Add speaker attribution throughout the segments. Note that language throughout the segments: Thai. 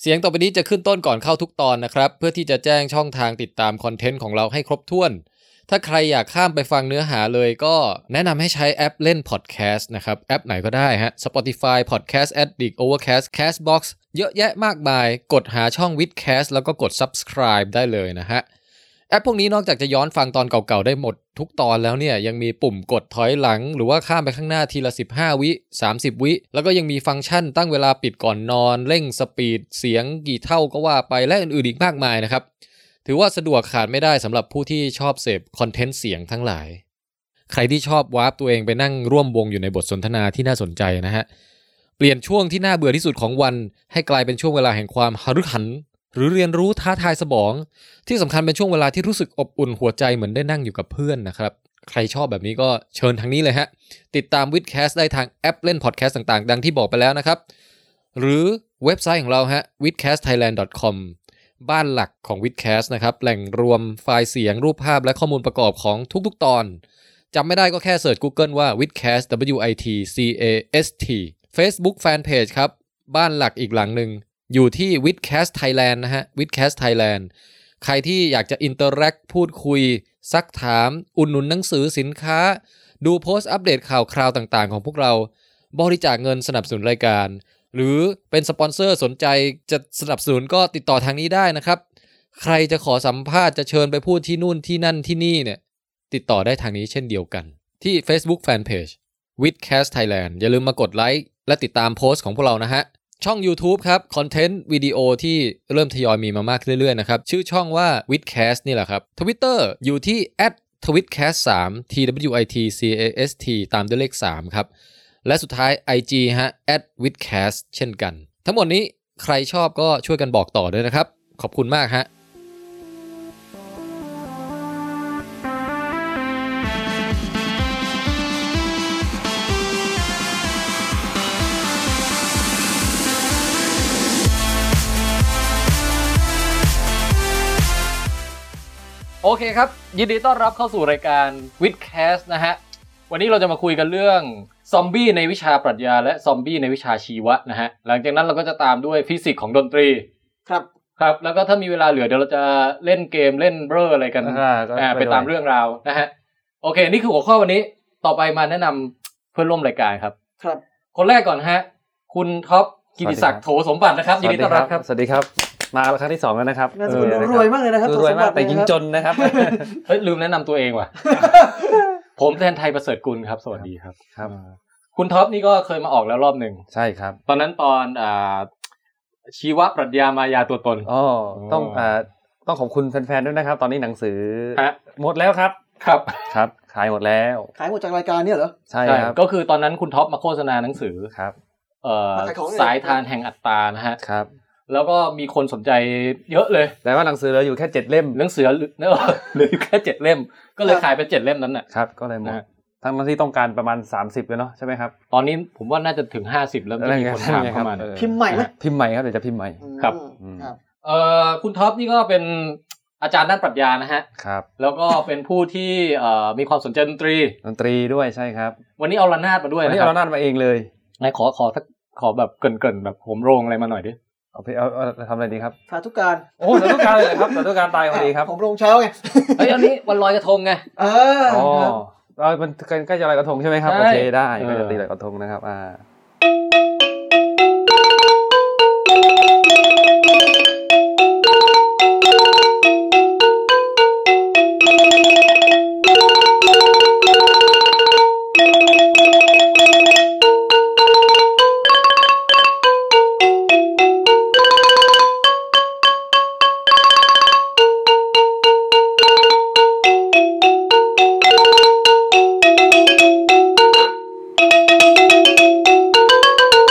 Speaker 1: เสียงต่อไปนี้จะขึ้นต้นก่อนเข้าทุกตอนนะครับ เพื่อที่จะแจ้งช่องทางติดตามคอนเทนต์ของเราให้ครบถ้วน ถ้าใครอยากข้ามไปฟังเนื้อหาเลยก็แนะนำให้ใช้แอปเล่นพอดแคสต์นะครับ แอปไหนก็ได้ฮะ Spotify Podcast Addict Overcast Castbox เยอะแยะมากมาย กดหาช่อง Widcast แล้วก็กด subscribe ได้เลยนะฮะ แอปพวกนี้นอกจากจะย้อนฟังตอนเก่าๆ ได้หมดทุกตอนแล้วเนี่ย ยังมีปุ่มกดถอยหลัง หรือว่าข้ามไปข้างหน้าทีละ 15 วิ 30 วิ แล้วก็ยังมีฟังก์ชันตั้งเวลาปิดก่อนนอน เร่งสปีด เสียงกี่เท่าก็ว่าไปและอื่นๆอีกมากมายนะครับ ถือว่าสะดวกขาดไม่ได้สำหรับผู้ที่ชอบเสพคอนเทนต์เสียงทั้งหลาย ใครที่ชอบวาร์ปตัวเองไปนั่งร่วมวงอยู่ในบทสนทนาที่น่าสนใจนะฮะ เปลี่ยนช่วงที่น่าเบื่อที่สุดของวัน ให้กลายเป็นช่วงเวลาแห่งความหฤหัน หรือเรียนรู้ท้าทายสมอง ที่สำคัญเป็นช่วงเวลาที่รู้สึกอบอุ่นหัวใจเหมือนได้นั่งอยู่กับเพื่อนนะครับ ใครชอบแบบนี้ก็เชิญทางนี้เลยฮะ ติดตามวิดแคสได้ทางแอปเล่นพอดแคสต์ต่างๆ ดังที่บอกไปแล้วนะครับ หรือเว็บไซต์ของเราฮะ w i d c a s t t h a i l a n d c o m บ้านหลักของ w i d c a s t นะครับ แหล่งรวมไฟล์เสียงรูปภาพและข้อมูลประกอบของทุกๆตอนจำไม่ได้ก็แค่เสิร์ช Google ว่า w i d c a s t W I T C A S T Facebook Fanpage ครับ บ้านหลักอีกหลังหนึ่งอยู่ที่ w i d c a s t Thailand นะฮะ w i d c a s t Thailand ใครที่อยากจะอินเตอร์แอคพูดคุย ซักถาม อุดหนุนหนังสือสินค้า ดูโพสต์อัปเดตข่าวคราวต่างๆ ของพวกเรา บริจาคเงินสนับสนุนรายการ หรือเป็นสปอนเซอร์สนใจจะสนับสนุนก็ติดต่อทางนี้ได้นะครับ ใครจะขอสัมภาษณ์จะเชิญไปพูดที่นู่นที่นั่นที่นี่เนี่ย ติดต่อได้ทางนี้เช่นเดียวกัน ที่ Facebook Fanpage w i t h c a s t Thailand อย่าลืมมากดไลค์และติดตามโพสต์ของพวกเรานะฮะ ช่อง YouTube ครับ คอนเทนต์วิดีโอที่เริ่มทยอยมีมามากเรื่อยๆนะครับ ชื่อช่องว่า w i t h c a s t นี่แหละครับ Twitter อยู่ที่ @twitcast 3 t w i t c a s t ตามด้วยเลข 3 ครับ และสุดท้าย IG ฮะ w i t h c a s t เช่นกัน ทั้งหมดนี้ใครชอบก็ช่วยกันบอกต่อด้วยนะครับ ขอบคุณมากฮะ โอเคครับ ยินดีต้อนรับเข้าสู่รายการวิดแคสนะฮะ วันนี้เราจะมาคุยกันเรื่องซอมบี้ในวิชาปรัชญาและซอมบี้ในวิชาชีวะนะฮะ หลังจากนั้นเราก็จะตามด้วยฟิสิกส์ของดนตรี
Speaker 2: ครับ
Speaker 1: ครับ แล้วก็ถ้ามีเวลาเหลือเดี๋ยวเราจะเล่นเกมเล่นเบอร์อะไรกัน
Speaker 2: อ่าก็
Speaker 1: อ่าไป
Speaker 2: ทยย
Speaker 1: ตามเรื่องราวนะฮะ โอเค นี่คือหัวข้อวันนี้ต่อไปมาแนะนำเพื่อนร่วมรายการครับ
Speaker 2: ครับ
Speaker 1: คนแรกก่อนฮะ คุณท็อปกิติศักดิ์โถสมบัตินะครับ
Speaker 3: ส
Speaker 1: ยิน
Speaker 3: วัส
Speaker 1: ดี
Speaker 3: ดี
Speaker 1: ต้อน
Speaker 3: ค
Speaker 1: รั
Speaker 3: รั
Speaker 1: บบ ครับ
Speaker 3: สวัสดีครับ มาแล้วครั้งที่สองแล้วนะครับ
Speaker 2: นามสกุล
Speaker 3: เออ
Speaker 2: รวยมากเลยนะครับ
Speaker 3: รวย
Speaker 2: สม
Speaker 3: มาก
Speaker 2: บัติ
Speaker 3: แต่ยิงจนนะครับ
Speaker 1: เฮ้ยลืมแนะนำตัวเองว่ะ ผมแทนไทยประเสริฐกุลครับ สวัสดีครับ
Speaker 3: ครับ
Speaker 1: คุณท็อปนี่ก็เคยมาออกแล้วรอบหนึ่ง
Speaker 3: ใช่ครับ
Speaker 1: ตอนนั้นตอนอ่าชีวปรัชญามายาตัวตน
Speaker 3: อ๋อต้อง
Speaker 1: อ๋ออ่
Speaker 3: อ่าต้องขอบคุณแฟนๆด้วยนะครับ ตอนนี้หนังสือ
Speaker 1: ฮะ
Speaker 3: หมดแล้วครับ
Speaker 1: ครับ
Speaker 3: ครับ ขายหมดแล้ว
Speaker 2: ขายหมดจากรายการเนี่ยเหรอ
Speaker 3: ใช่ครับ
Speaker 1: ก็คือตอนนั้นคุณท็อปมาโฆษณาหนังสือ
Speaker 3: ครับ
Speaker 1: เอ่อ
Speaker 2: มาขายของเลย
Speaker 1: สายทานแห่งอัตตานะฮะ
Speaker 3: ครับ
Speaker 1: แล้วก็มีคนสนใจเยอะเลย
Speaker 3: แต่ว่าหนังสือเราอยู่แค่เจ็ดเล่ม
Speaker 1: หนังสือ เหลือเออเหลืออยู่แค่เจ็ดเล่ม ก็เลยขายไปเจ็ดเล่มนั้นน่ะ
Speaker 3: ครับ ก็เลยหมด
Speaker 1: นะ
Speaker 3: ทั้งที่ต้องการประมาณ 30เลยเนาะใช่ไหมครับ
Speaker 1: ตอนนี้ผมว่าน่าจะถึงห้าสิบแล้วที่มีคนถามเข้ามา
Speaker 3: ออ
Speaker 2: พิมพ์ใหม่ไหม
Speaker 3: พิมพ์ใหม่ครับเดี๋ยวจะพิมพ์ใหม่
Speaker 1: ครับ
Speaker 2: อืมครับ
Speaker 1: เอ่อคุณท็อปนี่ก็เป็นอาจารย์ด้านปรัชญานะฮะ
Speaker 3: ครับ
Speaker 1: แล้วก็เป็นผู้ที่เอ่อมีความสนใจดนตรี
Speaker 3: ดนตรีด้วยใช่ครับ
Speaker 1: วันนี้เอาระนาดมาด้วย
Speaker 3: วัน
Speaker 1: นะ
Speaker 3: นี้
Speaker 1: ครั
Speaker 3: เอา
Speaker 1: บ
Speaker 3: ระนาดมาเองเลย
Speaker 1: ไหนขอขอสักขอแบบเกรินๆแบบผมโรงอะไรมาหน่อยดิ
Speaker 3: เอาไปเอาเอาเอาทำอะไรดีครับ
Speaker 2: สาธุการ
Speaker 3: โอ้สาธุการเลยเหรอครับสาธุการตายพอดีครับ
Speaker 2: ผมลงเช้าไง
Speaker 1: เฮ้ยอันนี้วันลอยกระทงไง
Speaker 2: เออ
Speaker 3: อ๋อ
Speaker 2: ครับ
Speaker 3: เรามันใกล้จะลอยกระทงใช่ไหมครับ
Speaker 1: ใช่
Speaker 3: โอเคได้
Speaker 1: เออ
Speaker 3: ก็จะตีลอยกระทงนะครับ อ่า
Speaker 4: Thank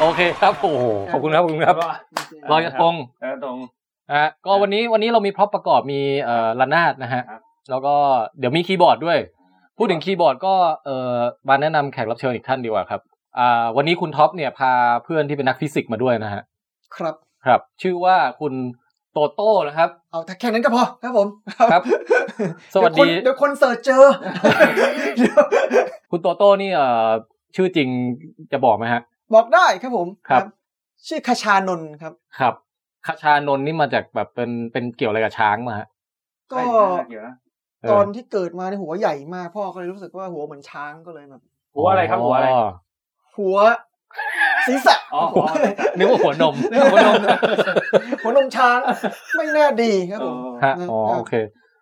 Speaker 1: โอเคครับโอ้โหขอบคุณครับขอบคุณครับลอยกระทง
Speaker 3: ลอยกระทง
Speaker 1: นะฮะก็วันนี้วันนี้เรามีพร็อพประกอบมีเอ่อระนาดนะฮะ
Speaker 3: ครับ
Speaker 1: แล้วก็เดี๋ยวมีคีย์บอร์ดด้วย พูดถึงคีย์บอร์ดก็เอ่อมาแนะนำแขกรับเชิญอีกท่านดีกว่าครับอ่าวันนี้คุณท็อปเนี่ยพาเพื่อนที่เป็นนักฟิสิกส์มาด้วยนะฮะ
Speaker 2: ครับ
Speaker 1: ครับ ชื่อว่าคุณโตโต้นะครับ
Speaker 2: เอาแต่แค่นั้นก็พอครับผม
Speaker 1: ครับสวัสดี
Speaker 2: เยวคนเดี๋ยวคนเสิร์ชเจอเดี๋ยว
Speaker 1: คุณโตโต้นี่เอ่อชื่อจริงจะบอกไหมฮะ
Speaker 2: บอกได้ครับผม
Speaker 1: ครับ
Speaker 2: ชื่อคชานนท์ครับ
Speaker 1: ครับคชานนท์นี่มาจากแบบเป็นเป็นเกี่ยวอะไรกับช้างมาฮะ
Speaker 2: ก็
Speaker 3: เดี๋ยวนะ
Speaker 1: เ
Speaker 2: ตอนที่เกิดมาในยหัวใหญ่มากพ่อก็เลยรู้สึกว่าหัวเหมือนช้างก็เลยแบบ
Speaker 3: หัวอะไรครับหัวอะไร
Speaker 2: หัวศีรษะ
Speaker 3: อ๋อหัว
Speaker 1: นึกว่าหัวนม
Speaker 3: เรื่องของนม
Speaker 2: หัวนมช้างไม่น่าดีครับผม
Speaker 1: ฮะอ๋อ
Speaker 2: ครับ
Speaker 1: โอเค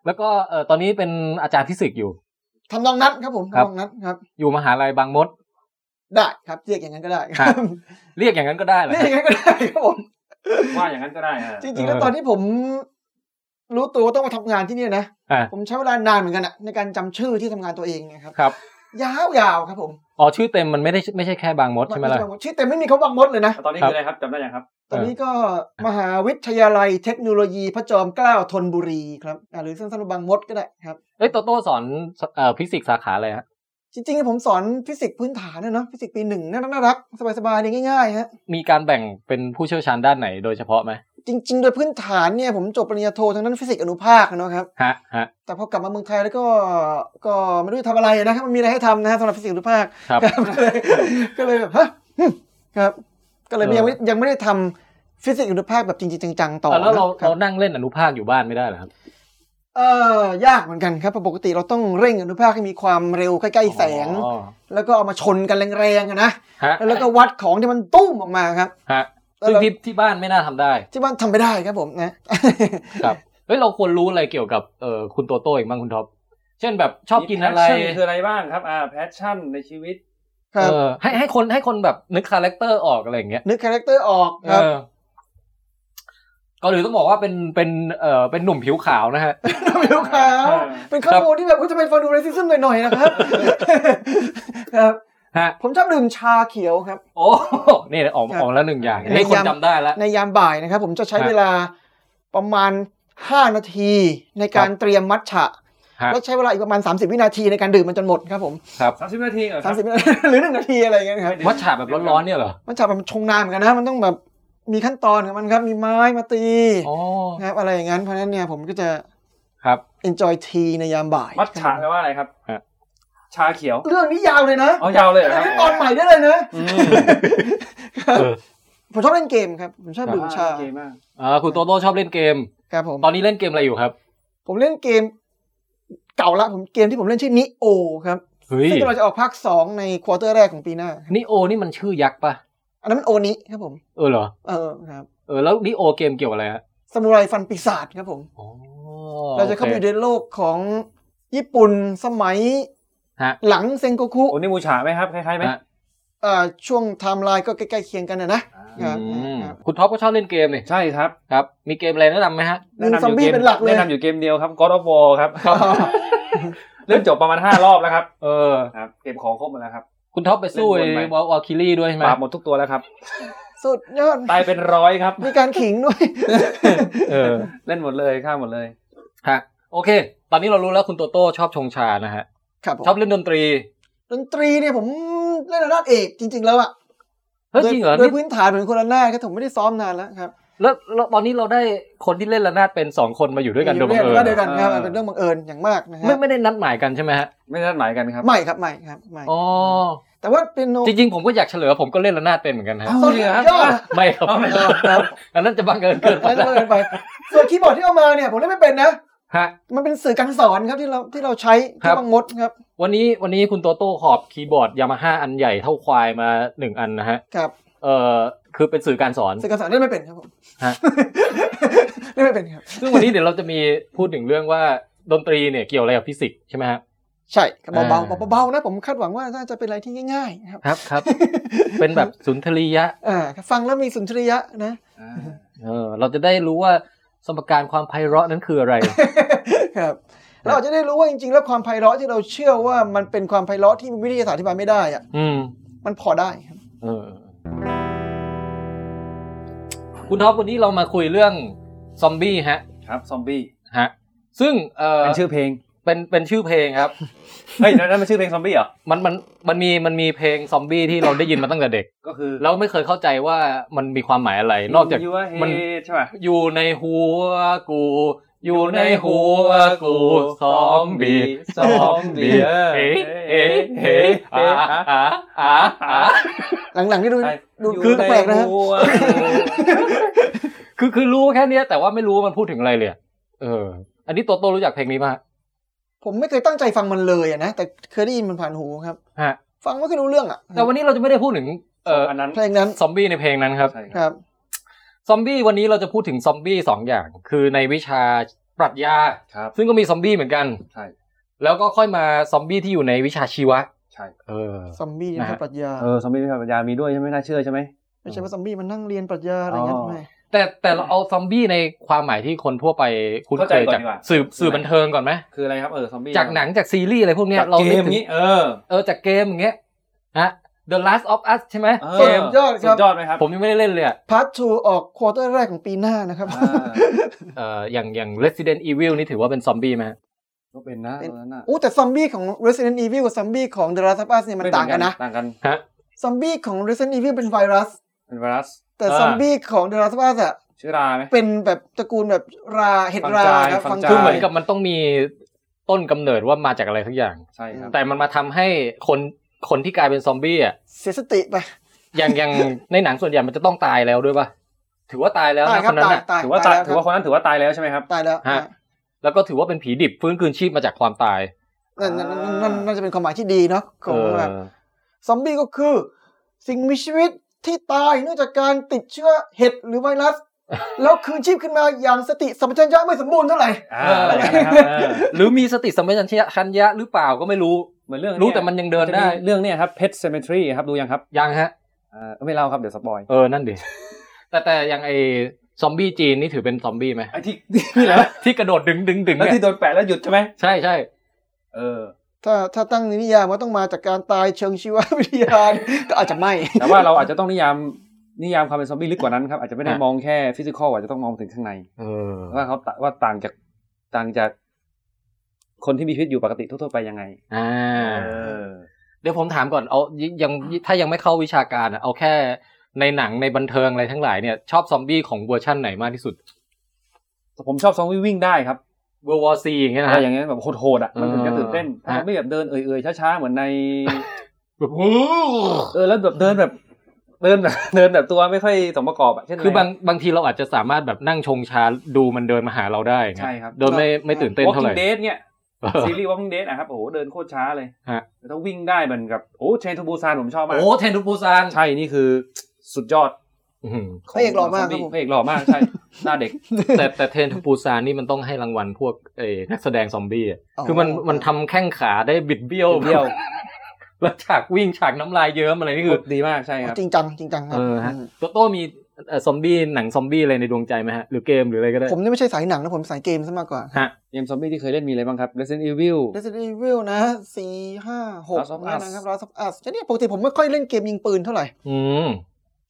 Speaker 1: แล้วก็เอ่อตอนนี้เป็นอาจารย์ฟิสิกส์อยู่
Speaker 2: ทำนองนั้นครับผม
Speaker 1: ครับ
Speaker 2: ทำนองนั้นครับ
Speaker 1: อยู่มหาลัยบางมด
Speaker 2: ได้ครับเรียกอย่างนั้นก็ได้
Speaker 1: ครับ เรียกอย่างนั้นก็ได้ เหรอ
Speaker 2: เรียกอย่างนั้นก็ได้ครับผม
Speaker 3: ว่าอย่างนั้นก็ได้ฮะ
Speaker 2: จริงๆ แล้วตอนที่ผมรู้ตัวว่าต้องมาทำงานที่เนี่ยนะ
Speaker 1: อ่า
Speaker 2: ผมใช้เวลานานเหมือนกันอะในการจำชื่อที่ทำงานตัวเองนะครับ
Speaker 1: ครับ
Speaker 2: ยาวๆครับผม
Speaker 1: อ๋อชื่อเต็มมันไม่ได้ไม่ใช่แค่บางมดใช่ไหมล่ะ
Speaker 2: ชื่อเต็มไม่มีเขาบางมดเลยนะ
Speaker 3: ตอนนี้
Speaker 1: ครับ
Speaker 3: คืออะไรครับจำได้ยังครับ
Speaker 2: ตอนนี้ก็มหาวิทยาลัยเทคโนโลยีพระจอมเกล้าธนบุรีครับอ่าหรือสั้นๆว่าบางมดก็ได้ครับ
Speaker 1: เอ้ยโตโต้สอนเอ่อฟิสิกส์สาขาอะไรฮะ
Speaker 2: จริงๆ ผมสอนฟิสิกส์พื้นฐานนะเนาะฟิสิกส์ปีหนึ่งน่ารักน่ารักสบายๆเลยง่ายๆฮะ
Speaker 1: มีการแบ่งเป็นผู้เชี่ยวชาญด้านไหนโดยเฉพาะไหม
Speaker 2: จริง ๆ โดยพื้นฐานเนี่ยผมจบปริญญาโททางด้านฟิสิกส์อนุภาคเนาะครับ
Speaker 1: ฮะฮะ
Speaker 2: แต่พอกลับมาเมืองไทยแล้วก็ก็ไม่รู้จะทำอะไรนะครับมันมีอะไรให้ทำนะฮะสำหรับฟิสิกส์อนุภาค
Speaker 1: ครับ
Speaker 2: ครับ ก็เลยก็เลยแบบฮะหึครับ ก็เลย
Speaker 1: เออ
Speaker 2: ยังไม่ยังไม่ได้ทำฟิสิกส์อนุภาคแบบจริงๆจังๆต่อ
Speaker 1: เอ่อแล้วเรา
Speaker 2: นะค
Speaker 1: เรา
Speaker 2: บ
Speaker 1: นั่งเล่นอนุภาคอยู่บ้านไม่ได้เหรอครับ
Speaker 2: เออยากเหมือนกันครับเพราะปกติเราต้องเร่งอนุภาคให้มีความเร็วใกล้ๆแสง
Speaker 1: อ๋อ
Speaker 2: แล้วก็เอามาชนกันแรงๆอะนะ
Speaker 1: ฮะ
Speaker 2: แล้วก็วัดของที่มันตุ้มออกมาครับ
Speaker 1: ฮะ
Speaker 2: แล้ว
Speaker 1: ซึ่ง
Speaker 2: เรา
Speaker 1: ที่ที่บ้านไม่น่าทำได้
Speaker 2: ที่บ้านทำไม่ได้ครับผมนะ
Speaker 1: ครับ เฮ้ย เราควรรู้อะไรเกี่ยวกับเอ่อคุณโตโต้อีกบ้างคุณท็อป เช่นแบบชอบกินอะไร
Speaker 3: passion คืออะไรบ้างครับอ่าแพชชั่นในชีวิต
Speaker 2: ครับ
Speaker 1: เออให้ให้คนให้คนแบบนึกคาแรคเตอร์ออกอะไรอย่างเงี้ย
Speaker 2: นึกคาแรคเตอร์ออกครับ
Speaker 1: เออก็หรือต้องบอกว่าเป็นเป็นเอ่อเป็นหนุ่มผิวขาวนะฮะ
Speaker 2: ไม่รู้ครั
Speaker 3: เอบ อ
Speaker 2: เป็นข้อมูลที่แบบก็จะเป็นฟังดูเรซิซึมหน่อยๆนะครับ ครับ
Speaker 1: ฮะ
Speaker 2: ผมชอบดื่มชาเขียวครับ
Speaker 1: โอ้นี่ออกออกแล้วหนึ่งอย่าง
Speaker 2: ใน
Speaker 1: นี่คน
Speaker 2: ยาม
Speaker 1: จำได้แล้ว
Speaker 2: ในยามบ่ายนะครับ ผมจะใช้
Speaker 1: ฮะ
Speaker 2: เวลาประมาณ 5 นาทีในการเตรียมมัทฉะ
Speaker 1: ฮะ
Speaker 2: แล้วใช้เวลาอีกประมาณ 30 วินาทีในการดื่มมันจนหมดครับผม
Speaker 1: ครับ
Speaker 3: สามสิบนาทีเหรอครั
Speaker 2: 30วินาที หรือหนึ่งนาทีอะไรอย่างเงี้ยครับ
Speaker 1: มัทฉาแบบร้อนๆเนี่ยเหรอ
Speaker 2: มัทฉะมันชงนานเหมือนกันนะมันต้องแบบมีขั้นตอนของมันครับ มีไม้มาตี
Speaker 1: อ๋อ
Speaker 2: นะครับอะไรอย่างนั้นเพราะฉะนั้นเนี่ยผมก็จะ
Speaker 1: ครับ
Speaker 2: enjoy tea ในยามบ่าย
Speaker 3: มัทฉะแปลว่าอะไรครับ
Speaker 1: ฮะ
Speaker 3: ชาเขียว
Speaker 2: เรื่องนี้ยาวเลยนะ
Speaker 3: อ๋อยาวเลยเหรอครับ
Speaker 2: เรื่องตอนใหม่ได้เลยนะ
Speaker 3: อืม
Speaker 2: ครับ
Speaker 1: เออ
Speaker 2: ผมชอบเล่นเกมครับผมช อบดื่มชา
Speaker 3: โอเคมาก
Speaker 1: อ่าคุณโตโต้ชอบเล่นเกม
Speaker 2: ครับผม
Speaker 1: ตอนนี้เล่นเกมอะไรอยู่ครับ
Speaker 2: ผมเล่นเกม เก่าละผมเกมที่ผมเล่นชื่อนิโอครับ
Speaker 1: เฮ้ย
Speaker 2: ซึ่งเราจะออกภาค 2 ในควอเตอร์แรกของปีหน้า
Speaker 1: นี่โอนี่มันชื่อยักษ์ปะ
Speaker 2: อันนั้นมันโอนิครับผม
Speaker 1: เออเหรอ
Speaker 2: เออครับ
Speaker 1: เออแล้วนี่โอเกมเกี่ยวอะไรฮะ
Speaker 2: สมุไรฟันปีศาจครับผม
Speaker 1: อ๋อ
Speaker 2: เราจะเข้าไป
Speaker 1: โอ
Speaker 2: อ
Speaker 1: ค
Speaker 2: ยู่ในโลกของญี่ปุ่นสมัย
Speaker 1: ฮะ
Speaker 2: หลังเซงโกคุ
Speaker 3: โอ้นี่มูฉาไหมครับ คล้ายๆไหม
Speaker 1: ฮะ
Speaker 2: เอ่อช่วงไทม์ไลน์ก็ใกล้ๆเคียงกันนะนะ
Speaker 1: อืม
Speaker 2: ครับ
Speaker 1: คุณท็อปก็ชอบเล่นเกมนี่
Speaker 3: ใช่ครับ
Speaker 1: ครับ มีเกมอะไรแนะนำไหมฮะ
Speaker 2: ยิงซอมบี้เป็นหลักเลย
Speaker 3: แนะนำอยู่เกมเดียวครับ God of War ครับ เล่นจบประ มาณ 5 รอบแล้วครับ
Speaker 1: เออ
Speaker 3: ครับ เก็บของครบหมดแล้วครับ
Speaker 1: คุณท็อปไปสู้
Speaker 3: เล่
Speaker 1: ไอ้
Speaker 3: นวนไป
Speaker 1: วอลวอลคิลี่ด้วยใช่ไหม
Speaker 3: ปราบหมดทุกตัวแล้วครับ
Speaker 2: สุดยอด
Speaker 3: ตายเป็นร้อยครับ
Speaker 2: มีการขิงด้วย
Speaker 1: เออ
Speaker 3: เล่นหมดเลยฆ่าหมดเลย
Speaker 1: ฮะโอเค ตอนนี้เรารู้แล้วคุณโตโต้ชอบชงชานะฮะ
Speaker 2: ครับผม
Speaker 1: ชอบเล่นดนตรี
Speaker 2: ดนตรีเนี่ยผมเล่นระนาดเอกจริง ๆ แล้วอะ
Speaker 1: เฮ้ยจริงเหรอ
Speaker 2: โดย
Speaker 1: นี่
Speaker 2: พื้นฐานเป็นคนละหน้าดครับผมไม่ได้ซ้อมนานแล้วครับ
Speaker 1: แล้วแล้วตอนนี้เราได้คนที่เล่นระนาดเป็นสองคนมาอยู่ด้วยกันโดยบังเอิญ
Speaker 2: เดียวกันครับ
Speaker 3: เออ
Speaker 2: เป็นเรื่องบังเอิญอย่างมากนะฮะ
Speaker 1: ไม่ไม่ได้นัดหมายกันใช่ไหมฮะ
Speaker 3: ไม่ได้นัดหมายกันครับ
Speaker 2: ไม่ครับไม่ครับไม่
Speaker 1: อ๋อ
Speaker 2: แต่ว่าเป็นโน
Speaker 1: จริงๆผมก็อยากเฉลยว่าผมก็เล่นระนาดเป็นเหมือนกันฮะ
Speaker 2: เอ้า
Speaker 3: จริงหรอครับ
Speaker 2: ยอด
Speaker 1: ไม่ครับ
Speaker 3: เอาไม่เอา
Speaker 2: ครับ
Speaker 1: อันนั้นจะบังเอิญเกินไป
Speaker 2: ไม่ต้องเกินไป ส่วนคีย์บอร์ดที่เอามาเนี่ยผมเล่นไม่เป็นนะ
Speaker 1: ฮะ
Speaker 2: มันเป็นสื่อการสอนครับที่เราที่เราใช้
Speaker 1: ครั
Speaker 2: ที่
Speaker 1: บ
Speaker 2: บางมดครับ
Speaker 1: วันนี้วันนี้คุณโตโต้หอบคีย์บอร์ดยามาฮ่าอันใหญ่เท่าควายมาหนึ่งอันนะฮะ
Speaker 2: ครับ
Speaker 1: เอ่อคือเป็นสื่อการสอน
Speaker 2: สื่อการสอนเล่นไม่เป็นครับผม
Speaker 1: ฮะ
Speaker 2: เล่นไม่เป็นครับ
Speaker 1: ซึ่งวันนี้เดี๋ยวเราจะมีพูดถึงเรื่องว่าดนตรีเนี่ยเกี่ยวอะไรกับฟิสิกส์ใช่ไหมฮะ
Speaker 2: ใช่ครับเบา
Speaker 1: อ่า
Speaker 2: ๆเบาๆนะผมคาดหวังว่าน่าจะเป็นอะไรที่ง่ายๆนะครับ
Speaker 1: ครับครับ เป็น แบบสุนทรียะ
Speaker 2: อ่าฟังแล้วมีสุนทรียะนะ
Speaker 1: เออเราจะได้รู้ว่าสมการความไพเราะนั้นคือ อะไร
Speaker 2: ครับเราอาจจะได้รู้ว่าจริงๆ แล้วความไพเราะที่เราเชื่อว่ามันเป็นความไพเราะที่วิทยาศาสตร์อธิบายไม่ได้อะ
Speaker 1: อืม
Speaker 2: มันพอได้ครับ
Speaker 1: เออ คุณท็อปวันนี้เรามาคุยเรื่องซอมบี้ฮะ
Speaker 3: ครับซอมบี้
Speaker 1: ฮะซึ่งเออ
Speaker 3: เป็นชื่อเพลง
Speaker 1: เป็นเป็นชื่อเพลงครับ
Speaker 3: เฮ้ยนั่นนั่นมันชื่อเพลงซอมบี้เหรอ
Speaker 1: มันมันมันมีมันมีเพลงซอมบี้ที่เราได้ยินมาตั้งแต่เด็ก
Speaker 3: ก็คือ
Speaker 1: เราไม่เคยเข้าใจว่ามันมีความหมายอะไร นอกจาก มั
Speaker 3: มัน นใช่ป่ะ
Speaker 1: อยู่ในหัวกู อยู่ในหัวกูซอมบี้ซอมบี้เอ๊ะเอ๊ะเอ๊ะอ่าอ่าอ่าอ่า
Speaker 2: หลังๆนี่ดู
Speaker 3: ใช่
Speaker 2: ดูคือแปลกๆนะฮะ
Speaker 3: อยู่ใหัว
Speaker 1: คือคือรู้แค่เนี้ยแต่ว่าไม่รู้ว่ามันพูดถึงอะไรเลยอะเออ อันนี้โตโต้รู้จักเพลงนี้ปะฮะ
Speaker 2: ผมไม่เคยตั้งใจฟังมันเลยอะนะ แต่เคยได้ยินมันผ่านหูครับ
Speaker 1: ฮะ
Speaker 2: ฟังไม่เคยรู้เรื่องอ่ะ
Speaker 1: แต่วันนี้เราจะไม่ได้พูดถึงเออ
Speaker 3: อันนั้น
Speaker 2: เพลงนั้น
Speaker 1: ซอมบี้ในเพลงนั้นครับ
Speaker 3: ใช่ค
Speaker 2: ครับ รับ
Speaker 1: ซอมบี้วันนี้เราจะพูดถึงซอมบี้สองอย่าง คือในวิชาปรัชญา
Speaker 3: ครับ
Speaker 1: ซึ่งก็มีซอมบี้เหมือนกัน
Speaker 3: ใช่
Speaker 1: แล้วก็ค่อยมาซอมบี้ที่อยู่ในวิชาชีวะ
Speaker 3: ใช่
Speaker 1: เออ
Speaker 2: ซอมบี้
Speaker 1: นะ
Speaker 2: นะ
Speaker 1: ฮะ
Speaker 2: ปรัชญา
Speaker 3: เออซอมบี้ที่ปัญญามีด้วยใช่ไหมน่าเชื่อใช่ไหม
Speaker 2: ไม่ใช่ว่าซอมบี้มันนั่งเรียนปรัชญาอะไรเงี้ย
Speaker 3: อ๋อ
Speaker 2: ทำไม
Speaker 1: แต่แต่เราเอาซอมบี้ในความหมายที่คนทั่วไปคุ้นเคย
Speaker 3: เข้าใจก่อน
Speaker 1: จาก
Speaker 3: ดีกว่า
Speaker 1: สื่อสื่อบันเทิงก่อนไหม
Speaker 3: คืออะไรครับเออซอมบี้
Speaker 1: จากหนังจากซีรีส์อะไรพวกเนี้ย
Speaker 3: จาก
Speaker 1: เรา
Speaker 3: เก
Speaker 1: นึ
Speaker 3: ม
Speaker 1: ถึง
Speaker 3: นี้เออ
Speaker 1: เออจากเกมอย่างเงี้ยฮะ The Last of Us ใช่ไหม
Speaker 3: เอ
Speaker 1: เกม
Speaker 2: ยอดค
Speaker 3: สุ
Speaker 2: รับ
Speaker 3: ดยอดไหมครับ
Speaker 1: ผมยังไม่ได้เล่นเลยอะ
Speaker 2: พาร์ททูออกควอเตอร์แรกของปีหน้านะครับ
Speaker 3: อ่า
Speaker 1: เอ่ออย่างอย่าง Resident Evil นี่ถือว่าเป็นซอมบี้ไหมฮะ
Speaker 3: ก็เป็นนะ
Speaker 2: เป็น
Speaker 3: ตอนนั้นน่ะ
Speaker 2: อู้แต่ซอมบี้ของ Resident Evil กับซอมบี้ของ The Last of Us เนี่ยมันต่างกันนะ
Speaker 3: ต่างกัน
Speaker 1: ฮะ
Speaker 2: ซอมบี้ของ Resident Evil เป็นไวรัส
Speaker 3: เป็นไวรัส
Speaker 2: แต่
Speaker 1: อ่า
Speaker 2: ซอมบี้ของ The Last of Us อะ
Speaker 3: ชื่อราไหม
Speaker 2: เป็นแบบตระกูลแบบราเห็ดรา
Speaker 3: ฟังจาย
Speaker 2: ครับ
Speaker 3: ฟั
Speaker 2: ฟั
Speaker 3: ง
Speaker 2: ง
Speaker 3: จาย
Speaker 1: คือ
Speaker 2: จา
Speaker 1: เหมื
Speaker 2: ย
Speaker 1: อนกับมันต้องมีต้นกำเนิดว่ามาจากอะไรสักอย่าง
Speaker 3: ใช่ครับ
Speaker 1: แต่มันมาทำให้คนคนที่กลายเป็นซอมบี้อ่ะ
Speaker 2: เสียสติไป
Speaker 1: อย่างอย่าง ในหนังส่วนใหญ่มันจะต้องตายแล้วด้วยป่ะถือว่าตายแล้ว
Speaker 2: ตาย
Speaker 1: นะ
Speaker 2: ค
Speaker 1: ครับ นนั้น
Speaker 2: ตาย
Speaker 1: อ่ะ
Speaker 2: ตาย
Speaker 3: ถือว่าตาย
Speaker 2: แล้ว
Speaker 3: ถือว่าคนนั้นถือว่าตายแล้วใช่ไหมครับ
Speaker 2: ตายแล้ว
Speaker 1: ฮะ แล้วก็ถือว่าเป็นผีดิบฟื้นคืนชีพมาจากความตาย
Speaker 2: นั่นนั่นนั่นนั่นน่าจะเป็นความหมายที่ดีเนาะของ
Speaker 1: เออ
Speaker 2: แบบซอมบี้ก็คือ สิ่งมีชีวิตที่ตายเนื่องจากการติดเชื้อเห็ดหรือไว รัส แล้วคืนชีพขึ้นมาอย่างสติสัมปชัญญะไม่สมบูรณ์เท่าไหร่
Speaker 3: อ่าอะไรอย่างนั้นนะครับเออ
Speaker 1: หรือมีสติสัมปชัญญะชัญญะหรือเปล่าก็ไม่รู้
Speaker 3: เหมือนเรื่อง
Speaker 1: รู้แต่มันยังเดินได้
Speaker 3: จะมีเรื่องเนี้ยครับ Pet Cemetery ครับดูยังครับ
Speaker 1: ยังฮะ
Speaker 3: อ่าไม่เล่าครับเดี๋ยวสปอย
Speaker 1: เออ นั่นดิ แต่แต่อย่างไอซอมบี้จีนนี่ถือเป็นซอมบี้ไหม
Speaker 3: ไอ้ที่ นี่แหละ
Speaker 1: ที่กระโดดดึงดึงดึง
Speaker 3: แล้ว
Speaker 1: เนี่ย
Speaker 3: ที่โดนแปะแล้วหยุดใช่ไหม
Speaker 1: ใช่ใช่
Speaker 3: เออ
Speaker 2: ถ้าถ้าตั้งนิยามว่าต้องมาจากการตายเชิงชีววิทยา ก็อาจจะไม่
Speaker 3: แต่ว่าเราอาจจะต้องนิยามนิยามความเป็นซอมบี้ลึกกว่านั้นครับอาจจะไม่ได้มองแค่ฟิสิกอลอาจจะต้องมองถึงข้างใน
Speaker 1: เออ
Speaker 3: ว่าเขาตะว่าต่างจากต่างจากคนที่มีชีวิตอยู่ปกติทั่วๆไปยังไง
Speaker 1: อ่า
Speaker 3: เออ
Speaker 1: เดี๋ยวผมถามก่อนเอายังถ้ายังไม่เข้าวิชาการอะเอาแค่ในหนังในบันเทิงอะไรทั้งหลายเนี่ยชอบซอมบี้ของเวอร์ชั่นไหนมากที่สุด
Speaker 3: ผมชอบซอมบี้วิ่งได้ครับ
Speaker 1: เวอร์วอซีอย่างเงี้ยนะ
Speaker 3: อะไร
Speaker 1: ฮะ
Speaker 3: อย่างเงี้ยแบบโหดๆอ่ะมันถึงจะตื่นเต้น
Speaker 1: อ่า
Speaker 3: ถ้าซอมบี้แบบเดินเอื่อยๆช้าๆเหมือนใน
Speaker 1: แบบโอ้
Speaker 3: เออแล้วแบบเดินแบบเดินแบบ เดินแบบตัวไม่ค่อยสมประกอบอะเช่น
Speaker 1: คือบาง
Speaker 3: ะไร
Speaker 1: บางทีเราอาจจะสามารถแบบนั่งชงชาดูมันเดินมาหาเราได้นะ
Speaker 3: ใช่ครับ
Speaker 1: โดยไม่ไม่ตื่นเต้นเท่าไหร่
Speaker 3: Walking Dead เนี่ยซีรีส์ Walking Dead อะครับโอ้โหเดินโคตรช้าเลย
Speaker 1: ฮะ
Speaker 3: แล้วถ้าวิ่งได้เหมือนกับโอ้เชนทูบูซานผมชอบมาก
Speaker 1: โอ้เทนดูปูซาน
Speaker 3: ใช่นี่คือสุดยอด
Speaker 1: อื้อหือ
Speaker 3: ข
Speaker 2: พระเอกหล่อมาก
Speaker 3: ซ
Speaker 2: ค
Speaker 3: บี้
Speaker 2: รับผม
Speaker 3: พระเอกหล่อมากใช่ หน้าเด็ก
Speaker 1: แต่แต่เทนทูปูซานนี่มันต้องให้รางวัลพวกเออนักแสดงซอมบี้อะ คือมันมันทำแข้งขาได้บิดเบี้ยว
Speaker 3: บิดเบี้ยว
Speaker 1: แล้วฉากวิ่งฉากน้ำลายเยิ้มอะไรนี่คือ
Speaker 3: ดีมากใช่ครับ
Speaker 2: จริงจังจริงจังครั
Speaker 1: เออฮะ
Speaker 2: อืม
Speaker 1: โตโต้มีเอ่อซอมบี้หนังซอมบี้อะไรในดวงใจไหมฮะ หรือเกมหรืออะไรก็ได้
Speaker 2: ผมเนี่ยไม่ใช่สายหนังนะผมสายเกมซะมากกว่า
Speaker 1: ฮะ
Speaker 3: เกมซอมบี้ที่เคยเล่นมีอะไรบ้างครับ Resident Evil
Speaker 2: Resident Evil นะสี่ห้าหก
Speaker 3: Last of
Speaker 2: นั่น
Speaker 3: Us
Speaker 2: นะครับ Last of Us แต่เนี่ยปกติผมไม่ค่อยเล่นเกมยิงปืนเท่าไหร่
Speaker 1: อืม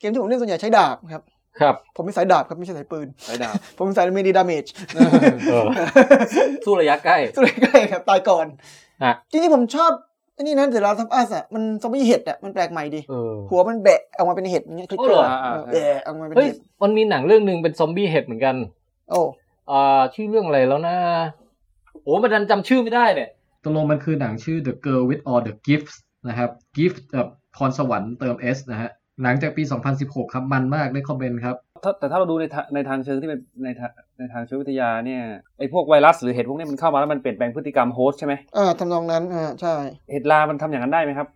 Speaker 2: เกมที่ผมเล่นส่วนใหญ่ใช้ดาบครับ
Speaker 1: ครับ
Speaker 2: ผมเป็นสายดาบครับไม่ใช่สายปืน
Speaker 3: ไรดาบ
Speaker 2: ผมเป็นสายเมดีดาเมจ
Speaker 1: เออสู้ระยะใกล้
Speaker 2: สุดใกล้ครับตายก่อน
Speaker 1: ฮะ
Speaker 2: จริงๆผมชอบไอันนี้นะเดอะลาซับอัสอ่ะมันซอมบี้เห็ดอ่ะมันแปลกใหม่ดี
Speaker 1: เออ
Speaker 2: หัวมันแบะออกมาเป็นเห็ดอย่างเงี้ยคลิกเกอร์
Speaker 3: อ๋อเหรออ่าๆ
Speaker 2: เออออกมาเป็น
Speaker 1: เฮ้ย
Speaker 2: เห็ด
Speaker 1: มันมีหนังเรื่องหนึ่งเป็นซอมบี้เห็ดเหมือนกัน
Speaker 2: โอ้
Speaker 1: อ่าชื่อเรื่องอะไรแล้วนะโอ้มันดันจำชื่อไม่ได้เนี่ย
Speaker 5: ตกลงมันคือหนังชื่อ The Girl with All the Gifts นะครับ Gift แบบพรสวรรค์เติม S นะฮะ หนังจากปี 2016 ครับ มันมากได้คอมเมนต์ครับ
Speaker 3: ถ้าแต่ถ้าเราดูในทางในทางเชิงที่เป็นในทางในทางเชิงวิทยาเนี่ยไอพวกไวรัสหรือเห็ดพวกเนี้มันเข้ามาแล้วมันเปลี่ยนแปลงพฤติกรรมโฮสต์ใช่ไหม
Speaker 2: อ่าทำนองนั้นอ่าใช่
Speaker 3: เห็ดลา มันทำอย่างนั้นได้ไหมครับ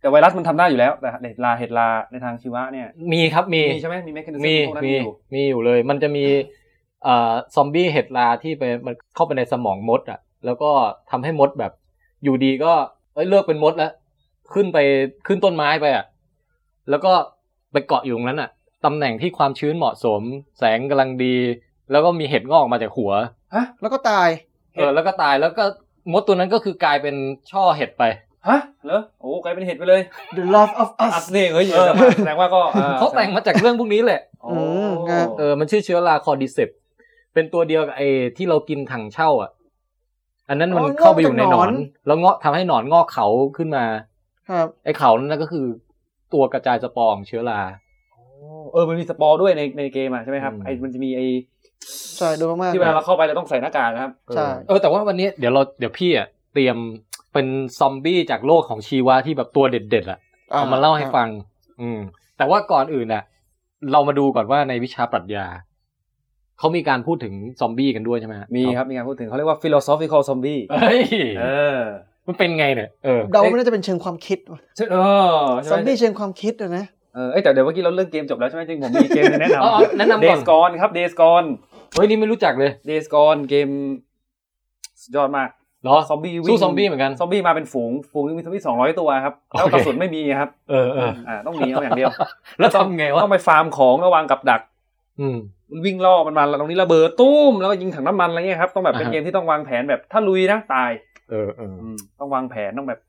Speaker 3: แต่ไวรัสมันทำได้อยู่แล้วแต่เห็ดลาเห็ดลาในทางชีวะเนี่ย
Speaker 1: มีครับมี
Speaker 3: มีใช่ไหมมีแมคคนิซึ
Speaker 1: มี
Speaker 3: มพวกนั้น
Speaker 1: มี
Speaker 3: อยู่
Speaker 1: มีอยู่เลย มันจะมีเอ่อซอมบี้เห็ดลาที่ไปมันเข้าไปในสมองมดอ่ะ แล้วก็ทำให้มดแบบ อยู่ดีก็เอ้ยเลิกเป็นมดแล้ว ขึ้นไปขึ้นต้นไม้ไปอ่ะ แล้วก็ไปเกาะอยู่ตรงนั้นอ่ะตำแหน่งที่ความชื้นเหมาะสม แสงกำลังดี แล้วก็มีเห็ดงอกออกมาจากหัว
Speaker 3: ฮะ
Speaker 2: แล้วก็ตาย
Speaker 1: เออ แล้วก็ตายแล้วก็มดตัวนั้นก็คือกลายเป็นช่อเห็ดไป
Speaker 3: ฮะเหรอโอ้กลายเป็นเห็ดไปเลย
Speaker 2: The Last of
Speaker 3: อั
Speaker 2: Us
Speaker 3: สนี่เฮ้ยเออแสดงว่า ก็อ่
Speaker 1: เขาแต่งมาจากเรื่องพวกนี้แหละ
Speaker 3: โอ้
Speaker 2: อืมครับ
Speaker 1: เออ มันชื่อเชื้อราคอดิเซปเป็นตัวเดียวกับไอ้ที่เรากินถังเช่าอ่ะ อันนั้นมัน
Speaker 2: อ๋อ
Speaker 1: เข้าไปอยู่ในหนอน
Speaker 2: งอกจากหนอน
Speaker 1: แล้วเงาะทำให้หนอนงอกเขาขึ้นมา
Speaker 2: ครับ
Speaker 1: ไอ้เขานั่นก็คือตัวกระจายสปอร์ของเชื้อรา
Speaker 3: เออมันมีสปอร์ด้วยในในเกมอะใช่ไหมครับ
Speaker 1: อืม
Speaker 3: ไอ้มันจะมีไอ้
Speaker 2: ใช่โดนมากๆ
Speaker 3: ที่เวลาเราเข้าไปเราต้องใส่หน้ากากนะครับ
Speaker 1: เออ
Speaker 2: ใช่
Speaker 1: เออ แต่ว่าวันนี้เดี๋ยวเราเดี๋ยวพี่อ่ะเตรียมเป็นซอมบี้จากโลกของชีวะที่แบบตัวเด็ดๆอ่ะ เอามาเล่าให้ฟัง อืม แต่ว่าก่อนอื่นน่ะ เรามาดูก่อนว่าในวิชาปรัชญา เขามีการพูดถึงซอมบี้กันด้วยใช่ไหมฮะ
Speaker 3: มีครับมีการพูดถึงเขาเรียกว่า philosophical zombie
Speaker 1: เฮ้ย
Speaker 3: เออ
Speaker 1: มันเป็นไงเนี่ย เออ
Speaker 2: เดาว่าน่าจะเป็นเชิงความคิดว่ะ
Speaker 3: ใช่เออใช่
Speaker 2: ซอม
Speaker 3: ไหม
Speaker 2: บี้เชิงความคิดอะนะ
Speaker 3: เออเอ้ยแต่เดี๋ยวเมื่อกี้เราเรื่องเกมจบแล้วใช่ไหมจริงผมมีเกมแนะ
Speaker 1: อ๋ออ๋อน
Speaker 3: ำ
Speaker 1: แนะนำ
Speaker 3: เด
Speaker 1: ก่อน
Speaker 3: สกอนครับเดสกอน
Speaker 1: เฮ้ย นี่ไม่รู้จักเลย
Speaker 3: เดสกอนเกมสุดยอดมาก
Speaker 1: เหรอ
Speaker 3: ซอมบี้วิ่ง
Speaker 1: สู้ซอมบี้เหมือนกัน
Speaker 3: ซอมบี้มาเป็นฝูงฝูงนึงมีซอมบี้สองร้อยตัวครับแล้ว
Speaker 1: โอเค
Speaker 3: กระสุนไม่มีครับ
Speaker 1: เออเออ
Speaker 3: อ่าต้องหนีเอาอย่างเดียว
Speaker 1: แล้วทำไงวะ
Speaker 3: ต้องไปฟาร์มของระวังกับดัก
Speaker 1: อืม
Speaker 3: มันวิ่งล่อมันมาแล้วตรงนี้ระเบิดตุ้มแล้วก็ยิงถังน้ำมันอะไรเงี้ยครับต้องแบบเป็น
Speaker 1: อ่าฮะ
Speaker 3: เกมที่ต้องวางแผนแบบถ้าลุยนะตาย
Speaker 1: เออเออ
Speaker 3: ต้องวางแผนต้องแบบ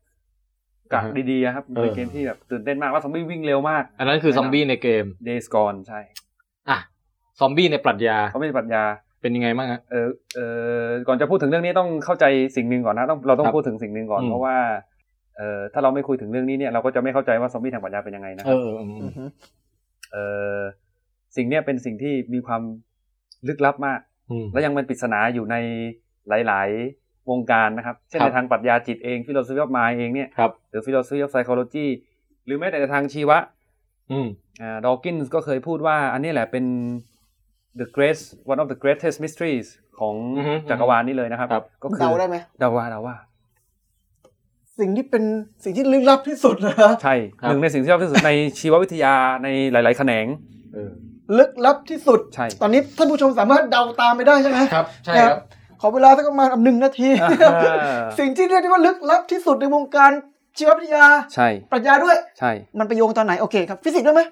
Speaker 3: กะ
Speaker 1: อ่าฮะ
Speaker 3: ดีๆอะครับ
Speaker 1: เออ
Speaker 3: เป็นเกมที่แบบตื่นเต้นมากแล้วซอมบี้วิ่งเร็วมาก
Speaker 1: อันนั้นคือซอมบี้ในเกม
Speaker 3: เดสกอนใช่
Speaker 1: อ่ะ ซอมบี้ในปรัชญา
Speaker 3: เขาไม่มีปรัชญา
Speaker 1: เป็นยังไงบ้างฮะ
Speaker 3: เออเออก่อนจะพูดถึงเรื่องนี้ต้องเข้าใจสิ่งหนึ่งก่อนนะต้องเราต้อ
Speaker 1: ค
Speaker 3: ง
Speaker 1: รับ
Speaker 3: พูดถึงสิ่งหนึ่งก่อน
Speaker 1: อืม
Speaker 3: เพราะว่าเออถ้าเราไม่คุยถึงเรื่องนี้เนี่ยเราก็จะไม่เข้าใจว่าซอมบี้ทางปรัชญาเป็นยังไงนะค
Speaker 1: เอ
Speaker 3: รับ
Speaker 1: อเออ
Speaker 2: อือฮึ
Speaker 3: เออสิ่งเนี้ยเป็นสิ่งที่มีความลึกลับมาก
Speaker 1: อืม
Speaker 3: และยังเป็นปริศนาอยู่ในหลาย ๆ วงการนะครับ เช่น
Speaker 1: ครับ
Speaker 3: ในทางปรัชญาจิตเองฟิโลโซฟีออฟมายเองเนี่ย
Speaker 1: ครับ
Speaker 3: หรือฟิโลโซฟีออฟไซคลอจีหรือแม้แต่ในทางชีวะ
Speaker 1: อืม
Speaker 3: ดอ w กินก็เคยพูดว่า อันนี้แหละเป็น the great one of the greatest mysteries ของ
Speaker 1: อือฮึ
Speaker 3: จักรวาลนี้เลยนะครับ
Speaker 1: ครับ
Speaker 3: ก็คือ
Speaker 2: เดาได้ไหม
Speaker 3: เดาว่าเดาว่า
Speaker 2: สิ่งที่เป็นสิ่งที่ลึกลับที่สุดนะฮ ะ
Speaker 3: ใช่
Speaker 1: ครับ
Speaker 3: หนึ่งในสิ่งที่ชอบที่สุดในชีววิทยาในหลาย ๆ แขนง
Speaker 1: เออ
Speaker 2: ลึกลับที่สุด
Speaker 3: ใช่
Speaker 2: ตอนนี้ท่านผู้ชมสามารถเดาตามไปได้ใช่ไหม
Speaker 1: ครับ ใช่ครับ
Speaker 2: ขอเวลาสักประมาณหนึ่งนาที
Speaker 3: อ่า
Speaker 2: สิ่งที่เรียกได้ว่าลึกลับที่สุดในวงการชีววิทยา
Speaker 3: ใช่
Speaker 2: ปรัชญาด้วย
Speaker 3: ใช่
Speaker 2: มันไปโยงตอนไหน โอเคครับ ฟิสิกส์ด้วยไหม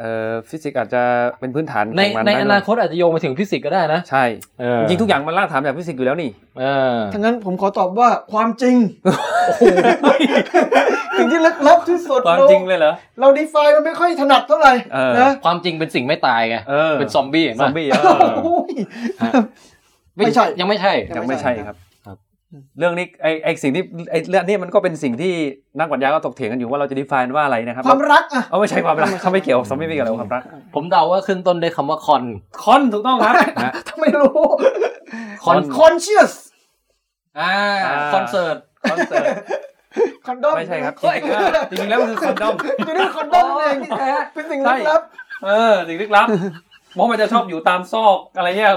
Speaker 3: เอ่อฟิสิกส์อาจจะเป็นพื้นฐาน
Speaker 1: ใน
Speaker 3: ของมั
Speaker 1: ใน
Speaker 3: ได้
Speaker 1: อ
Speaker 3: ด้วย
Speaker 1: นาคตอาจจะโยงไปถึงฟิสิกส์ก็ได้นะ
Speaker 3: ใช่
Speaker 1: เออ
Speaker 3: จริงๆทุกอย่างมันรากฐานจากฟิสิกส์อยู่แล้วนี่
Speaker 1: เออ
Speaker 2: ถ้างั้นผมขอตอบว่าความจริง สิ่งที่ลึกลับที่สุด
Speaker 3: ความจริงเลยเหรอ
Speaker 2: เราดีไฟมันไม่ค่อยถนัดเท่าไหร่
Speaker 3: เออ
Speaker 2: นะ
Speaker 1: ความจริงเป็นสิ่งไม่ตายไง
Speaker 3: เออ
Speaker 1: เป็นซอมบี้เห็น
Speaker 3: ซอ
Speaker 1: ปะ
Speaker 3: มบี้เออ
Speaker 2: โอ้ย ไม่ใช่
Speaker 1: ยังไม่ใช่
Speaker 3: ยังไม่ใช่ครับ
Speaker 1: ครับ
Speaker 3: เรื่องนี้ไอไอสิ่งที่ไอเรื่องนี้มันก็เป็นสิ่งที่นักปรัชญาก็ถกเถียงกันอยู่ว่าเราจะ define ว่าอะไรนะครับ
Speaker 2: ความรักอะ
Speaker 3: เอาไม่ใช่ ความรักเขาไม่เกี่ยวซอมบี้ไม่เกี่ยวกับความรัก
Speaker 1: ผมเดาว่าขึ้นต้นด้วยคำว่าคอน
Speaker 3: คอนถูกต้องครับ
Speaker 2: ทำไมรู้
Speaker 1: Con-
Speaker 2: conscious
Speaker 1: อ่า
Speaker 3: อ่า
Speaker 1: คอนเสิร์ต
Speaker 3: คอนเสิร์ต
Speaker 2: condom
Speaker 3: ไม่ใช่ครับจริงๆจริงๆแล้วมันคือคอนดอม
Speaker 2: อยู่ในคอนดอมเอง
Speaker 1: อ๋อ
Speaker 2: เป็นสิ่งลึกลับ
Speaker 3: เออสิ่งลึกลับมองมันจะชอบอยู่ตามซอกอะไร เงี้ย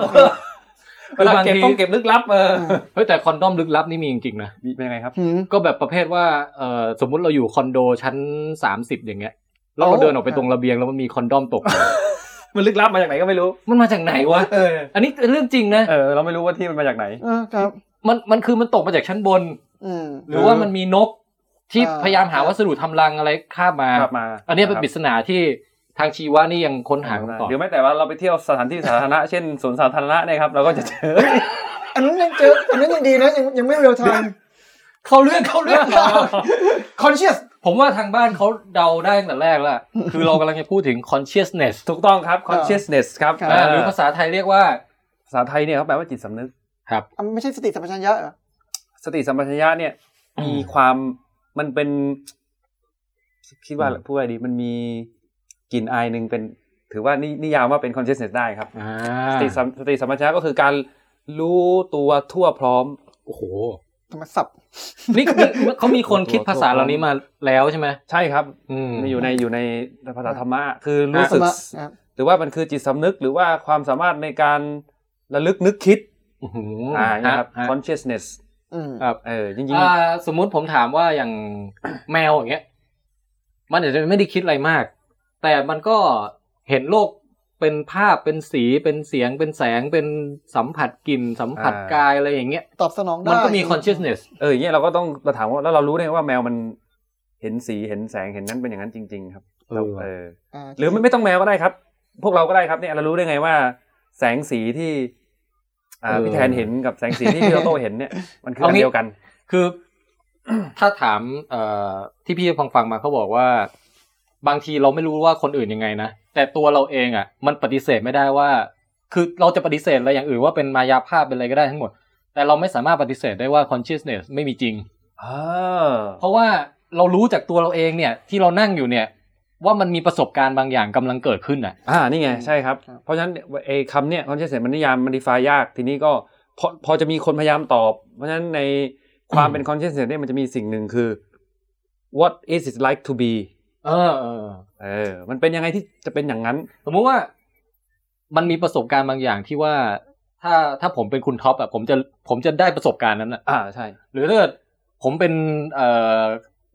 Speaker 3: เวลาเก็บต้องเก็บลึกลับเออ
Speaker 1: เฮ้ยแต่คอนดอมลึกลับนี่มีจริงๆนะ
Speaker 3: มีเป็นยังไงครับ
Speaker 1: ก็แบบประเภทว่าเออสมมุติเราอยู่คอนโดชั้นสามสิบอย่างเงี้ย แล้วเรา
Speaker 2: โอ้
Speaker 1: เดินออกไปตรงระเบียงแล้วมันมีคอนดอมตกอยู่
Speaker 3: มันลึกลับมาจากไหนก็ไม่รู้
Speaker 1: มันมาจากไหนวะ
Speaker 3: เออ
Speaker 1: อันนี้เรื่องจริงนะ
Speaker 3: เออ เราไม่รู้ว่าที่มันมาจากไหน
Speaker 2: เออครับ
Speaker 1: มันมันคือมันตกมาจากชั้นบน
Speaker 2: อืม
Speaker 1: หรือว่ามันมีนกที่
Speaker 2: อ่า
Speaker 1: พยายามหาวัสดุทำรังอะไรข้ามมา
Speaker 3: กลับมา
Speaker 1: อันนี้เป็นปริศนาที่ทางชีวะนี่ยังค้นหา
Speaker 3: ครับ
Speaker 1: คำตอบ
Speaker 3: เดี๋ยวไม่แต่ว่าเราไปเที่ยวสถานที่สาธารณะ เช่นสวนสาธารณะเนี่ยครับเราก็จะเจอ
Speaker 2: อันนั้นยังเจอ อันนั้นยังดีนะ ยังยังไม่เรียลไทม์
Speaker 1: เขาเรื่องเขาเรื่อง
Speaker 2: conscious
Speaker 1: ผมว่าทางบ้านเขาเดาได้ตั้งแต่แรกแล้ว คือเรากำลังจะพูดถึง consciousness
Speaker 3: ถูกต้องครับ consciousness ครับ
Speaker 2: ครับ
Speaker 3: เอ
Speaker 1: นะ
Speaker 3: อ
Speaker 1: ห
Speaker 3: ห
Speaker 1: รื
Speaker 3: รือ อภา
Speaker 1: ภา
Speaker 3: ษา
Speaker 1: ษาไทยเรียกว่า
Speaker 3: ภาษาไทยเนี่ยเขาแปลว่าจิตสำนึก
Speaker 2: อ่ะมันไม่ใช่สติสัมปชัญญะเหรอ
Speaker 3: สติสัมปชัญญะเนี่ย
Speaker 1: อืม
Speaker 3: มีความมันเป็น คิดว่า
Speaker 1: อืม
Speaker 3: พูดอะไรดีมันมีกลิ่นอายหนึ่งเป็น ถือว่านินิยามว่าเป็น consciousness ได้ครับ
Speaker 1: อ่า
Speaker 3: สติสัมสติสัมปชัญญะก็คือการรู้ตัวทั่วพร้อม
Speaker 1: โอ้โห
Speaker 2: ทำไมสับ
Speaker 1: นี่ นี่เขามีคนคิดภาษาเหล่านี้มาแล้วใช่ไหม
Speaker 3: ใช่ครับ
Speaker 1: อืม
Speaker 3: มีอยู่ในอยู่ในภาษาธรรมะคือรู้สึก
Speaker 2: ครับ
Speaker 3: หรือว่ามันคือจิตสำนึกหรือว่าความสามารถในการระลึกนึกคิด
Speaker 1: อื้อหือ
Speaker 3: อ่าอย่างเงี้ยครับ
Speaker 1: ฮะ
Speaker 3: consciousness
Speaker 2: อืม
Speaker 1: ครับ
Speaker 3: เออจริง
Speaker 1: อ่าสมมุติผมถามว่าอย่าง แมวอย่างเงี้ย มันอาจจะไม่ได้คิดอะไรมาก แต่มันก็เห็นโลกเป็นภาพเป็นสีเป็นเสียงเป็นแสงเป็นสัมผัสกลิ่นสัมผัสกายอะไรอย่างเงี้ย
Speaker 2: ตอบสนองได้
Speaker 1: มันก็มี consciousness
Speaker 3: ๆเอออย่างเงี้ยเราก็ต้องมาถามว่าแล้วเรารู้ได้ไงว่าแมวมันเห็นสีเห็นแสงเห็นนั้นเป็นอย่างนั้นจริง ๆ ครับเราเออ
Speaker 2: อ่า
Speaker 3: หรือไม่ไม่ต้องแมวก็ได้ครับ พวกเราก็ได้ครับเนี่ยเรารู้ได้ไงว่า แสงสีที่อ่า
Speaker 1: เออ
Speaker 3: พี่แทนเห็นกับแสงสีที่พี่โตโต้เห็นเนี่ยมันคือ
Speaker 1: เอา
Speaker 3: อัน
Speaker 1: งี้
Speaker 3: เดียวกัน
Speaker 1: คือ ถ้าถามเอ่อที่พี่ฟังฟังๆมาเขาบอกว่า บางทีเราไม่รู้ว่าคนอื่นยังไงนะ แต่ตัวเราเองอ่ะ มันปฏิเสธไม่ได้ว่า คือเราจะปฏิเสธอะไรอย่างอื่นว่าเป็นมายาภาพเป็นอะไรก็ได้ทั้งหมด แต่เราไม่สามารถปฏิเสธได้ว่า consciousness ไม่มีจริง
Speaker 3: อ่า
Speaker 1: เพราะว่าเรารู้จากตัวเราเองเนี่ยที่เรานั่งอยู่เนี่ย ว่ามันมีประสบการณ์บางอย่างกำลังเกิดขึ้นอ่ะ
Speaker 3: อ่านี่ไงใช่ครับ
Speaker 2: ครับ
Speaker 3: เพราะฉะนั้นไอ้คำเนี่ยคอนเซ็ปต์มันนิยามมันดีฟายยาก ทีนี้ก็พอพอจะมีคนพยายามตอบ เพราะฉะนั้นในความเป็นคอนเซ็ปต์เนี่ยมันจะมีสิ่งหนึ่งคือ what is it like to be
Speaker 1: เออเออ
Speaker 3: เออ มันเป็นยังไงที่จะเป็นอย่างนั้น
Speaker 1: สมมุติว่ามันมีประสบการณ์บางอย่างที่ว่าถ้าถ้าผมเป็นคุณท็อปอะผมจะผมจะได้ประสบการณ์นั้นอะ
Speaker 3: อ่าใช่
Speaker 1: หรือถ้าเกิดผมเป็นเอ่อ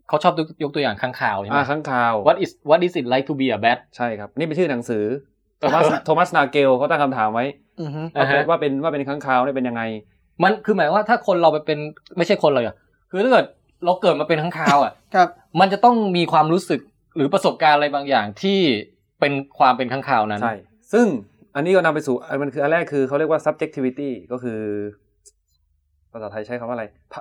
Speaker 1: เขาชอบยกตัวอย่างข้างข่าวใช่ไหม
Speaker 3: อ่าข้างข่าว
Speaker 1: What is What is it like to be a bat
Speaker 3: ใช่ครับ นี่เป็นชื่อหนังสือโทมัสโทมัสนาเกลเขาตั้งคำถามไว้
Speaker 2: อือฮึ
Speaker 1: อ่าฮะ
Speaker 3: ว่าเป็นว่าเป็นข้างข่าวเนี่ยเป็นยังไง
Speaker 1: มันคือหมายว่าถ้าคนเราไปเป็นไม่ใช่คนเลยอะคือถ้าเกิดเราเกิดมาเป็นข้างข่าวอะ
Speaker 2: ครับ
Speaker 1: มันจะต้องมีความรู้สึกหรือประสบการณ์อะไรบางอย่างที่เป็นความเป็นข้างข่าวนั้น
Speaker 3: ใช่ ซึ่งอันนี้ก็นำไปสู่อันมันคืออันแรกคือเขาเรียกว่า subjectivity ก็คือ ภาษาไทยใช้คำว่าอะไรพะ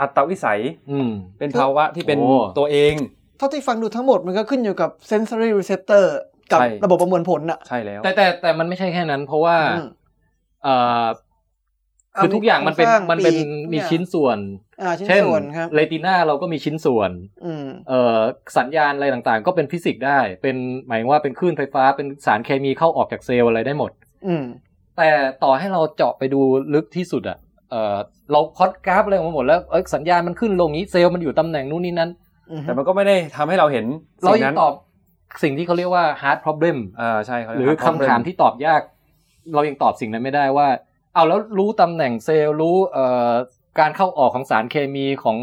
Speaker 3: อัตวิสัย
Speaker 1: อืม
Speaker 3: เป็นภาวะที่เป็น
Speaker 1: โอ้
Speaker 3: ตัวเอง
Speaker 2: เท่าที่ฟังดูทั้งหมดมันก็ขึ้นอยู่กับ sensory receptor กับ
Speaker 3: ใช่
Speaker 2: ระบบประมวลผลน่ะ
Speaker 3: ใช่แล้ว
Speaker 1: แต่แต่แต่มันไม่ใช่แค่นั้น เพราะว่า
Speaker 2: อืม
Speaker 1: เอ่อ คือทุกอย่างมันเป็น
Speaker 2: โครงสร้าง
Speaker 1: มันเป็น
Speaker 2: ปีก
Speaker 1: มี
Speaker 2: เย
Speaker 1: ชิ้นส่วน
Speaker 2: อ่าชิ้น
Speaker 1: เช่น
Speaker 2: ส่วนครับ
Speaker 1: เรติน่าเราก็มีชิ้นส่วน
Speaker 2: อืม
Speaker 1: เอ่อสัญญาณอะไรต่างๆ ก็เป็นฟิสิกส์ได้ เป็นหมายถึงว่าเป็นคลื่นไฟฟ้าเป็นสารเคมีเข้าออกจากเซลล์อะไรได้หมด
Speaker 2: อืม
Speaker 1: แต่ต่อให้เราเจาะไปดูลึกที่สุดอะเอ่อเราพอดกราฟอะไรออกมาหมดแล้วเอ้ยสัญญาณมันขึ้นลงนี้เซลล์มันอยู่ตำแหน่งนู้นนี่นั้น
Speaker 2: อือฮึ
Speaker 3: แต่มันก็ไม่ได้ทำให้เราเห็น
Speaker 1: เรา
Speaker 3: สิ่ง
Speaker 1: ยั
Speaker 3: นั้
Speaker 1: ง
Speaker 3: น
Speaker 1: ตอบสิ่งที่เขาเรียกว่า hard problem
Speaker 3: อ่าใช่เขา
Speaker 1: ห
Speaker 3: เย
Speaker 1: รือ
Speaker 3: กว่า
Speaker 1: คำถามที่ตอบยาก เรายังตอบสิ่งนั้นไม่ได้ว่า เอาแล้วรู้ตำแหน่งเซลล์รู้เอ่อการเข้าออกของสารเคมีของ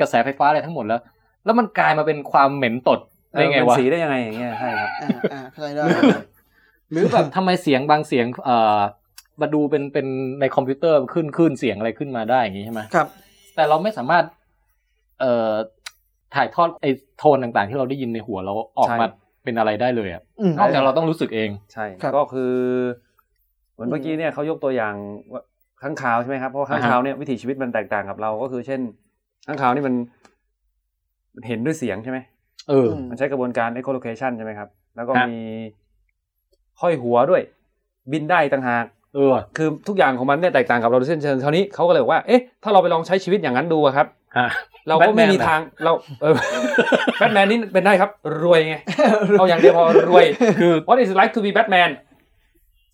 Speaker 1: กระแสไฟฟ้าอะไรทั้งหมดแล้ว แล้วมันกลายมาเป็นความเหม็นตดได้ไง
Speaker 3: เออ
Speaker 1: วะ
Speaker 3: เป็นสีได้ยังไงอย่างเงี้ยใช่ ครับ
Speaker 2: อ่าอ่าเข้าใจได้
Speaker 1: หรือแบบ ทำไมเสียงบางเสียงเอ่อมาดูเป็นเป็นในคอมพิวเตอร์ขึ้นขึ้นเสียงอะไรขึ้นมาได้อย่างงี้ใช่ไหม
Speaker 2: ครับ
Speaker 1: แต่เราไม่สามารถเอ่อถ่ายทอดไอ้โทนต่างๆ ที่เราได้ยินในหัวเราออก
Speaker 3: ใช่
Speaker 1: มาเป็นอะไรได้เลยอะ
Speaker 2: อืม
Speaker 1: นอกจากเราต้องรู้สึกเอง
Speaker 3: ใช่
Speaker 2: ครับ
Speaker 3: ก็คือ เหมือนเมื่อกี้เนี่ยเขายกตัวอย่างว่าข้างคาวใช่ไหมครับเพราะว่าข้าง
Speaker 1: อ่าฮะ
Speaker 3: คาวเนี่ยวิถีชีวิตมันแตกต่างกับเราก็คือ เช่น ข้างคาวนี่มันมันเห็นด้วยเสียงใช่ไหม
Speaker 1: เออ
Speaker 2: ม
Speaker 3: มันใช้กระบวนการ echolocation ใช่ไหมครับ แล้วก็
Speaker 1: ฮะ
Speaker 3: มีห้อยหัวด้วย บินได้ต่างหาก
Speaker 1: เออ
Speaker 3: คือทุกอย่างของมันเนี่ยแตกต่างกับเราโดยสิ้นเชิงคราวนี้เขาก็เลยบอกว่า เอ๊ะ ถ้าเราไปลองใช้ชีวิตอย่างนั้นดูอะครับ
Speaker 1: ฮะ
Speaker 3: เราก็ไม่มีทาง เราเออ แบทแมนนี่เป็นได้ครับ รวยไง เอาอย่างเดียวพอรวย
Speaker 1: คือ
Speaker 3: What is it like to be Batman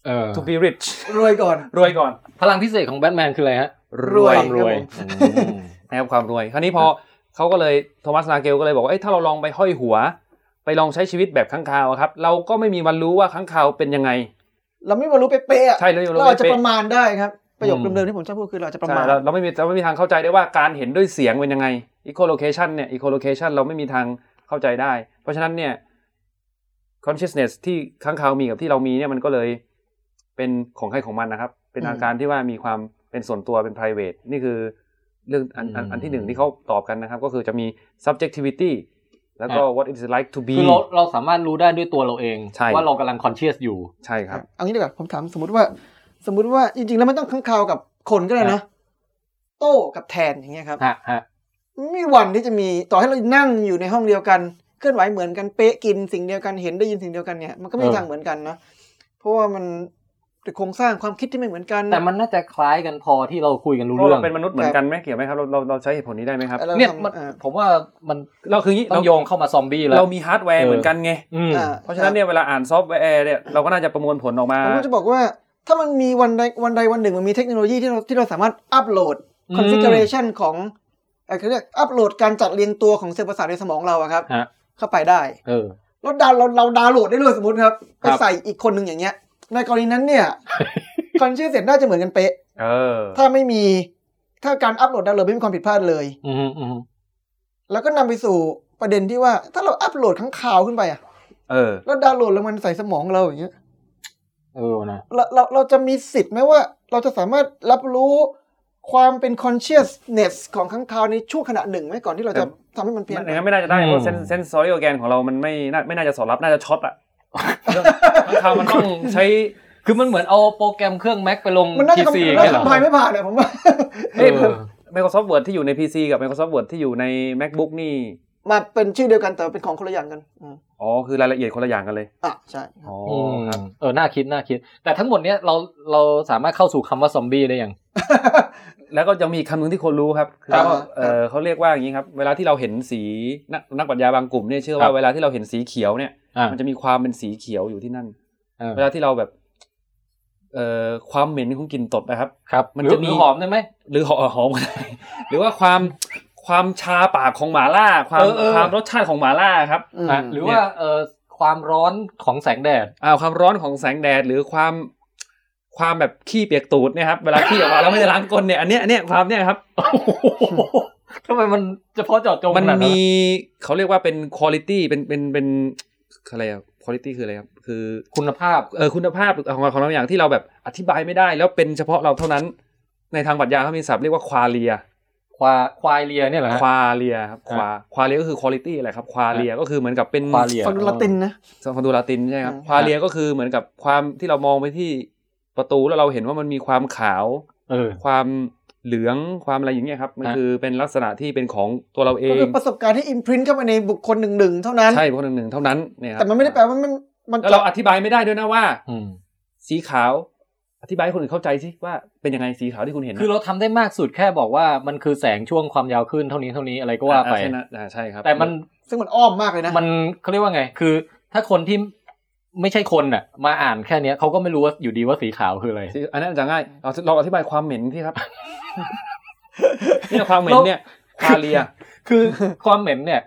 Speaker 1: เออ
Speaker 3: to be rich
Speaker 2: รวยก่อน
Speaker 3: รวยก่อน
Speaker 1: พลังพิเศษของแบทแมนคืออะไรฮะ
Speaker 2: รวย
Speaker 1: ความรวยอืม
Speaker 3: นะครับความรวย คราวนี้พอเขาก็เลยโทมัสนาเกลก็เลยบอกว่าเอ้ยถ้าเราลองไปห้อยหัว ไปลองใช้ชีวิตแบบข้างคาวอะครับ เราก็ไม่มีวันรู้ว่าข้างคาวเป็นยังไง
Speaker 2: เราไม่มารู้เป๊ะๆอะ
Speaker 3: ใช่เลย
Speaker 2: เราอาจจะ
Speaker 3: เป๊
Speaker 2: ประมาณได้ครับ ประโยค
Speaker 1: อืม
Speaker 2: เดิมๆที่ผมชอบพูดคือเราอาจจะประ
Speaker 3: ใช่
Speaker 2: มาณ
Speaker 3: เราเราไม่มีเราไม่มีทางเข้าใจได้ว่าการเห็นด้วยเสียงเป็นยังไง echolocation เนี่ย echolocation เราไม่มีทางเข้าใจได้ เพราะฉะนั้นเนี่ย consciousness ที่ข้างคาวมีกับที่เรามีเนี่ยมันก็เลยเป็นของใครของมันนะครับ เป็น
Speaker 2: อืม
Speaker 3: อาการที่ว่ามีความเป็นส่วนตัวเป็น private นี่คือเรื่องอันอันอันที่หนึ่งที่เขาตอบกันนะครับ ก็คือจะมี subjectivity แล้วก็ what is it like to be
Speaker 1: คือเราเราสามารถรู้ได้ด้วยตัวเราเอง
Speaker 3: ใช่
Speaker 1: ว่าเรากำลังคอนเชียสอยู่
Speaker 3: ใช่ครับ
Speaker 2: เอางี้ดีกว่าผมถามสมมติว่า สมมติว่าจริงๆแล้วไม่ต้องข้างคาวกับคนก็ได้นะ โต้กับแทนอย่างเงี้ยครับ
Speaker 1: ฮะฮะ
Speaker 2: ไม่มีวันที่จะมีต่อให้เรานั่งอยู่ในห้องเดียวกัน เคลื่อนไหวเหมือนกันเป๊ะกินสิ่งเดียวกันเห็นได้ยินสิ่งเดียวกันเนี่ยมันก็ไม่มีทางเหมือนกันนะเพราะว่ามันโครงสร้างความคิดที่ไม่เหมือนกัน
Speaker 1: แต่มันน่าจะคล้ายกันพอที่เราคุยกันรู้
Speaker 3: เรา
Speaker 1: เรื่อง
Speaker 3: เป็นมนุษย์เหมือนกันไหมเกี่ยวไหมครับเราเราเราใช้เหตุผลนี้ได้ไหมครับ
Speaker 2: เรา
Speaker 1: เนี่ย
Speaker 2: ทำ
Speaker 1: มัน
Speaker 2: อ่า
Speaker 1: ผมว่ามัน
Speaker 3: เราคืออย่างงี้
Speaker 1: ต้อ
Speaker 3: เรา
Speaker 1: งโยงเข้ามาซอมบี้แล้ว
Speaker 3: เรามีฮาร์ดแวร์เหมือนกันไง
Speaker 1: อืม
Speaker 2: อ่
Speaker 3: เพราะฉะนั้นเนี่ยเวลาอ่านซอฟต์แวร์เนี่ยเราก็น่าจะประมวลผลออกมา
Speaker 2: ผมก็จะบอกว่า ถ้ามันมีวันใดวันใดวันหนึ่งมันมีเทคโนโลยีที่เราที่เราสามารถอัปโหลด configuration ของเอ่อเขาเรียกอัปโหลดการจัดเรียงตัวของเซลล์ประสาทในสมองเราอะครับ
Speaker 1: ฮะ
Speaker 2: เข้าไปได้
Speaker 1: เออ
Speaker 2: แล้วดาวน์เราเราดาวน์โหลดได้เลยสมมติครับ
Speaker 1: ค
Speaker 2: ไป
Speaker 1: รับ
Speaker 2: ใส่อีกคนหนึ่งอย่างเงี้ย ในกรณีนั้นเนี่ยคอนเชื่อเสร็จน่าจะเหมือนกันเป๊ะ
Speaker 3: เออ
Speaker 2: ถ้าไม่มีถ้าการอัปโหลดดาวน์โหลดไม่มีความผิดพลาดเลย
Speaker 1: อืมอืม
Speaker 2: แล้วก็นำไปสู่ประเด็นที่ว่า ถ้าเราอัปโหลดข้างข่าวขึ้นไปอะ
Speaker 3: เออ
Speaker 2: แล้วดาวน์โหลดลงมันใส่สมองเราอย่างเงี้ย
Speaker 1: เออนะ
Speaker 2: เราเราเราจะมีสิทธิ์ไหมว่า เราจะสามารถรับรู้ความเป็น consciousness ของข้างข่าวในช่วงขณะหนึ่งไหมก่อนที่เราจะทำให้มันเพี้ยน
Speaker 3: ไม่งั้นไม่น่าจะได้เพราะเซนเซนซอริโอแกนของเรามันไม่น่าไม่น่าจะสอดรับน่าจะช็อตอะข้างคาวมันต้องใช้
Speaker 1: คือมันเหมือนเอาโปรแกรมเครื่อง Mac ไปลง
Speaker 2: มันน่าจะ
Speaker 1: PC อ
Speaker 2: คำ
Speaker 1: ย่ง
Speaker 2: น่า
Speaker 1: เงี้ย
Speaker 2: จะ
Speaker 1: เหรอ
Speaker 2: คำพายไม่ผ่านอะผมว่า
Speaker 1: เออ
Speaker 3: Microsoft Word ที่อยู่ใน PC กับ Microsoft Word ที่อยู่ใน MacBook นี่
Speaker 2: มาเป็นชื่อเดียวกันแต่เป็นของคนละอย่างกันอืม
Speaker 3: อ๋อคือรายละเอียดคนละอย่างกันเลย
Speaker 2: อ่ะใช่ครับ
Speaker 3: อ๋อ
Speaker 1: ม
Speaker 3: ครับ
Speaker 1: เออน่าคิดน่าคิด แต่ทั้งหมดเนี้ยเราเราสามารถเข้าสู่คำว่าซอมบี้ได้ยัง
Speaker 3: แล้วก็ยังมีอีกคำหนึ่งที่คนรู้ครับคือ
Speaker 2: ครับ
Speaker 3: เออเขาเรียกว่าอย่างนี้ครับ เวลาที่เราเห็นสีนักนักปรัชญาบางกลุ่มเนี่ยเชื่อว่า
Speaker 1: ครับ
Speaker 3: เวลาที่เราเห็นสีเขียวเนี่ย
Speaker 1: อ่า
Speaker 3: มันจะมีความเป็นสีเขียวอยู่ที่นั่น
Speaker 1: อ่า
Speaker 3: เวลาที่เราแบบ เอ่อความเหม็นของกลิ่นตบนะครับ
Speaker 1: ครับ
Speaker 3: มั
Speaker 1: ห
Speaker 3: น
Speaker 1: รือ
Speaker 3: จะมี
Speaker 1: หรือหอมได้ไหม
Speaker 3: หรือหอหอมก็ได้ หรือว่าความความชาปากของหมาล่า ความ
Speaker 1: เออเออ
Speaker 3: ความรสชาติของหมาล่าครับ
Speaker 2: อืม
Speaker 1: อ่ะหรือว่าเออความร้อนของแสงแดด
Speaker 3: อ่าความร้อนของแสงแดดหรือความความแบบขี้เปียกตูดเนี่ยครับเวลาขี้ออกมาแล้วไม่ได้ล้างก้นเนี่ยอันเนี้ยอันเนี้ยความเนี่ยครับ
Speaker 1: ทำไมมันเฉพาะเจาะจง
Speaker 3: มัน
Speaker 1: ขนาด
Speaker 3: มีเขาเรียกว่าเป็นคุณ i t y เป็นเป็นเป็นอะไรอะคุณ i t y คืออะไรครับ คือ
Speaker 1: คุณภาพ
Speaker 3: เออคุณภาพของของเราอย่างที่เราแบบอธิบายไม่ได้ แล้วเป็นเฉพาะเราเท่านั้น ในทางปรัชญาเขามีศัพท์เรียกว่าควาเลีย
Speaker 1: ควาควายเลียเนี่ยเหรอฮะ
Speaker 3: ควาเลียครับควาควาเลียก็คือคุณ i t y อะไรครับควาเลียก็คือเหมือนกับเป็น
Speaker 1: ควาเลีย
Speaker 2: ฟังดูละตินนะ
Speaker 3: ฟังดูลาตินใช่ไหมครับ
Speaker 2: อืม
Speaker 3: ควาเลียก็คือเหมือนกับความที่เรามองไปที่ประตูแล้วเราเห็นว่ามันมีความขาว
Speaker 1: เออ
Speaker 3: ความเหลืองความอะไรอย่างเงี้ยครับ มัน
Speaker 1: ฮะ
Speaker 3: คือเป็นลักษณะที่เป็นของตัวเราเอ
Speaker 2: ก็
Speaker 3: ง
Speaker 2: คือประสบการณ์ที่อิมพรินต์เข้าไปในบุคคลหนึ่งๆเท่านั้น
Speaker 3: ใช่คนหนึ่งๆเท่านั้นเนี่ยครับ
Speaker 2: แต่มันไม่ได้แปลว่ามันมัน
Speaker 3: แล้วเราอธิบายไม่ได้ด้วยนะว่า
Speaker 1: อืม
Speaker 3: สีขาว อธิบายให้คนอื่นเข้าใจสิว่าเป็นยังไงสีขาวที่คุณเห็น
Speaker 1: คือเราทำได้มากสุดแค่บอกว่ามันคือแสงช่วงความยาวขึ้นเท่านี้เท่านี้อะไรก็ว่าไป
Speaker 3: อ่ใช่นะอ่าใช่ครับ
Speaker 1: แต่มัน
Speaker 2: ซึ่งมันอ้อมมากเลยนะ
Speaker 1: มันเขาเรียกว่าไง คือถ้าคนที่ไม่ใช่คนน่ะ มาอ่านแค่เนี้ยเขาก็ไม่รู้ว่าอยู่ดีว่าสีขาวคืออะไร
Speaker 3: สีอันนั้นอาจจะง่ายเราเราอธิบายความเหม็น ที่ครับ เนี่ยความเหม็นเนี่ยควาเลีย
Speaker 1: คือความเหม็นเนี่ย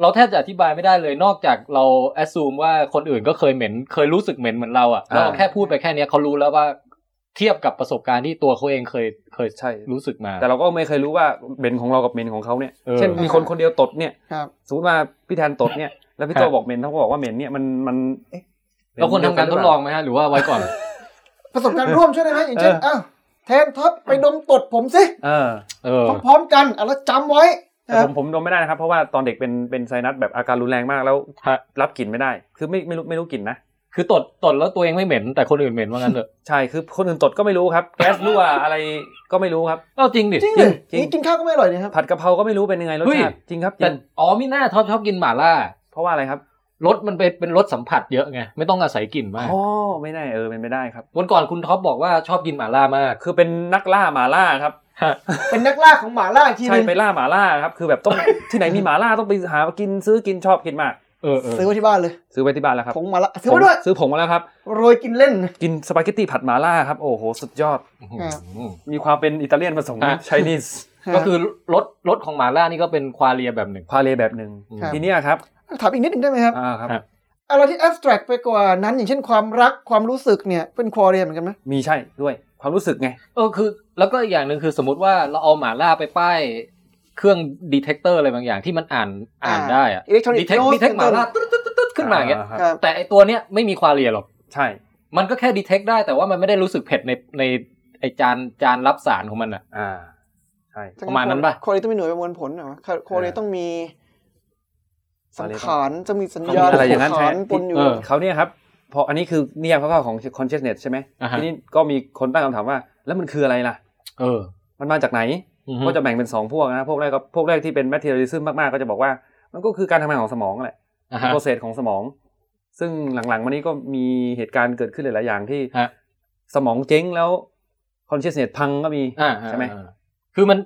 Speaker 1: เราแทบจะอธิบายไม่ได้เลยนอกจากเราแอสซูมว่าคนอื่นก็เคยเหม็น เคยรู้สึกเหม็นเหมือนเราอะ่ะแล้วเรา
Speaker 3: อ่า
Speaker 1: แค่พูดไปแค่เนี้ยเขารู้แล้วว่าเทียบกับประสบการณ์ที่ตัวเขาเองเคยเคย
Speaker 3: ใช่
Speaker 1: รู้สึกมา
Speaker 3: แต่เราก็ไม่เคยรู้ว่าเหม็นของเรากับเหม็นของเขาเนี่ย
Speaker 1: เออ
Speaker 3: เช่นมีคนคนเดียวตดเนี่ย
Speaker 2: ครับ
Speaker 3: สมมติว่าพี่แทนตดเนี่ย แล้วพี่โตบอกเหม็นเขาก็บอกว่าเหม็นเนี่ยมันมันเอ๊ะหม็น
Speaker 1: เราควรทำการทดลอง
Speaker 3: เยวกัน
Speaker 1: ไหม
Speaker 3: หเป
Speaker 1: ฮะหรือว่าไว้ก่อน
Speaker 2: ประสบการณ์ร่วมช่วยได้ไหมอย่างเช่น
Speaker 3: เอออ้
Speaker 2: อ้าวแทนท็อปไปดมตดผมสิ
Speaker 3: เออ
Speaker 1: เออ
Speaker 2: พร้อมๆกันอ่ะแล้วจำไว้
Speaker 3: แต่ผมผมดมไม่ได้นะครับ เพราะว่าตอนเด็กเป็นเป็นไซนัสแบบอาการรุนแรงมากแล้ว
Speaker 1: ฮะ
Speaker 3: รับกลิ่นไม่ได้ คือไม่ไม่รู้ไม่รู้กลิ่นนะ
Speaker 1: คือตดตดแล้วตัวเองไม่เหม็น แต่คนอื่นเหม็นว่างั้นเถอะ
Speaker 3: ใช่คือคนอื่นตดก็ไม่รู้ครับ แก๊สรั่วอะไรก็ไม่รู้ครับ
Speaker 1: เอาจริงดิ
Speaker 2: จริงเลย
Speaker 3: จริง
Speaker 2: นี่กินข้าวก็ไม่อร่อยนะครับ
Speaker 3: ผัดกะเพราก็ไม่รู้เป็นยังไงรส
Speaker 1: เฮ้ย
Speaker 3: ชาติจริงครับจ
Speaker 1: แต่
Speaker 3: ริง
Speaker 1: อ๋อมิน่าท็อปชอบกินหม่าล่า
Speaker 3: เพราะว่าอะไรครับ
Speaker 1: รสมันเป็นเป็นรสสัมผัสเยอะไงไม่ต้องอาศัยกลิ่นมาก
Speaker 3: อ๋อไม่แน่เออเป็นไม่ได้ครับ
Speaker 1: วันก่อนคุณท็อปบอกว่าชอบกินหม่าล่ามาก
Speaker 3: คือเป็นนักล่าหมาล่าครับ
Speaker 2: เป็นนักล่าของหมาล่าอีกทีห
Speaker 3: ใช่
Speaker 2: นึง
Speaker 3: ไปล่าหมาล่าครับ คือแบบต้อง ที่ไหนมีหมาล่าต้องไปหากินซื้อกินชอบกินมาก
Speaker 1: เออเออ
Speaker 2: ซื้อไว้ที่บ้านเลย
Speaker 3: ซื้อไปที่บ้านแล้วครับ
Speaker 2: ผงหมาล่าซื้อไว้ด้วย
Speaker 3: ผมซื้อผงมาแล้วครับ
Speaker 2: โรยกินเล่น
Speaker 3: กินสปาเกตตี้ผัดหมาล่าครับโอ้โหสุดยอด
Speaker 1: อืม
Speaker 3: มีความเป็นอิตาเลียนผสม
Speaker 1: ฮะ
Speaker 3: ไชนีส
Speaker 1: ก็คือรสรสของหมาล่านี่ก็เป็นควาเลียแบบหนึ่ง
Speaker 3: พาเลแบบหนึ่ง
Speaker 2: ครับ
Speaker 3: ทีเนี้ยครับ
Speaker 2: ถามอีกนิดหนึ่งได้ไหมครับ
Speaker 3: อ่าครับ
Speaker 1: ครับ
Speaker 2: อะไรที่ abstract ไปกว่านั้นอย่างเช่นความรักความรู้สึกเนี่ยเป็นควอเรียเหมือนกันไหม
Speaker 3: มีใช่ด้วยความรู้สึกไง
Speaker 1: เออคือ แล้วก็อีกอย่างหนึ่งคือสมมติว่าเราเอาหมาล่าไปป้ายเครื่องดีเทคเตอร์อะไรบางอย่างที่มันอ่านอ่านได้อะ
Speaker 2: อิเล็กทรอนิก
Speaker 1: ดี
Speaker 2: ส์
Speaker 1: เทคดีเทคหมาล่าตึ๊ดตึ๊ดตึ๊ดขึ้นมาอย่างเงี้ย
Speaker 3: อ่า
Speaker 2: ค
Speaker 3: ครับ
Speaker 2: รับ
Speaker 1: แต่ไอตัวเนี้ยไม่มีควาเลียหรอก
Speaker 3: ใช่
Speaker 1: มันก็แค่ดีเทคได้แต่ว่ามันไม่ได้รู้สึกเผ็ดในในไอจานจานรับสารของมันอะ
Speaker 3: อ่าใช่
Speaker 1: ประมาณนั้นปะ
Speaker 2: ควอเรียต้องมีหน่วยประมวลผลเหรอควอเรียต้องมีสังขารจะมีสัญญาณ
Speaker 3: ต้องมีอะไรอย่างนั้นใช่ไหม
Speaker 2: สัขรปนอยู่
Speaker 1: เออ
Speaker 3: เขาเนี่ยครับพออันนี้คือนิยามคร่าวๆของ consciousness ใช่ไหม
Speaker 1: อ่าฮะ
Speaker 3: ทีนี้ก็มีคนตั้งคำถามว่า แล้วมันคืออะไรล่ะ
Speaker 1: เออ
Speaker 3: มันมาจากไหน
Speaker 1: อือฮึ
Speaker 3: ก็จะแบ่งเป็น 2 พวกนะพวกแรกก็พวกแรกที่เป็น materialism มากๆ ก็จะบอกว่า มันก็คือการทำงานของสมองแหละ
Speaker 1: อ่าฮะ
Speaker 3: โปรเซสของสมอง ซึ่งหลังๆมานี้ก็มีเหตุการณ์เกิดขึ้นหลายๆอย่างที่
Speaker 1: ฮะ
Speaker 3: สมองเจ๊งแล้ว consciousness พังก็มี
Speaker 1: อ่า
Speaker 3: ใช่ไหม
Speaker 1: อ่าคือมัน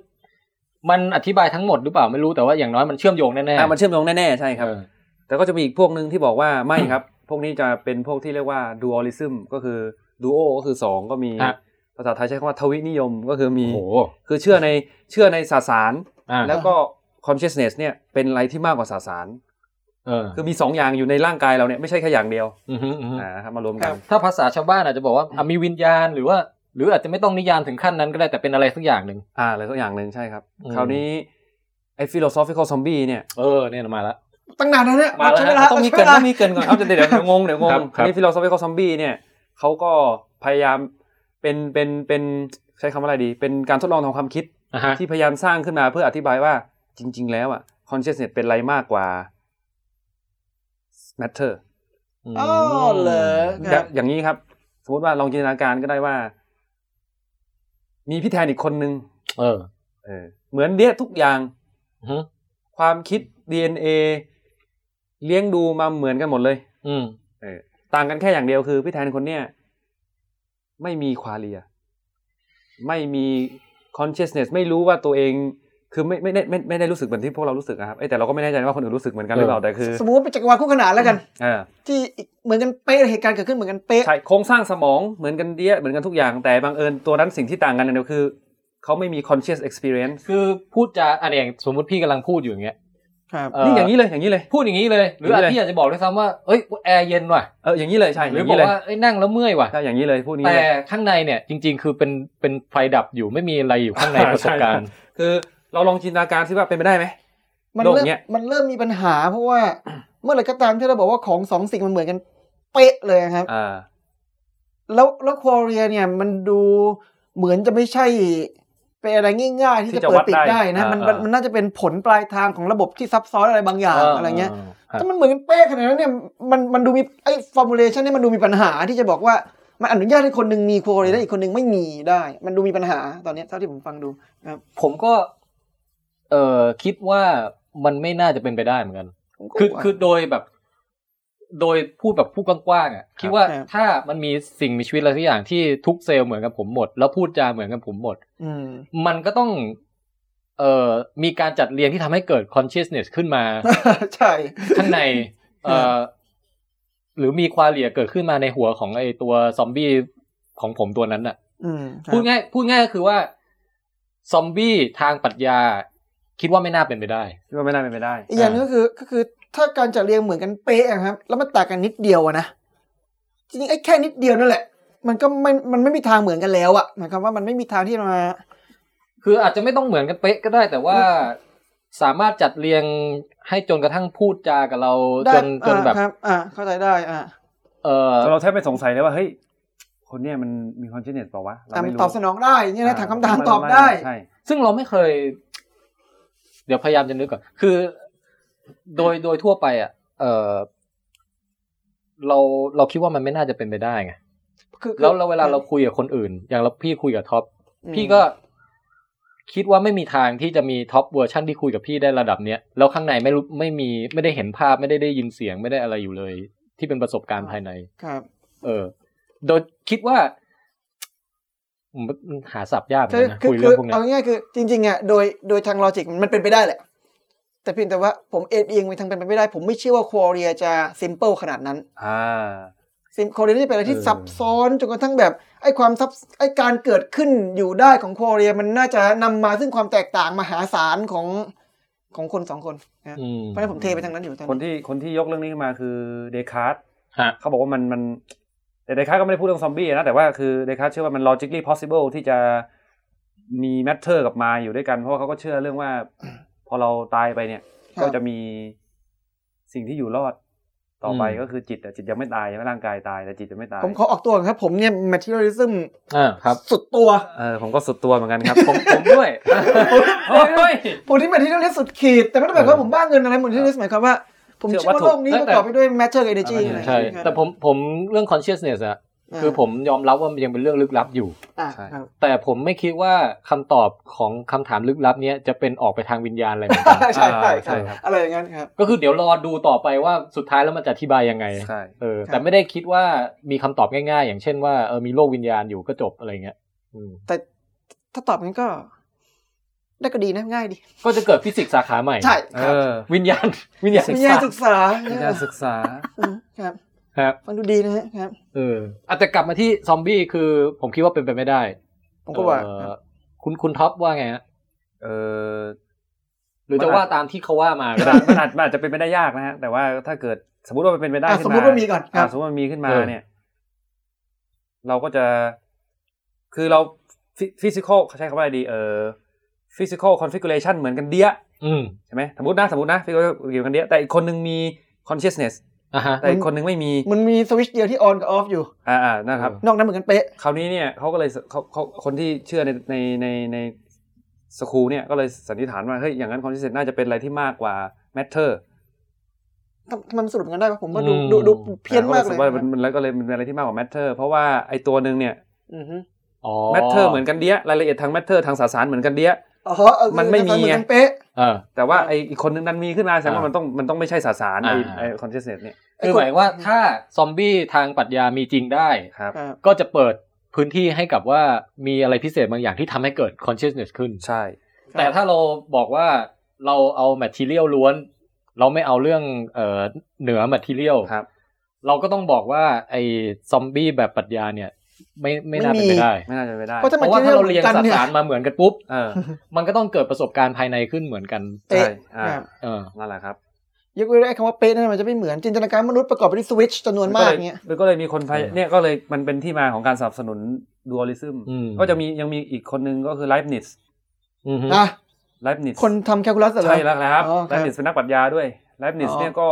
Speaker 1: มันอธิบายทั้งหมดหรือเปล่าไม่รู้แต่ว่าอย่างน้อยมันเชื่อมโยงแน่ๆ
Speaker 3: อ่ะมันเชื่อมโยงแน่ๆใช่ครับ
Speaker 1: เออ
Speaker 3: แต่ก็จะมีอีกพวกหนึ่งที่บอกว่าไม่ครับ พวกนี้จะเป็นพวกที่เรียกว่าดูอ l ลิซึมก็คือดูโอก็คือสองก็มี
Speaker 1: ฮะ
Speaker 3: ภาษาไทยใช้คำว่าทวินิยมก็คือมี
Speaker 1: โอ้โห
Speaker 3: คือเชื่อในเชื่อในสสาร
Speaker 1: อ่า
Speaker 3: แล้วก็ consciousness เนี่ยเป็นอะไรที่มากกว่าสสาร
Speaker 1: เออ
Speaker 3: คือมี 2 อย่างอยู่ในร่างกายเราเนี่ยไม่ใช่แค่อย่างเดียว
Speaker 1: อฮึอือฮึ
Speaker 3: นะครับมารวมกัน
Speaker 2: ครับ
Speaker 1: ถ้าภาษาชาวบ้านอาจจะบอกว่าอ่ะมีวิญญาณหรือว่า หรืออาจจะไม่ต้องนิยามถึงขั้นนั้นก็ได้แต่เป็นอะไรสักอย่างหนึ่ง
Speaker 3: อ่าอะไรสักอย่างหนึ่งใช่ครับ
Speaker 1: อืม
Speaker 3: คราวนี้ไอ้ philosophical zombie เนี่ย
Speaker 1: เออเนี่ยมาละ
Speaker 2: ตั้งนานแล้วเนี่ย
Speaker 1: มาแล้ว
Speaker 2: ใช้เวลา
Speaker 3: ต้องมี
Speaker 2: ใช้
Speaker 3: เกริ
Speaker 2: วน ลา
Speaker 3: ต้องมีเกรินก่อนเอาเดี๋ยวเดี๋ยวเดี๋ยวงงเดี๋ยวงง
Speaker 1: ครับค
Speaker 3: ค
Speaker 1: รับ
Speaker 3: ราวนี้ philosophical zombie เนี่ยเขาก็พยายามเป็นเป็นเป็นใช้คำว่าอะไรดี เป็นการทดลองทางความคิด
Speaker 1: อ่าฮะ
Speaker 3: ที่พยายามสร้างขึ้นมาเพื่ออธิบายว่าจริง ๆ แล้วอ่ะ consciousness เป็นอะไรมากกว่า matter
Speaker 2: อ๋อเหรอ
Speaker 3: อ
Speaker 2: ครั
Speaker 3: ย่า
Speaker 2: บ
Speaker 3: อย่างนี้ครับ สมมติว่าลองจินตนาการก็ได้ว่า มีพี่แทนอีกคนนึง
Speaker 1: เออ
Speaker 3: เ เออเหมือนเนี่ยทุกอย่าง
Speaker 1: อือฮึ
Speaker 3: ความคิด DNA เลี้ยงดูมาเหมือนกันหมดเลย
Speaker 1: อืม
Speaker 3: ต่างกันแค่อย่างเดียวคือพี่แทนคนเนี้ยไม่มีควาเลีย ไม่มี consciousness ไม่รู้ว่าตัวเอง คือไม่ไม่ได้ไม่ไม่ได้รู้สึกเหมือนที่พวกเรารู้สึกนะครับเอ้ยแต่เราก็ไม่แน่ใจว่าคนอื่นรู้สึกเหมือนกันหรือเปล่าแต่คือ
Speaker 2: สมมติว่าเป็นจักรวาลคู่ขนานแล้วกัน
Speaker 3: เออ
Speaker 2: ที่อีกเหมือนกันเป๊ะเหตุการณ์เกิดขึ้นเหมือนกันเป๊ะ
Speaker 3: ใช่โครงสร้างสมองเหมือนกันเดียเหมือนกันทุกอย่างแต่บางเอิญตัวนั้นสิ่งที่ต่างกันอย่างเดียวคือ เขาไม่มี conscious experience
Speaker 1: คือพูดจาอันเอย่างสมมติพี่กำลังพูดอยู่อย่างเงี้ย
Speaker 2: ครับ
Speaker 1: เนี่
Speaker 3: อย่างนี้เลยอย่างนี้เลย
Speaker 1: พูดอย่างนี้เลย หรืออาจ
Speaker 3: อย่างนี้เลย
Speaker 1: พี่อาจจะบอกด้วยซ้ำว่าเอ้ยแอร์เย็นว่ะ
Speaker 3: เอออย่างนี้เลยใช่อ
Speaker 1: หรือย่าง บอ
Speaker 3: นี้
Speaker 1: ก
Speaker 3: เลย
Speaker 1: ว่าเอ้ยนั่งแล้วเมื่อยว่ะ
Speaker 3: ใช่อย่างนี้เลยพูดอย่างนี้
Speaker 1: แต่
Speaker 3: เลย
Speaker 1: ข้างในเนี่ยจริง ๆ คือเป็นเป็นไฟดับอยู่ไม่มีอะไรอยู่ข้างใน
Speaker 3: อ่า
Speaker 1: ประสบการณ์
Speaker 3: ใช่ คือเราลองจินตนาการซิว่าเป็นไปได้ไหม
Speaker 2: มัน
Speaker 3: โลก
Speaker 2: เริ่ม
Speaker 3: เนี้ย
Speaker 2: มันเริ่มมีปัญหา เพราะว่าเมื่อไหร่ก็ตามที่เราบอกว่าของสองสิ่งมันเหมือนกันเป๊ะเลยครับ
Speaker 3: อ่า
Speaker 2: แล้วแล้วควอเรียเนี่ยมันดูเหมือนจะไม่ใช่เป็นอะไรง่ายๆ ที่
Speaker 3: ที่
Speaker 2: จะ
Speaker 3: จะ
Speaker 2: เปิด
Speaker 3: วัด
Speaker 2: ปิด
Speaker 3: ได้
Speaker 2: ได้นะ
Speaker 3: อ่ามั
Speaker 2: มันมัน
Speaker 3: อ่ามั
Speaker 2: มันน่าจะเป็นผลปลายทางของระบบที่ซับซ้อนอะไรบางอย่างอะไรเงี้ยถ้ามันเหมือนกันเป๊ะขนาดนั้นเนี่ยมันมันดูมีไอ้ฟอร์มูลเลชันเนี่ยมันดูมีปัญหาที่จะบอกว่ามันอนุญาตให้คนหนึ่งมีควอเรียได้อีกคนหนึ่งไม่มีได้ มันดูมีปัญหาตอนเนี้ยเท่าที่ผมฟังดูนะครับ
Speaker 1: ผมก็ เอ่อคิดว่ามันไม่น่าจะเป็นไปได้เหมือนกัน
Speaker 2: ผมก็
Speaker 1: คือ
Speaker 2: ว่า
Speaker 1: คือโดยแบบ โดยพูดแบบพูดกว้างๆอ่ะคิดว่า
Speaker 2: ครับ
Speaker 1: ถ้ามันมีสิ่งมีชีวิตอะไรทุกอย่างที่ทุกเซลล์เหมือนกับผมหมด แล้วพูดจาเหมือนกับผมหมด
Speaker 2: ม
Speaker 1: มันก็ต้อง เอ่อมีการจัดเรียงที่ทำให้เกิด consciousness ขึ้นมา
Speaker 2: ใช่
Speaker 1: ข้างใน เอ่อ หรือมีควาเลียเกิดขึ้นมาในหัวของไอตัวซอมบี้ของผมตัวนั้นน่ะ
Speaker 2: อืมครับ
Speaker 1: พูดง่ายพูดง่ายก็คือว่าซอมบี้ทางปรัชญา คิดว่าไม่น่าเป็นไปได้
Speaker 3: คิดว่าไม่น่าเป็นไปได้
Speaker 2: อีกอย่างหนึงก็คือก็คือถ้าการจัดเรียงเหมือนกันเป๊ะอะครับ แล้วมันต่างกันนิดเดียวอะนะจริงๆไอ้แค่นิดเดียวนั่นแหละ มันก็ไม่มันไม่มีทางเหมือนกันแล้วอะหมายความว่ามันไม่มีทางที่มา
Speaker 1: คืออาจจะไม่ต้องเหมือนกันเป๊ะก็ได้ แต่ว่าสามารถจัดเรียงให้จนกระทั่งพูดจากับเรา
Speaker 2: ได้
Speaker 1: จนจน
Speaker 2: อ่า
Speaker 1: แบบ
Speaker 2: ครับ อ่าเข้าใจได้อ่า
Speaker 1: เออ
Speaker 3: เราแทบไม่สงสัยเลยว่าเฮ้ยคนเนี่ยมันมีความคิดเห็นเปล่าวะเรา
Speaker 2: อ่า
Speaker 3: ไม่รู้
Speaker 2: ตอบสนองได้เนี่ยนะถามคำถาม
Speaker 3: เร
Speaker 2: ตอบได้
Speaker 3: ใช่
Speaker 1: ซึ่งเราไม่เคย เดี๋ยวพยายามจะนึกก่อน คือ โดยโดยทั่วไปอ่ะ เออเราเราคิดว่ามันไม่น่าจะเป็นไปได้ไง
Speaker 2: คือคือ
Speaker 1: แล้วแล้วเวลาเราคุยกับคนอื่น อย่างเราพี่คุยกับท็อป
Speaker 2: อืม
Speaker 1: พี่ก็คิดว่าไม่มีทางที่จะมีท็อปเวอร์ชั่นที่คุยกับพี่ได้ระดับเนี้ย แล้วข้างในไม่รู้ไม่มีไม่ได้เห็นภาพไม่ได้ได้ยินเสียงไม่ได้อะไรอยู่เลย ที่เป็นประสบการณ์ภายใน
Speaker 2: ครับ
Speaker 1: เออ โดยคิดว่าอืมหาสับยากเหมือน
Speaker 2: ใช่
Speaker 1: กันนะ
Speaker 2: คือ
Speaker 1: คุย
Speaker 2: คื
Speaker 1: เรื่อ
Speaker 2: อง
Speaker 1: พวกเนี้ย
Speaker 2: เอาง่ายๆคือจริงๆอะโดยโดยทางลอจิกมันเป็นไปได้แหละ แต่เพียงแต่ว่าผมเอ็นเอียงไปทางเป็นไปไม่ได้ ผมไม่เชื่อว่าควอเรียจะซิมเปิลขนาดนั้น
Speaker 3: อ่า
Speaker 2: ซิมโคเรียนี่เป็นอะไรที่
Speaker 1: เออ
Speaker 2: ซับซ้อนจนกระทั่งแบบไอ้ความซับไอ้การเกิดขึ้นอยู่ได้ของโคเรียมันน่าจะนำมาซึ่งความแตกต่างมหาศาลของของคนสองคนนะ
Speaker 1: อืม
Speaker 2: เพราะฉะนั้นผมเทไปทางนั้นอยู่ตอน
Speaker 3: คน
Speaker 2: นี้
Speaker 3: ที่คนที่ยกเรื่องนี้ขึ้นมาคือเดคาร์ต
Speaker 1: ฮะ
Speaker 3: เขาบอกว่ามันมันแต่เดคาร์ตก็ไม่ได้พูดเรื่องซอมบี้นะ แต่ว่าคือเดคาร์ตเชื่อว่ามัน logically possible ที่จะมีแมทเทอร์กับมาอยู่ด้วยกัน เพราะว่าเขาก็เชื่อเรื่องว่า พอเราตายไปเนี่ย
Speaker 2: ค
Speaker 3: ก็
Speaker 2: รับ
Speaker 3: จะมีสิ่งที่อยู่รอดต่อไป
Speaker 1: อืม
Speaker 3: ก็คือจิตอะจิตยังไม่ตายยังไม่ร่างกายตายแต่จิตยังไม่ตาย
Speaker 2: ผมขอออกตัวก่อนครับผมเนี่ย materialism
Speaker 1: อ่าครับ
Speaker 2: สุดตัว
Speaker 3: เออผมก็สุดตัวเหมือนกันครับ
Speaker 1: ผมผมด้วย
Speaker 3: โอ้ย
Speaker 2: ผมที่ materialism สุดขีด แต่ไม่ได้หมายความว่าผมบ้าเงินอะไร materialism หมายความว่า ผม
Speaker 3: เชื่อ
Speaker 2: เชื่อว่า
Speaker 3: ว่าถูก
Speaker 2: โลกนี้
Speaker 1: แต่
Speaker 2: ประกอบไปด้วย matter กับ energy
Speaker 3: ใช่
Speaker 2: อะไรอย่าง
Speaker 1: ใช่
Speaker 2: เงี้ย
Speaker 1: แต่ผมผมเรื่อง consciousness อะ
Speaker 2: า
Speaker 1: คือผมยอมรับว่ามันยังเป็นเรื่องลึกลับอยู่
Speaker 2: อ่าครับ
Speaker 1: แต่ผมไม่คิดว่าคำตอบของคำถามลึกลับเนี้ยจะเป็นออกไปทางวิญญาณอะไรเหมือนกัน
Speaker 2: ใช่ใช่
Speaker 3: ใช่
Speaker 2: ใช่
Speaker 3: ครับ
Speaker 2: อะไรอย่างนั้นครับ
Speaker 1: ก็คือเดี๋ยวรอดูต่อไปว่าสุดท้ายแล้วมันจะอธิบายยังไง
Speaker 3: ใช่
Speaker 1: เออ
Speaker 2: ครับ
Speaker 1: แต่ไม่ได้คิดว่ามีคำตอบง่ายๆ อย่างเช่นว่าเออมีโลกวิญญาณอยู่ก็จบอะไรเงี้ยอืม
Speaker 2: แต่ถ้าตอบงั้นก็ได้ก็ดีนะง่ายดี
Speaker 1: ก็จะเกิดฟิสิกส์สาขาใหม่
Speaker 2: ใช่
Speaker 3: เอ
Speaker 2: ครับ
Speaker 3: อ
Speaker 1: วิญญาณ วิญญาณ
Speaker 2: วิทยาศึกษา
Speaker 3: วิทยาศึกษา
Speaker 2: อืมครับ
Speaker 1: ครับ
Speaker 2: ฟังดูดีนะฮะครับ
Speaker 1: เอออ่ะแต่กลับมาที่ซอมบี้คือผมคิดว่าเป็นไปไม่ได้
Speaker 2: ผมก็ว่า
Speaker 1: เออคุณคุณท็อปว่าไงฮะ
Speaker 3: เออ
Speaker 1: หรือจะว่าตามที่เขาว่ามาก็
Speaker 3: มัน
Speaker 1: ได้
Speaker 3: อาจมันอาจมันอาจจะเป็นไปได้ยากนะฮะ แต่ว่าถ้าเกิดสมมติว่ามันเป็นไปได้
Speaker 2: อ่ะ
Speaker 3: ขึ้
Speaker 2: ส
Speaker 3: นมา
Speaker 2: มมติว่ามีก่อนค
Speaker 3: อ่ะ
Speaker 2: รับ
Speaker 3: สมมติว่ามันมีขึ้นมา
Speaker 1: เออ
Speaker 3: เนี่ย เราก็จะ คือเราฟิสิกอลใช้คำว่าอะไรดี เออฟิสิกอลคอนฟิกูเลชันเหมือนกันเดีย
Speaker 1: อืม
Speaker 3: ใช่ไหมสมมตินะสมมตินะฟิสิกอลเกี่ยวกันเดียแต่อีกคนนึงมี consciousness
Speaker 1: อ่ะฮะ
Speaker 3: แต่อีกคนนึงไม่มี
Speaker 2: มันมีสวิตช์เดียวที่ออนกับออฟอยู่
Speaker 3: อ่าอ่านะครับ
Speaker 2: นอกนั้นเหมือนกันเป๊ะ
Speaker 3: คราวนี้เนี่ยเขาก็เลยเขาเขาคนที่เชื่อในในในในสครูเนี่ยก็เลยสันนิษฐานว่าเฮ้ยอย่างนั้น consciousness น่าจะเป็นอะไรที่มากกว่า matter
Speaker 2: ทำไมมันสรุปกันได้วะผมว่าดู
Speaker 1: อืม
Speaker 2: ดูดูดูเพี้ยนมากเล
Speaker 3: รู้สึ
Speaker 2: ย
Speaker 3: ว่ามันมันแล้วก็เลยมันเป็นอะไรที่มากกว่า matter เพราะว่าไอตัวหนึ่งเนี่ย
Speaker 2: อือฮึ
Speaker 1: อ๋อ
Speaker 3: matter เหมือนกันเดียรายละเอียดทาง matter ทางสสารเหมือนกันเดีย
Speaker 2: อ๋อเออ
Speaker 3: มันไม่มี
Speaker 2: เห
Speaker 3: ไง
Speaker 2: อนเป๊ะ
Speaker 1: เออ
Speaker 3: แต่ว่าไออีกคนนึงนั้นมีขึ้นมาแสดงว่า
Speaker 1: อ่ามั
Speaker 3: มันต้องมันต้องไม่ใช่สสารไอ
Speaker 1: อ่า
Speaker 3: ไอคอนเทนเนตเนี่ย
Speaker 1: คือหมายว่าถ้าซอมบี้ทางปรัชญามีจริงได้
Speaker 3: ครับ
Speaker 2: อ่า
Speaker 1: ก็จะเปิดพื้นที่ให้กับว่ามีอะไรพิเศษบางอย่างที่ทำให้เกิด consciousness ขึ้น
Speaker 3: ใช่
Speaker 1: แต่ถ้าเราบอกว่าเราเอา material ล้วน เราไม่เอาเรื่องเอ่อเหนือ material
Speaker 3: ครับ
Speaker 1: เราก็ต้องบอกว่าไอ้ซอมบี้แบบปรัชญาเนี่ย ไม่ไม่น่าเป็นไปได้
Speaker 3: ไม่น่าจะไปได้
Speaker 2: เพราะถ้า
Speaker 1: เพ
Speaker 2: มัน
Speaker 1: ราะว่าถ้าเราเรียน
Speaker 2: กั
Speaker 1: ส
Speaker 2: เนี่ย
Speaker 1: สารมาเหมือนกันปุ๊บ
Speaker 3: เออ
Speaker 1: มันก็ต้องเกิดประสบการณ์ภายในขึ้นเหมือนกัน
Speaker 2: เป๊ะ
Speaker 3: ใช่อ่า
Speaker 2: ครับ
Speaker 1: เออ
Speaker 3: นั่นแหละครับ
Speaker 2: ยกเว้นไอ้คำว่าเป๊ะนั่นมันจะไม่เหมือนจินตนาการมนุษย์ประกอบไปด้วยสวิตช์จำนวนมากเงี้ย
Speaker 3: มันก็เลยมีคนพย
Speaker 1: เออ
Speaker 3: เนี่ยก็เลยมันเป็นที่มาของการสนับสนุนดูอลิซึม
Speaker 1: อืม
Speaker 3: ก็จะมียังมีอีกคนนึงก็คือไลฟ์นิส
Speaker 1: อืมฮึ
Speaker 2: อ่ะ
Speaker 3: ไลฟ์นิส
Speaker 2: คนทำแคลคูลัสเหรอ
Speaker 3: ใช่แล้วครับ
Speaker 2: อ๋อครับ
Speaker 3: ไลฟ์นิสเป็นนักปรัชญาด้วยไลฟ์นิส
Speaker 2: อ๋อ
Speaker 3: เนี่ยก็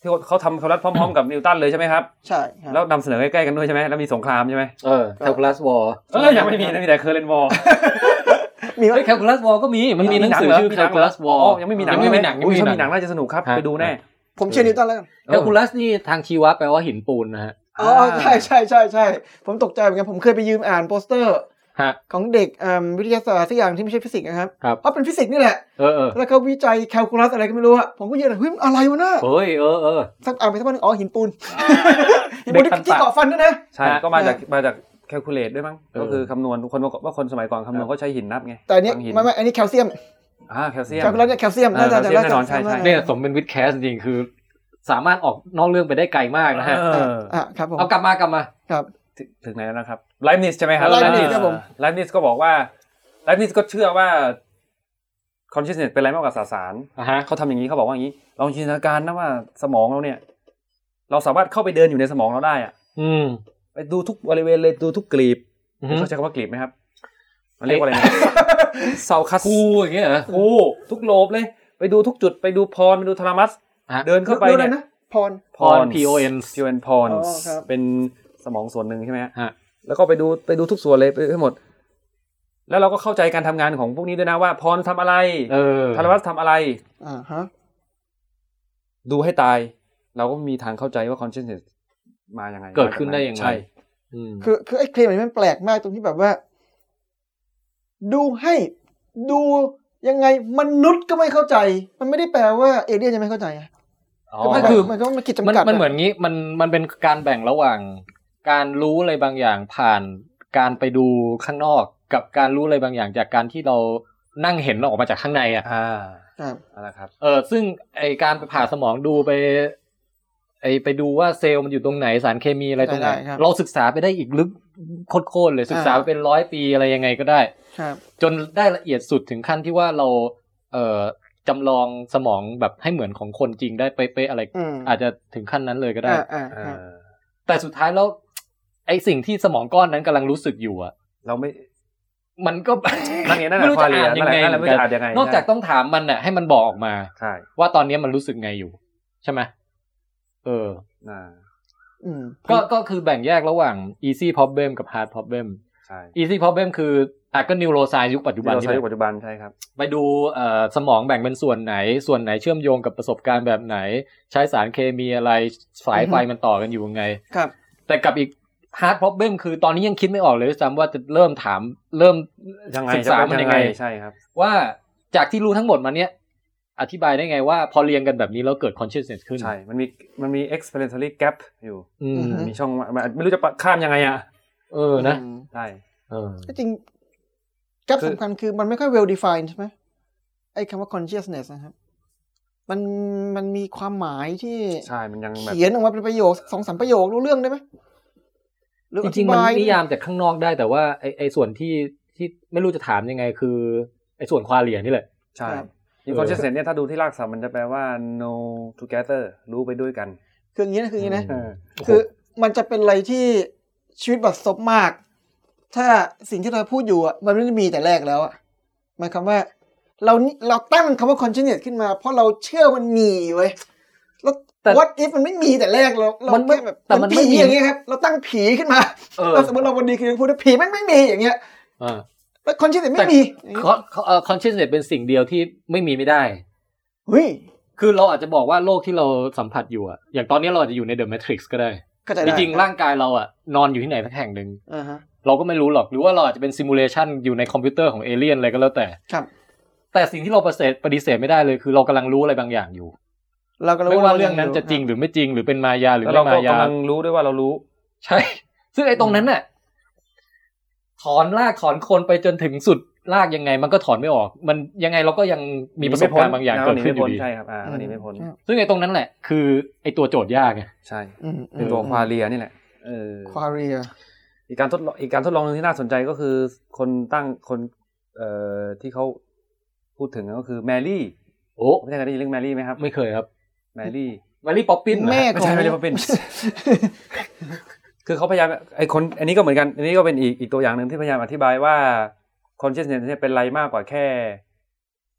Speaker 3: ที่เขาทำคาลัสพร้อม ๆ กับนิวตันเลยใช่ไหมครับ
Speaker 2: ใช่ครับ
Speaker 3: แล้วนำเสนอใกล้ๆกันด้วยใช่ไหมแล้วมีสงครามใช่ไหม
Speaker 1: เออ calculus war
Speaker 3: เออ ยังไม่มีนะมีแต่เคอร์เรนวอล
Speaker 2: มีว่า
Speaker 1: เฮ้ย calculus war ก็มี มันมีหนังสือชื่อ calculus war
Speaker 3: อ๋อยังไม่มีหนัง
Speaker 1: ยังไม่มีหนัง
Speaker 3: อุ้ย
Speaker 1: ยัง
Speaker 3: ถ้า
Speaker 1: ไม่มี
Speaker 3: มีห
Speaker 1: ห
Speaker 3: นั
Speaker 1: นั
Speaker 3: ง
Speaker 1: ง
Speaker 3: น่าจะสนุกครับ
Speaker 1: ฮะ
Speaker 3: ไปดูแน่
Speaker 2: ผมเชียร์นิวตันแล้วกัน
Speaker 1: calculus นี่ทางชีวะแปลว่าหินปูนนะฮะ
Speaker 2: อ๋อใช่ใช่ใช่ใช่ผมตกใจเหมือนกันผมเคยไปยืมอ่านโปสเตอร์
Speaker 1: ฮะ
Speaker 2: ของเด็กเอิ่มวิทยาศาสตร์สักอย่างที่ไม่ใช่ฟิสิกส์นะครับ
Speaker 1: ครับ
Speaker 2: เพราะเป็นฟิสิกส์นี่แหละ
Speaker 1: เออเออ
Speaker 2: แล้วเขาวิจัยแคลคูลัสอะไรก็ไม่รู้อะผมก็ยืนอะเฮ้ยมันอะไรวะเนี่ย
Speaker 1: เฮ้ยเออเออ
Speaker 2: สักอ่านไปสักพักหนึงอ๋อหินปูนหินปูน
Speaker 1: เด็กทันตะ
Speaker 2: ที่เกาะฟันด้วยนะ
Speaker 3: ใช่
Speaker 1: ฮะ
Speaker 3: ก็มาจากมาจากแคลคูลเลตด้วยมั้ง
Speaker 1: เออ
Speaker 3: ก็คือคำนวณคนว่าคนสมัยก่อนคำนวณเขาใช้หินนับไง
Speaker 2: แต่อันเนี้ย
Speaker 3: ฝังหิ
Speaker 2: ไม่ไม่อันนี้แคลเซียม
Speaker 3: อ่าแคลเซีย
Speaker 2: แค
Speaker 3: ม
Speaker 2: ลคูลัสเนี่ยแคลเซียม
Speaker 3: เออ
Speaker 2: น่าจะ
Speaker 3: แคลเซียมแน่นอนใช่ใช่
Speaker 1: เนี่ยสมเป็นวิดแคสจริงๆคือ สามารถออกนอกเรื่องไปได้ไกลมากนะฮะ
Speaker 3: เอ
Speaker 2: เอ
Speaker 3: อ
Speaker 2: ออ่ะครับผม
Speaker 1: เอากลับมากลับมา
Speaker 2: ครับ
Speaker 3: ถึงถึงไหนแล้วนะครับไลฟ์นิสใช่ไหมครับ
Speaker 1: Leibniz
Speaker 2: ครับผม
Speaker 3: ไลฟ์นิสก็บอกว่าไลฟ์นิสก็เชื่อว่าคอน c i o u s n e s s เป็นอะไรมากกว่าสสาร
Speaker 1: อ่ะฮะ
Speaker 3: เขาทำอย่างนี้เขาบอกว่าอย่างนี้ลองจินตนาการนะว่าสมองเราเนี่ย เราสามารถเข้าไปเดินอยู่ในสมองเราได้อะ
Speaker 1: อืม
Speaker 3: ไปดูทุกบริเวณเลยดูทุกกลีบ
Speaker 1: อือฮึ
Speaker 3: เขาใช้คำว่ากลีบไหมครับมันเรียกว่าอะไรนะเซาคัส
Speaker 1: กูอย่างเงี้ยเหรอ
Speaker 3: คูทุกโลบเลย ไปดูทุกจุดไปดูพรไปดูทรามัส
Speaker 1: ฮะ
Speaker 3: เดินเข้าไป
Speaker 2: ดูอะไร
Speaker 3: เนี่ย
Speaker 2: นะพร
Speaker 1: พร
Speaker 3: พ
Speaker 1: P
Speaker 3: ร
Speaker 1: O N
Speaker 3: พิวนพร
Speaker 2: อ๋อครับ
Speaker 3: เป็นสมองส่วนหนึ่งใช่ไหมฮะ
Speaker 1: ฮะ
Speaker 3: แล้วก็ไปดูไปดูทุกส่วนเลยไปให้หมด แล้วเราก็เข้าใจการทำงานของพวกนี้ด้วยนะว่าพรทำอะไร
Speaker 1: เออ
Speaker 3: ทรามัสทำอะไร
Speaker 2: อ่าฮะ
Speaker 3: ดูให้ตาย เราก็ไม่มีทางเข้าใจว่า consciousness มายังไง
Speaker 1: เกิดขึ้นได้ยังไง
Speaker 3: ใช่
Speaker 1: อืม
Speaker 2: คือคือไอ้เคลมอันนี้มันแปลกมากตรงที่แบบว่า ดูให้ดูยังไงมนุษย์ก็ไม่เข้าใจ มันไม่ได้แปลว่าเอเลี่ยนจะไม่เข้าใจไง
Speaker 3: อ๋อ
Speaker 2: ก็
Speaker 1: ก็
Speaker 2: คื
Speaker 1: คือ อ
Speaker 2: มันก็มันขีด
Speaker 1: มัน
Speaker 2: จำกัดะ
Speaker 1: มันเหมือนงี้มันมันเป็นการแบ่งระหว่าง การรู้อะไรบางอย่างผ่านการไปดูข้างนอก กับการรู้อะไรบางอย่างจากการที่เรานั่งเห็นออกมาจากข้างในอ่ะ
Speaker 3: อ่า
Speaker 2: ครับ
Speaker 3: เอาละครับ
Speaker 1: เออซึ่งไอการไปผ่าสมองดูไป ไอไปดูว่าเซลล์มันอยู่ตรงไหนสารเคมีอะไรตรงไหน
Speaker 2: ได้ได้ครับ
Speaker 1: เราศึกษาไปได้อีกลึกโคตรๆเลยศึกษา
Speaker 2: อ่า
Speaker 1: ไปเป็นร้อยปีอะไรยังไงก็ได้
Speaker 2: ครับ
Speaker 1: จนได้ละเอียดสุดถึงขั้นที่ว่าเรา เอ่อจำลองสมองแบบให้เหมือนของคนจริงได้เป๊ะๆอะไร
Speaker 2: อืม
Speaker 1: อาจจะถึงขั้นนั้นเลยก็ได้
Speaker 2: อ่าอ่าครับ
Speaker 1: แต่สุดท้ายแล้วไอสิ่งที่สมองก้อนนั้นกำลังรู้สึกอยู่อะ
Speaker 3: เราไม่
Speaker 1: มันก็
Speaker 3: นั่นไงนั่นแหละ
Speaker 1: ไม่รู้จะอ่าน
Speaker 3: นั่
Speaker 1: ยั
Speaker 3: น
Speaker 1: ง
Speaker 3: แห
Speaker 1: ไง
Speaker 3: ละนั่นแหละ
Speaker 1: เหมือนกัน
Speaker 3: ไม่รู้จะอ่านยังไง
Speaker 1: นอกจากต้องถามมันน่ะให้มันบอกออกมา
Speaker 3: ใช่
Speaker 1: ว่าตอนนี้มันรู้สึกไงอยู่ ใช่ไหมเออ
Speaker 3: อ่า
Speaker 2: อืม
Speaker 1: ก็ก็คือแบ่งแยกระหว่าง easy problem กับ hard problem
Speaker 3: ใช่
Speaker 1: easy problem คืออ่ะก็ neuroscience ยุคปัจจุ
Speaker 3: ที่
Speaker 1: บัน
Speaker 3: เรา
Speaker 1: นี่
Speaker 3: ใช้
Speaker 1: แห
Speaker 3: อ
Speaker 1: ละ
Speaker 3: ยู่ปัจจุบันใช่ครับ
Speaker 1: ไปดูเอ่อสมองแบ่งเป็นส่วนไหน ส่วนไหนเชื่อมโยงกับประสบการณ์แบบไหน ใช้สารเคมีอะไรสายไฟมันต่อกันอยู่ยังไง
Speaker 2: ครับ
Speaker 1: แต่กับอีก hard problem คือตอนนี้ยังคิดไม่ออกเลยด้วยซ้ำว่าจะเริ่มถามเริ่ม
Speaker 3: ยังไง
Speaker 1: ศึกษามันยังไง
Speaker 3: ใช่ครับ
Speaker 1: ว่าจากที่รู้ทั้งหมดมาเนี้ยอธิบายได้ไงว่าพอเรียงกันแบบนี้แล้วเกิด consciousness ขึ้น
Speaker 3: ใช่ มันมีมันมี explanatory gap อยู่
Speaker 1: อืม
Speaker 2: อือฮึ
Speaker 3: มีช่องมันไม่รู้จะปะข้ามยังไงอ่ะ
Speaker 1: เออนะ
Speaker 2: ม
Speaker 3: ใช่
Speaker 1: เออ
Speaker 2: ก็จริงแกปสำคัญคือมันไม่ค่อย well defined ใช่ไหมไอ้คำว่า consciousness นะครับ มันมันมีความหมายที่
Speaker 3: ใช่ มันยังแบบ
Speaker 2: เขียนออกมาเป็นประโยคสองสามประโยครู้เรื่องได้ไหมหอ
Speaker 1: จ
Speaker 2: อ
Speaker 1: ริ
Speaker 2: ธิ
Speaker 1: งๆมัน
Speaker 2: บาย
Speaker 1: นิยามจากข้างนอกได้แต่ว่าไอไอส่วนที่ที่ไม่รู้จะถามยังไงคือไอส่วนควาเหรียญนี่แหละ
Speaker 3: ใช่
Speaker 2: ครับ
Speaker 3: อินคอนเชสเนเนี่ยถ้าดูที่รากศัพท์มันจะแปลว่า no together รู้ไปด้วยกัน
Speaker 2: คืออย่างนี้นะคืออย่างนี้นะ
Speaker 1: อืม
Speaker 2: คือมันจะเป็นอะไรที่ชีวิตบัดซบมาก ถ้าสิ่งที่เราพูดอยู่อ่ะมันไม่ได้มีแต่แรกแล้วอ่ะหมายความว่า เรานี่เราตั้งคำว่า consciousness ขึ้นมา เพราะเราเชื่อมันมีเว้ยแล้ว
Speaker 1: แต่
Speaker 2: what if มันไม่มีแต่แรกเราเรา
Speaker 1: มันไม่
Speaker 2: ไม่แบบ
Speaker 1: แต่มันไม่
Speaker 2: ผี
Speaker 1: มี
Speaker 2: อย่างเงี้ยครับเราตั้งผีขึ้นมา
Speaker 1: เออ
Speaker 2: เราสมมติเราวันดีคือพูดว่าผีมันไม่มีอย่างเงี้ย
Speaker 1: อ่า
Speaker 2: แล้ว consciousness ไม่มีอย่างเงี้ย
Speaker 1: คอนเชนเนตเป็นสิ่งเดียวที่ไม่มีไม่ได้
Speaker 2: เฮ้ย
Speaker 1: คือเราอาจจะบอกว่าโลกที่เราสัมผัสอยู่อะอย่างตอนนี้เราอาจจะอยู่ในเดอะแมทริกซ์ก็ได้
Speaker 2: เข้าใจ
Speaker 1: จ
Speaker 2: ได้
Speaker 1: ริงๆร่างกายเราอะนอนอยู่ที่ไหนสักแห่งหนึ่ง
Speaker 2: อ่าฮะ
Speaker 1: เราก็ไม่รู้หรอก หรือว่าเราอาจจะเป็นซิมูเลชันอยู่ในคอมพิวเตอร์ของเอเลี่ยนอะไรก็แล้วแต่
Speaker 2: ครับ
Speaker 1: แต่สิ่งที่เราปฏิเสธปฏิเสธไม่ได้เลยคือเรากำลังรู้อะไรบางอย่างอยู่
Speaker 2: เราก็รู้
Speaker 1: ไม่ว่าเรื่องนั้นจะจริงหรือไม่จริงหรือเป็นมายาหรือ
Speaker 3: แล้ว
Speaker 1: ไม่
Speaker 3: เราก็
Speaker 1: มายา
Speaker 3: กำลังรู้ด้วยว่าเรารู้
Speaker 1: ใช่ ซึ่งไอ้ตรงนั้นน่ะถอนรากถอนโคนไปจนถึงสุดรากยังไง มันก็ถอนไม่ออก มันยังไงเราก็ยังมีประสบการณ์บางอย่างเกิดขึ้นอยู่ดี
Speaker 3: ใช่ครับอ่าหนีไม่พ้น
Speaker 1: ซึ่งไอ้ตรงนั้นแหละ คือไอ้ตัวโจทย์ยากไง
Speaker 3: ใช่
Speaker 2: อืมอืม
Speaker 3: เป็นตัวควาเรียนี่แหละเออ
Speaker 2: ควาเรีย
Speaker 3: อีกการทดลองอีกการทดลองหนึงที่น่าสนใจก็คือ คนตั้งคนเอ่อที่เขาพูดถึงก็คือแมรี่
Speaker 1: โอ้
Speaker 3: ไม่ใช่การได้ยินเรื่องแมรี่ไหมครับ
Speaker 1: ไม่เคยครับ
Speaker 3: แมรี่
Speaker 1: มารีป๊อปปิน
Speaker 2: แม่
Speaker 3: ไม่
Speaker 2: ของ
Speaker 3: ใช่ไม่เรียกว่าเป็น คือเขาพยายามไอ้คนอันนี้ก็เหมือนกันอันนี้ก็เป็นอีกอีกตัวอย่างหนึ่งที่พยายามอธิบายว่า consciousness เนี่ยเป็นอะไรมากกว่าแค่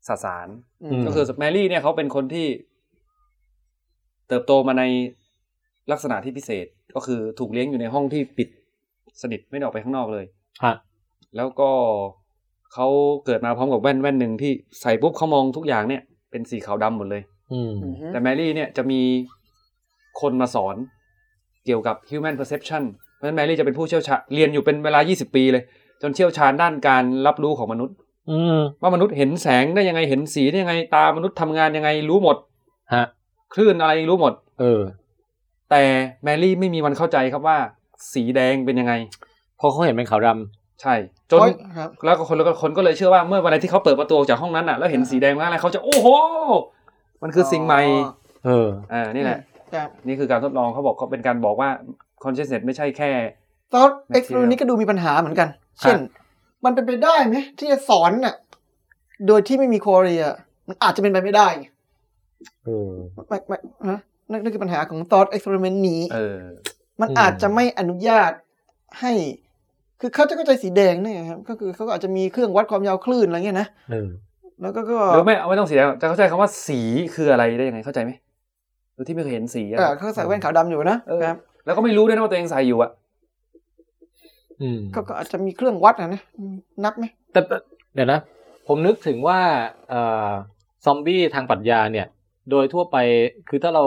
Speaker 3: สสาร
Speaker 2: อืม
Speaker 3: ก็คือแมรี่เนี่ยเขาเป็นคนที่ เติบโตมาในลักษณะที่พิเศษ ก็คือถูกเลี้ยงอยู่ในห้องที่ปิดสนิทไม่ได้ออกไปข้างนอกเลย
Speaker 1: ฮะ
Speaker 3: แล้วก็เขาเกิดมาพร้อมกับแว่นแว่นหนึ่งที่ใส่ปุ๊บเขามองทุกอย่างเนี่ย เป็นสีขาวดำหมดเลย
Speaker 1: อืม
Speaker 2: อืม
Speaker 3: แต่แมรี่เนี่ยจะมีคนมาสอนเกี่ยวกับ human perception เพราะฉะนั้นแมรี่จะเป็นผู้เชี่ยวชาญเรียนอยู่เป็นเวลา 20 ปีเลย จนเชี่ยวชาญด้านการรับรู้ของมนุษย์
Speaker 1: อืม
Speaker 3: ว่ามนุษย์เห็นแสงได้ยังไงเห็นสีได้ยังไงตามนุษย์ทำงานยังไงรู้หมด
Speaker 1: ฮะ
Speaker 3: คลื่นอะไรรู้หมด
Speaker 1: เออ
Speaker 3: แต่แมรี่ไม่มีวันเข้าใจครับว่า สีแดงเป็นยังไง
Speaker 1: เพราะเขาเห็นเป็นขาวด
Speaker 3: ใช่ จน
Speaker 2: โอ๊ยครับ
Speaker 3: แล้วก็คนแล้วก็คนก็เลยเชื่อว่าเมื่อวันไหนที่เขาเปิดประตูออกจากห้องนั้นน่ะแล้วเห็นสีแดงแล้วอะไรเขาจะโอ้โห มันคือสิ่งใหม่
Speaker 1: ำเออ
Speaker 3: อ่านี่แหละ
Speaker 2: ครับ
Speaker 3: นี่คือการทดลองเขาบอกเขาเป็นการบอกว่า consciousness ไม่ใช่แค่
Speaker 2: ซอส
Speaker 3: ไม่
Speaker 2: เอ็ก
Speaker 3: เชื่
Speaker 2: ซ์
Speaker 3: อ
Speaker 2: นี้ก็ดูมีปัญหาเหมือนกัน เช่น มันเป็นไปได้ไหมที่จะสอนน่ะ โดยที่ไม่มีควาเรียมันอาจจะเป็นไปไม่ได้ไง
Speaker 1: เออ
Speaker 2: ไม่ไม่ฮะนั่นนั่นคือปัญหาของซอสเอ็กซ์เพร์เมนต์นี้
Speaker 3: เออ
Speaker 2: มัน
Speaker 1: อืม
Speaker 2: อาจจะไม่อนุญาตให้ คือเขาจะเข้าใจสีแดงเนี่ยครับ ก็คือเขาก็อาจจะมีเครื่องวัดความยาวคลื่นอะไรเงี้ยนะ
Speaker 1: เออ
Speaker 2: แล้วก็ก็
Speaker 3: หรือไม่เอาไม่ต้องสีแดงจะเข้าใจคำว่าสีคืออะไรได้ยังไงเข้าใจไหมโดยที่ไม่เคยเห็นสีอะ
Speaker 2: เออเขาใส่แว่นขาวดำอยู่นะ
Speaker 3: เออ
Speaker 2: ครับ
Speaker 3: แล้วก็ไม่รู้ด้วยนะว่าตัวเองใส่อยู่อะ
Speaker 1: อืม
Speaker 2: ก็ก็อาจจะมีเครื่องวัดนะนะนับไหม
Speaker 1: แต่แต่เดี๋ยวนะ ผมนึกถึงว่าเอ่อซอมบี้ทางปรัชญาเนี่ย โดยทั่วไปคือถ้าเรา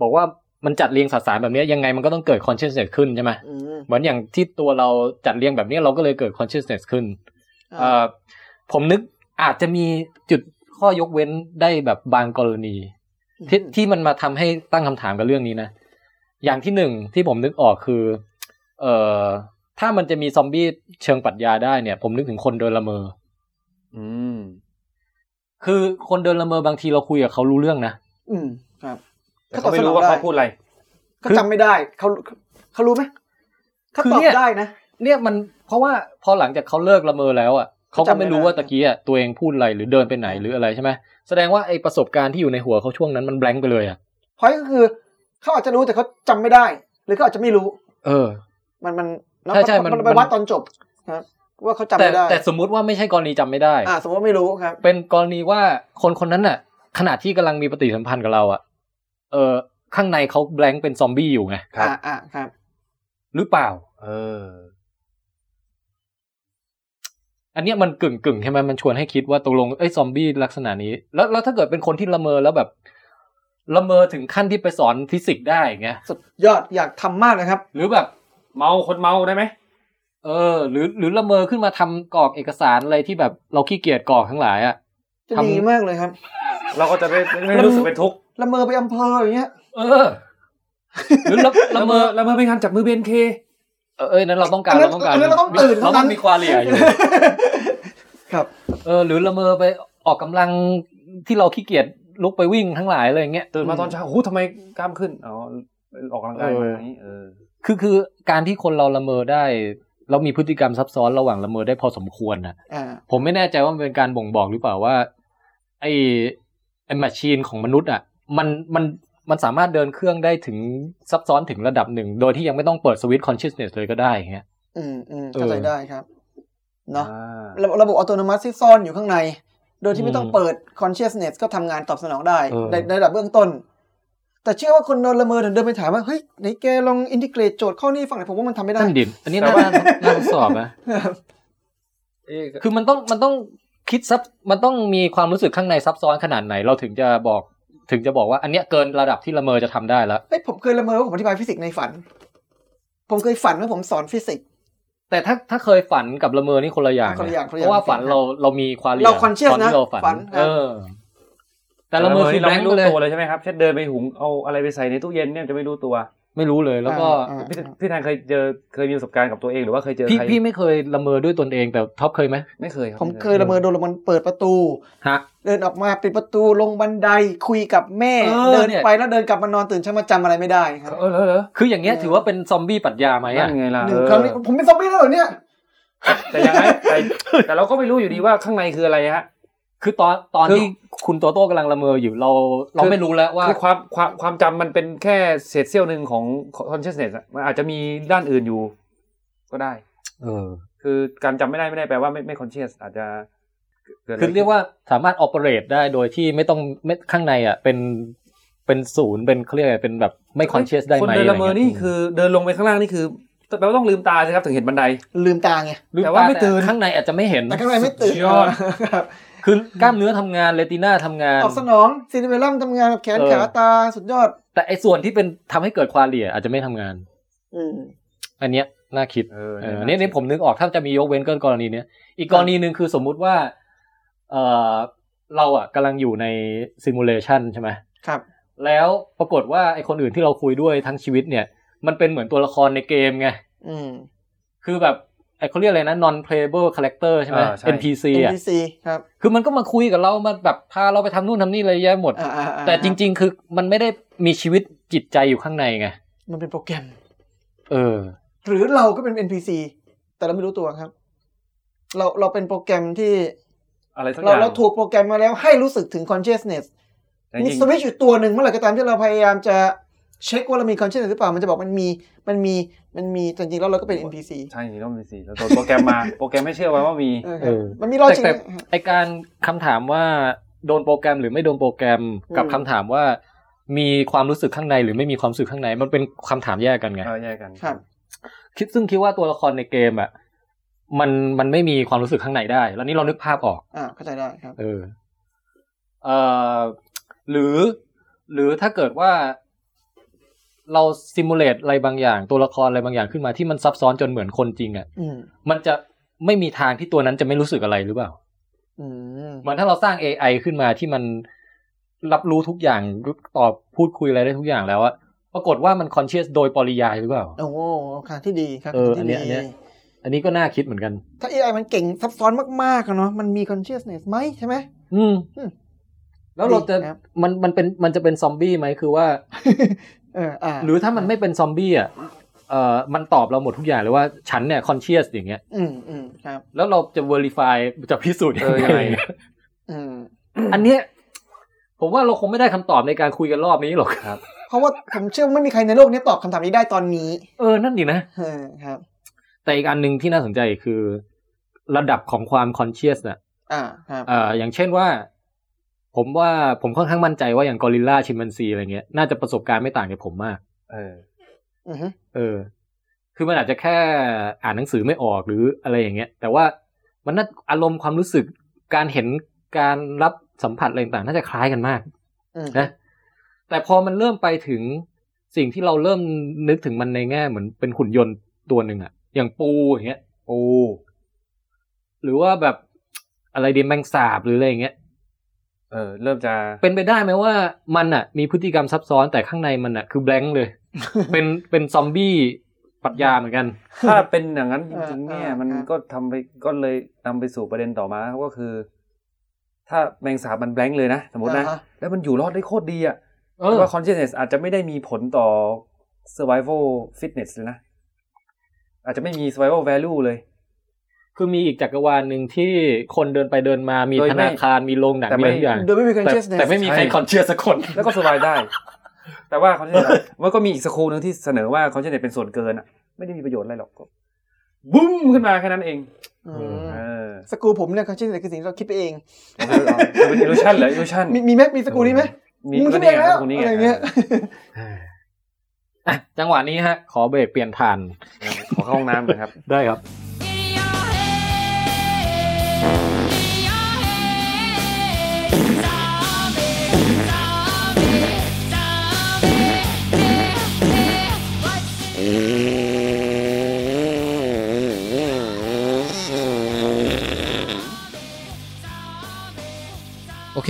Speaker 1: บอกว่ามันจัดเรียงสสารแบบเนี้ยยังไงมันก็ต้องเกิด consciousness ขึ้นใช่ไหม
Speaker 2: อืม
Speaker 1: เหมือนอย่างที่ตัวเราจัดเรียงแบบเนี้ยเราก็เลยเกิด consciousness ขึ้นเอ่
Speaker 2: อ่า
Speaker 1: อผมนึกอาจจะมีจุดข้อยกเว้นได้แบบบางกรณี ที่ที่มันมาทำให้ตั้งคำถามกับเรื่องนี้นะ อย่างที่หนึ่งที่ผมนึกออกคือ เอ่อถ้ามันจะมีซอมบี้เชิงปรัชญาได้เนี่ย ผมนึกถึงคนโดยละเมอ
Speaker 3: อืม
Speaker 1: คือคนเดินละเมอบางทีเราคุยกับเขารู้เรื่องนะ
Speaker 2: อืมครับ
Speaker 3: แต่เขาไม่รู้ว่าเขาพูดอะไร
Speaker 2: เขาจำไม่ได้เขาเขารู้ไหมเขา
Speaker 1: คือ
Speaker 2: ตอบ
Speaker 1: เนี่ย
Speaker 2: ได้นะ
Speaker 1: เนี่ยมันเพราะว่าพอหลังจากเขาเลิกละเมอแล้วอ่ะเขาก็ไม่รู้ว่า
Speaker 2: จำไม่ได้
Speaker 1: ตะกี้อ่ะตัวเองพูดอะไรหรือเดินไปไหนหรืออะไรใช่ไหมแสดงว่าไอประสบการณ์ที่อยู่ในหัวเขาช่วงนั้นมันแบงค์ไปเลยอ่ะ
Speaker 2: พอยก็คือเขาอาจจะรู้แต่เขาจำไม่ได้ หรือเขาอาจจะไม่รู้
Speaker 1: เออ
Speaker 2: มันมันแล้ว
Speaker 1: ใช่ใช่มัน
Speaker 2: มันไป
Speaker 1: มัน
Speaker 2: วัดตอนจบครับ ว่าเขาจำ
Speaker 1: แต่
Speaker 2: ไม่ได้
Speaker 1: แต่สมมุติว่าไม่ใช่กรณีจำไม่ได้
Speaker 2: อ่าสมมติว่าไม่รู้ครับ
Speaker 1: เป็นกรณีว่าคนคนนั้นน่ะ ขณะที่กำลังมีปฏิสัมพันธ์กับเราอ่ะเออข้างในเขาแบงค์เป็นซอมบี้อยู่ไง
Speaker 3: ครับ
Speaker 2: อ่าอ่าครับ
Speaker 1: หรือเปล่า
Speaker 3: เออ
Speaker 1: อันเนี้ยมันกึ่งกึ่งๆใช่ไหมมันชวนให้คิดว่าตกลงเอ้ยซอมบี้ลักษณะนี้ แล้วแล้วถ้าเกิดเป็นคนที่ละเมอแล้วแบบละเมอถึงขั้นที่ไปสอนฟิสิกส์ได้อย่างเงี้ย
Speaker 2: สุดยอดอยากทำมากเลยครับ
Speaker 1: หรือแบบ
Speaker 3: เมาคนเมาได้ไหม
Speaker 1: เออ หรือหรือละเมอขึ้นมาทำกรอกเอกสารอะไรที่แบบเราขี้เกียจกรอกทั้งหลายอะ
Speaker 2: จะ
Speaker 1: ทำ
Speaker 2: ดีมากเลยครับ
Speaker 3: เราก็จะไม่ไม่รู้สึกเป็นทุกข์
Speaker 2: ละเมอไปอำเภออย่างเงี้ย
Speaker 1: เออ หรือละ
Speaker 3: ละ
Speaker 1: ละเม
Speaker 3: เมอ
Speaker 1: อ
Speaker 3: ละเมอเป็นการจับมือเบนเค
Speaker 1: เออเอ้ยนั้นเราต้องการ
Speaker 2: อันนั้
Speaker 1: เรา
Speaker 2: น
Speaker 1: ต้องการ
Speaker 2: อันนั้นเราต้องตื่น
Speaker 1: เรา
Speaker 2: เท่านั้
Speaker 1: ต้อน งมีควาเลียอยู่
Speaker 2: ครับ
Speaker 1: เออหรือละเมอไปออกกำลังที่เราขี้เกียจลุกไปวิ่งทั้งหลายอะไรอย่างเงี้ย
Speaker 3: ตื่นมาตอนเช้าหูทำไมกล้ามขึ้นอ๋อออกกำลังกายมาอย่างนี้เออ
Speaker 1: คือคือการที่คนเราละเมอได้ แล้วมีพฤติกรรมซับซ้อนระหว่างละเมอได้พอสมควรนะ
Speaker 2: อ่า
Speaker 1: ผมไม่แน่ใจว่ามันเป็นการบ่งบอกหรือเปล่าว่า ไอ้ไอ้แมชชีนของมนุษย์อ่ะ มันมันมันสามารถเดินเครื่องได้ถึงซับซ้อนถึงระดับหนึ่ง โดยที่ยังไม่ต้องเปิดสวิตช์คอน c i o u s n e s s เลยก็ได้อย่างเงี้ย
Speaker 2: อืมอืม
Speaker 1: เออ
Speaker 2: เข้าใจได้ครับ เนอะ
Speaker 3: อ่า
Speaker 2: ระบบระบบอัตโนมัติที่ซ่อนอยู่ข้างใน โดยที่ไม่ต้อง
Speaker 1: อืม
Speaker 2: เปิด consciousness ก็ทำงานตอบสนองได้
Speaker 1: เออ
Speaker 2: ในในระดับเบื้องต้น แต่เชื่อว่าคนโดนละเมอเดินไปถามว่า เฮ้ยไหนแกลองอินทิเกรตโจทย์ข้อนี้ฝั่งไหนผมว่ามันทำไม่ได้
Speaker 1: นั่นดินอันนี้
Speaker 3: แต่
Speaker 1: น่า
Speaker 3: ว่า
Speaker 1: น่าน่าทดสอบนะ
Speaker 2: ครับ
Speaker 3: เอ๊ะ
Speaker 1: คือมันต้องมันต้องคิดซับมันต้องมีความรู้สึกข้างในซับซ้อนขนาดไหน เราถึงจะบอกถึงจะบอกว่าอันเนี้ยเกินระดับที่ละเมอจะทำได้แล้ว
Speaker 2: เอ้ยผมเคยละเมอว่าผมอธิบายฟิสิกส์ในฝัน ผมเคยฝันว่าผมสอนฟิสิกส์
Speaker 1: แต่ถ้าถ้าเคยฝันกับละเมอนี่คนละอย่าง
Speaker 2: คนละอย่างคนละอ
Speaker 1: เพ
Speaker 2: ย่าง
Speaker 1: ราะว่าฝันเราเรามีความ
Speaker 2: เรา conscious
Speaker 1: ตที่เราฝัน
Speaker 2: นะฝัน
Speaker 1: เออ แต่ละเมอคือ
Speaker 3: เรา
Speaker 1: แบง
Speaker 3: ไม่
Speaker 1: ค์
Speaker 3: รู้
Speaker 1: เลย
Speaker 3: ตัวเลยใช่ไหมครับเช่นเดินไปหุงเอาอะไรไปใส่ในตู้เย็นเนี่ยจะไม่รู้ตัว
Speaker 1: ไม่รู้เลยแล้วก็
Speaker 2: อ่า
Speaker 3: พี่พี่แทนเคยเจอเคยมีประสบการณ์กับตัวเองหรือว่าเคยเจอ
Speaker 1: พี่
Speaker 3: ใคร
Speaker 1: พี่ไม่เคยละเมอด้วยตนเองแต่ท็อปเคยไหม
Speaker 3: ไม่เคยรับ
Speaker 2: ผมเคยละเมอโดนละมันเปิดประตู
Speaker 1: ฮะ
Speaker 2: เดินออกมาปิดประตูลงบันไดคุยกับแม่
Speaker 1: เออ
Speaker 2: เดิน
Speaker 1: เนี่ย
Speaker 2: ไปแล้วเดินกลับมานอนตื่นเช้ามาจำอะไรไม่ได้ครับ
Speaker 3: เออแล้วเหรอ
Speaker 1: คืออย่างเงี้ยถือว่าเป็นซอมบี้ปรัชญาไหม
Speaker 3: นั่
Speaker 1: อ่ะ
Speaker 3: นไงล่ะ
Speaker 2: หนึ่งครั้งนี้
Speaker 3: เออ
Speaker 2: ผมเป็นซอมบี้แล้วเหรอเนี่ย
Speaker 3: แต่ยังไงแต่แต่เราก็ไม่รู้อยู่ดีว่าข้างในคืออะไรฮะ
Speaker 1: คือตอนตอน
Speaker 3: คือ
Speaker 1: ที่คุณโตโต้กำลังละเมออยู่เรา เราไม่รู้แล้วว่า
Speaker 3: คือความความความจำมันเป็นแค่เศษเสี้ยวหนึ่งของ consciousness อะมันอาจจะมีด้านอื่นอยู่ ก็ได้
Speaker 1: เออ
Speaker 3: คือการจำไม่ได้ไม่ได้แปลว่าไม่ไม่ conscious อาจจะกิดะไ
Speaker 1: คือเรียกว่าสามารถออ e r a t e ได้โดยที่ไม่ต้องไม่ข้างในอ่ะเป็นเป็นศูนย์เป็นเขาเรียกอะไรเป็นแบบไม่คอนเชียสได้ไหม
Speaker 3: คนเดินละเมอ
Speaker 1: ไรงี้ย
Speaker 3: นี่คือเดินลงไปข้างล่างนี่คือแปลว่าต้องลืมตาสิครับถึงเห็นบันได
Speaker 2: ลืมตาไง
Speaker 1: ลืม
Speaker 3: แต่ว่าไม่ตื่น
Speaker 1: ข้างในอาจจะไม่เห็น
Speaker 2: แต่ข้างในไม่ตื่น
Speaker 3: สุดยอด
Speaker 2: ครับ
Speaker 1: คือกล้ามเนื้อทำงานเรติน่าทำงาน
Speaker 2: ตอบสนองซีนิเวลัมทำงานกับแขน
Speaker 1: เออ
Speaker 2: ขาตาสุดยอด
Speaker 1: แต่ไอ้ส่วนที่เป็นทำให้เกิดความเหลี่ยอาจจะไม่ทำงาน
Speaker 2: อืม
Speaker 1: อันเนี้ยน่าคิด
Speaker 3: เออ
Speaker 1: เออเนี่
Speaker 3: เนี่
Speaker 1: ย ยเนี่ยผมนึกออกถ้าจะมียกเว้นก็กรณีเนี้ยอีกกรณีหนึ่งคือสมมุติว่าเออเราอ่ะกำลังอยู่ในซิมูเลชันใช่ไหม
Speaker 2: ครับ
Speaker 1: แล้วปรากฏว่าไอคนอื่นที่เราคุยด้วยทั้งชีวิตเนี่ย มันเป็นเหมือนตัวละครในเกมไง
Speaker 2: อืม
Speaker 1: คือแบบไอเขาเรียกอะไรนะ non playable character ใช่ไหม
Speaker 3: อ่าใช่
Speaker 1: NPC อ่ะ
Speaker 2: NPC ครับ
Speaker 1: คือมันก็มาคุยกับเรามาแบบพาเราไปทำนู่นทำนี่อะไรเยอะแยะหมด
Speaker 2: อ่าอ่าอ่า
Speaker 1: แต่จริง ๆ คือมันไม่ได้มีชีวิตจิตใจอยู่ข้างในไง
Speaker 2: มันเป็นโปรแกรม
Speaker 1: เออ
Speaker 2: หรือเราก็เป็น NPC แต่เราไม่รู้ตัวครับ เราเราเป็นโปรแกรมที่
Speaker 3: อะไรสักอ
Speaker 2: เรา
Speaker 3: ย่าง
Speaker 2: เราถูกโปรแกรมมาแล้วให้รู้สึกถึง consciousness
Speaker 3: แต่จ
Speaker 2: มี
Speaker 3: ริง
Speaker 2: สวิตช์อยู่ตัวหนึ่งเมื่อไหร่ก็ตามที่เราพยายามจะเช็คว่าเรามี consciousness หรือเปล่ามันจะบอกมันมีมันมีมันมีแต่จริงๆแล้วเราก็เป็น NPC
Speaker 3: ใช่จริงต้องมีสิเราโดนโปรแกรมมา โปรแกรมไม่เชื่อไว้ว่ามี
Speaker 2: เออค
Speaker 1: เอ
Speaker 2: รับ
Speaker 1: อ
Speaker 2: มันมีลอจิก
Speaker 1: แต่แต่ไอการคำถามว่าโดนโปรแกรมหรือไม่โดนโปรแกรมกับ
Speaker 2: อืม
Speaker 1: คำถามว่ามีความรู้สึกข้างในหรือไม่มีความรู้สึกข้างในมันเป็นคำถามแยกกันไง
Speaker 3: เออแยกกัน
Speaker 2: ครับ
Speaker 1: คิดซึ่งคิดว่าตัวละครในเกมอ่ะมันมันไม่มีความรู้สึกข้างในได้ แล้วนี่เรานึกภาพออก
Speaker 2: อ่าเข้าใจได้ครับ
Speaker 1: เออเอ่อหรือ หรือถ้าเกิดว่า เราซิมูเลตอะไรบางอย่าง ตัวละครอะไรบางอย่างขึ้นมาที่มันซับซ้อนจนเหมือนคนจริงอ่ะ
Speaker 2: อืม
Speaker 1: มันจะไม่มีทางที่ตัวนั้นจะไม่รู้สึกอะไรหรือเปล่า
Speaker 2: อืม
Speaker 1: เหมือนถ้าเราสร้าง AI ขึ้นมาที่มันรับรู้ทุกอย่างตอบพูดคุยอะไรได้ทุกอย่างแล้วอะปรากฏว่ามันคอนเชียสโดยปริยายหรือเปล่า
Speaker 2: โอ้โหค่ะที่ดีครับ
Speaker 1: เออ
Speaker 2: ที่
Speaker 1: อันเนี้ยอันเนี้ย อันนี้ก็น่าคิดเหมือนกัน
Speaker 2: ถ้า AI มันเก่งซับซ้อนมากๆอะเนาะมันมี consciousness ไหมใช่ไหม
Speaker 1: อืม
Speaker 2: อืม
Speaker 1: แล้วเราจะ
Speaker 2: ดีครับ
Speaker 1: มันมันเป็นมันจะเป็นซอมบี้ไหมคือว่า
Speaker 2: เอออ่า
Speaker 1: หรือถ้ามันไม่เป็นซอมบี้อ่ะเอ่อมันตอบเราหมดทุกอย่างเลยว่าฉันเนี่ยคอนเชียสอย่างเงี้ย
Speaker 2: อืมอืมครับ
Speaker 1: แล้วเราจะเวอร์ f ฟายจะพิสูจน์
Speaker 3: เอ
Speaker 1: ยัง
Speaker 3: อยัง
Speaker 1: ไง
Speaker 3: ไง
Speaker 2: อืม
Speaker 1: อันเนี้ยผมว่าเราคงไม่ได้คำตอบในการคุยกันรอบนี้หรอกครับ
Speaker 2: เพราะว่าผมเชื่อว่าไม่มีใครในโลกนี้ตอบคำถามนี้ได้ตอนนี้
Speaker 1: เออนั่นดีนะ
Speaker 2: เออครับ
Speaker 1: แต่อีกอันหนึ่งที่น่าสนใจคือ ระดับของความคอนเชียสน่ะ
Speaker 2: อ่าครับ
Speaker 1: เอ่ออย่างเช่นว่า ผมว่าผมค่อนข้างมั่นใจว่าอย่างกอริลลาชิมแปนซีอะไรเงี้ยน่าจะประสบการณ์ไม่ต่างจากผมมาก
Speaker 3: เออ
Speaker 2: อือฮึ
Speaker 1: เออ คือมันอาจจะแค่อ่านหนังสือไม่ออกหรืออะไรอย่างเงี้ย แต่ว่ามันน่าอารมณ์ความรู้สึกการเห็นการรับสัมผัสอะไรต่างๆน่าจะคล้ายกันมาก
Speaker 2: อืม
Speaker 1: นะแต่พอมันเริ่มไปถึงสิ่งที่เราเริ่มนึกถึงมันในแง่เหมือนเป็นหุ่นยนต์ตัวหนึ่งอะอย่างปูอย่างเงี้ยปูหรือว่าแบบอะไรดีแมงสาบหรืออะไรอย่างเงี้ย
Speaker 3: เออ เริ่มจะ
Speaker 1: เป็นไปได้ไหมว่ามันอะมีพฤติกรรมซับซ้อนแต่ข้างในมันอะคือแบงค์เลย เป็นเป็นซอมบี้ปรัชญาเหมือนกัน
Speaker 3: ถ้าเป็นอย่างนั้นจริงๆเนี่ย มันก็ทำไปก็เลยนำไปสู่ประเด็นต่อมาก็คือ ถ้าแมงสาบมันแบงค์เลยนะสมมตินะ
Speaker 2: อ่าฮ
Speaker 3: แล้วมันอยู่รอดได้โคตรดีอะ
Speaker 1: เออ
Speaker 3: ว่า consciousness อาจจะไม่ได้มีผลต่อ survival fitness เลยนะ อาจจะไม่มี survival value เลย
Speaker 1: คือมีอีกจักรวาลหนึ่งที่คนเดินไปเดินมามี
Speaker 3: โดย
Speaker 1: ธ
Speaker 3: ไม่
Speaker 1: นาคารมีโรงหนัง
Speaker 3: แต่
Speaker 1: มี
Speaker 3: ไม่
Speaker 1: อะไรทุกอย่าง
Speaker 2: โดยไม่มี
Speaker 1: แต่
Speaker 2: consciousness
Speaker 1: แต่ไม่มีใครคอนเชียสักคน
Speaker 3: แล้วก็ survive ได้ แต่ว่า consciousness อะมันก็มีอีกสกูลหนึ่งที่เสนอว่า consciousness เป็นส่วนเกินอะไม่ได้มีประโยชน์อะไรหรอกก็บุ้มขึ้นมาแค่นั้นเอง
Speaker 2: อืม
Speaker 3: เออ
Speaker 2: สกรูผมเนี่ย consciousness คือสิ่งที่เราคิดไปเอง
Speaker 3: เป็น illusion เหรอ illusion
Speaker 2: มีมีไหมมีสกรูนี้ไหมมึงคิดเองแล้ว
Speaker 3: สกูนี้
Speaker 2: อะไรเงี้ย
Speaker 1: อ่ะจังหวะนี้ฮะ ขอเบรกเปลี่ยนทาน
Speaker 3: เออขอเข้าห้องน้ำเลยครับ
Speaker 1: ได้ครับ
Speaker 6: What's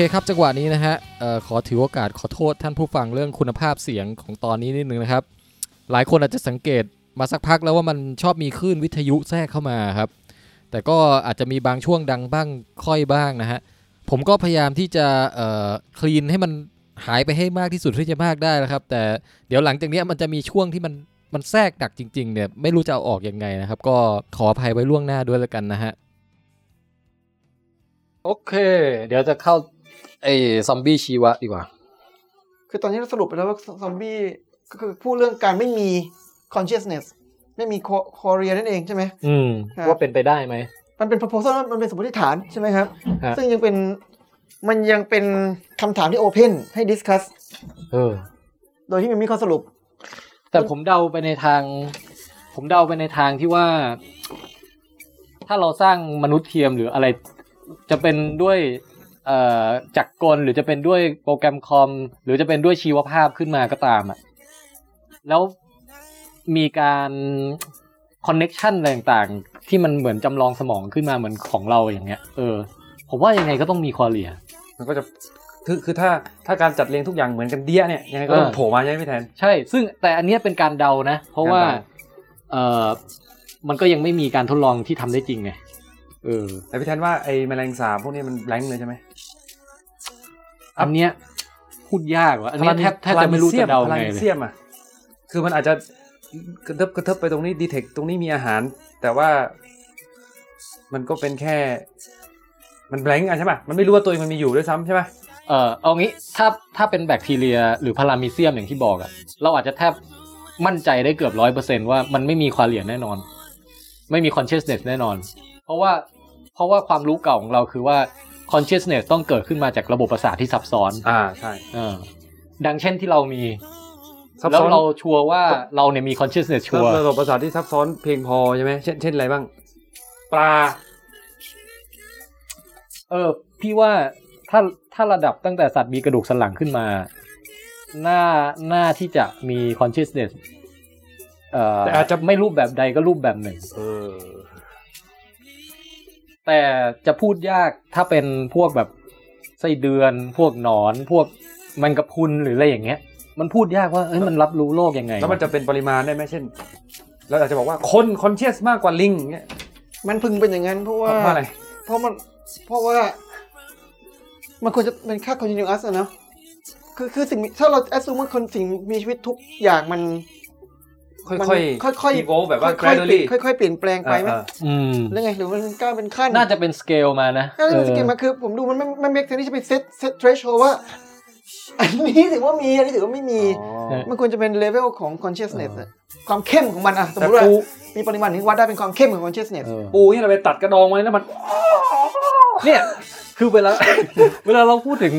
Speaker 7: เคครับจังหวะนี้นะฮะเอ่อขอถือโอกาสขอโทษท่านผู้ฟังเรื่องคุณภาพเสียงของตอนนี้นิดนึงนะครับ หลายคนอาจจะสังเกตมาสักพักแล้วว่ามันชอบมีคลื่นวิทยุแทรกเข้ามาครับ แต่ก็อาจจะมีบางช่วงดังบ้างค่อยบ้างนะฮะ ผมก็พยายามที่จะเอ่อคลีนให้มันหายไปให้มากที่สุดที่จะมากได้แล้วครับ แต่เดี๋ยวหลังจากเนี้ยมันจะมีช่วงที่มันมันแทรกดักจริงๆเนี่ยไม่รู้จะเอาออกยังไงนะครับ ก็ขออภัยไว้ล่วงหน้าด้วยแล้วกันนะฮะ
Speaker 1: โอเค เดี๋ยวจะเข้าไอ้ซอมบี้ชีวะดีกว่า
Speaker 2: คือตอนนี้เราสรุปไปแล้วว่าซอมบี้ก็คือพูดเรื่องการไม่มี consciousness ไม่มี co- chorea นั่นเองใช่ไหม
Speaker 1: อืม
Speaker 2: ครับ
Speaker 1: ว่าเป็นไปได้ไหม
Speaker 2: มันเป็น proposal มันเป็นสมมติฐานใช่ไหมครับ
Speaker 1: ฮะ
Speaker 2: ซึ่งยังเป็นมันยังเป็นคำถามที่ open ให้ discuss
Speaker 1: เออ
Speaker 2: โดยที่มันไมมีข้อสรุป
Speaker 1: แต่ผมเดาไปในทาง ผมเดาไปในทางที่ว่า ถ้าเราสร้างมนุษย์เทียมหรืออะไร จะเป็นด้วย เอ่อจักรกลหรือจะเป็นด้วยโปรแกรมคอม หรือจะเป็นด้วยชีวภาพขึ้นมาก็ตามอะ่ะแล้วมีการคอนเน็กชันอะไรต่างๆ ที่มันเหมือนจำลองสมองขึ้นมาเหมือนของเราอย่างเงี้ยเออ ผมว่ายังไงก็ต้องมีควอเลีย
Speaker 3: มันก็จะคือคือถ้าถ้าการจัดเรียงทุกอย่างเหมือนกันเดียเนี่ยยังไงก็ต้อง
Speaker 1: เออ
Speaker 3: โผล่มาใช่ไหมพี่แทน
Speaker 1: ใช่ ซึ่งแต่อันเนี้ยเป็นการเดานะ เพราะว่า
Speaker 3: การเดา
Speaker 1: เออมันก็ยังไม่มีการทดลองที่ทำได้จริงไง เออ
Speaker 3: แต่พี่แทนว่าไอ้แมลงสาบพวกนี้มันแรงเลยใช่ไหม
Speaker 1: อันเนี้ยพูดยากว่ะ อันเนี้ยแทบแทบจะไม่รู้จะเดา
Speaker 3: พลั
Speaker 1: ไง
Speaker 3: ง
Speaker 1: เล
Speaker 3: เซี
Speaker 1: ย
Speaker 3: ยมอะคือมันอาจจะกระเทิบกระเทิบไปตรงนี้ดีเทคตรงนี้มีอาหาร แต่ว่ามันก็เป็นแค่ มันแบงก์อะใช่ป่ะมันไม่รู้ว่าตัวเองมันมีอยู่ด้วยซ้ำใช่ป่ะ
Speaker 1: เออเอางี้ ถ้าถ้าเป็นแบคทีเรีย หรือพารามิเซียมอย่างที่บอกอะเราอาจจะแทบมั่นใจได้เกือบร้อยเปอร์เซนว่ามันไม่มีควาเลียนแน่นอน ไม่มีคอนเชสเนสแน่นอน เพราะว่าเพราะว่าความรู้เก่าของเราคือว่าคอนเชสเนสต้องเกิดขึ้นมาจากระบบประสาทที่ซับซ้อน
Speaker 3: อ่าใช่
Speaker 1: เออดังเช่นที่เรามี
Speaker 3: ซับ
Speaker 1: แล้ว
Speaker 3: ซ้อน
Speaker 1: เราชัวร์ว่าเราเนี่ยมี consciousness ชัวร์
Speaker 3: ระบบประสาทที่ซับซ้อนเพียงพอใช่ไหมเช่นเช่นอะไรบ้าง ปลา
Speaker 1: เออ พี่ว่าถ้าถ้าระดับตั้งแต่สัตว์มีกระดูกสันหลังขึ้นมา หน้าหน้าที่จะมี consciousness เอ่อ
Speaker 3: แต่อาจจะ
Speaker 1: ไม่รูปแบบใดก็รูปแบบหนึ่ง
Speaker 3: เออ
Speaker 1: แต่จะพูดยากถ้าเป็นพวกแบบไส้เดือน พวกหนอน พวกแมงกะพรุนหรืออะไรอย่างเงี้ย มันพูดยากว่าเอ้ยมันรับรู้โลกยังไง
Speaker 3: แล้วมันจะเป็นปริมาณได้ไหมเช่นเราอาจจะบอกว่าคนคอนเชียสมากกว่าลิงเนี่ย
Speaker 2: มันพึงเป็นอย่างนั้นเพราะ
Speaker 3: เพ
Speaker 2: ว่า
Speaker 3: ราะว่าอะไร
Speaker 2: เพราะมันเพราะว่า มันควรจะเป็นค่า continuous อะเนอะคือคือสิ่งมีถ้าเราแอดซูมว่าคนสิ่งมีชีวิตทุกอย่างมัน
Speaker 3: ค่อย
Speaker 2: มัน
Speaker 3: ค่อย
Speaker 2: ค่อย
Speaker 3: โวแบบว่า
Speaker 2: ค่อยๆเปลี่
Speaker 3: gradually
Speaker 2: ยนค่อยๆเปลี่ยนแปลงไปไหม
Speaker 3: เออ
Speaker 1: อืม
Speaker 2: หรือไงหรือมันก้าวเป็นขั้น
Speaker 1: น่าจะเป็นสเกลมานะ
Speaker 2: ถ้าเป็นสเกล
Speaker 1: เออ
Speaker 2: มาคือผมดูมันไม่ไม่เมคเซนที่จะไปเซตเซตเทรชโชว่า อันนี้ถือว่ามีอันนี้ถือว่าไม่มี
Speaker 3: เออ
Speaker 2: มันควรจะเป็นเลเวลของ consciousness
Speaker 3: เออ
Speaker 2: อะความเข้มของมันอะสม
Speaker 3: แต่
Speaker 2: มติว่า
Speaker 3: ปู
Speaker 2: มีปริมาณที่วัดได้เป็นความเข้มของ consciousness
Speaker 1: เออ
Speaker 3: ปูที่เราไปตัดกระดองไว้แล้วมัน
Speaker 1: เนี่ยคือเวลา เวลาเราพูดถึง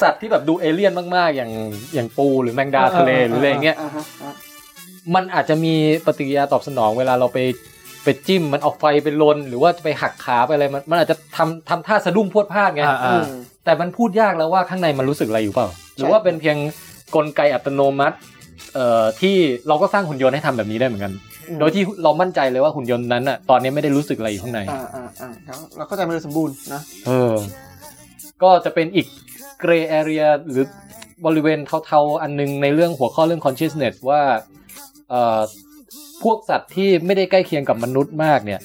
Speaker 1: สัตว์ที่แบบดูเอเลี่ยนมากๆ อย่างอย่างปูหรือแมงดาทะเล
Speaker 3: เออเออ
Speaker 1: หรืออะไรเงี้ย
Speaker 2: อ่าฮะอ่า
Speaker 1: มันอาจจะมีปฏิกิริยาตอบสนอง เวลาเราไปไปจิ้มมันเอาไฟไปลนหรือว่าจะไปหักขาไปอะไรมันมันอาจจะทำทำท่าสะดุ้งพรวดพลาดไง
Speaker 3: อ่าอ่า
Speaker 2: อืม
Speaker 1: แต่มันพูดยากแล้วว่าข้างในมันรู้สึกอะไรอยู่เปล่า หรือว่าเป็นเพียงกลไกอัตโนมัติเอ่อที่เราก็สร้างหุ่นยนต์ให้ทำแบบนี้ได้เหมือนกัน
Speaker 2: อืม
Speaker 1: โดยที่เรามั่นใจเลยว่าหุ่นยนต์นั้นอ่ะตอนนี้ไม่ได้รู้สึกอะไรอยู่ข้างใน
Speaker 2: อ่าอ่าอ่าครับเราเข้าใจมันโดยสมบูรณ์นะ
Speaker 1: เออ ก็จะเป็นอีกเกรย์แอเรียหรือบริเวณเทาๆ อันนึงในเรื่องหัวข้อเรื่อง consciousness ว่าเอ่อพวกสัตว์ที่ไม่ได้ใกล้เคียงกับมนุษย์มากเนี่ย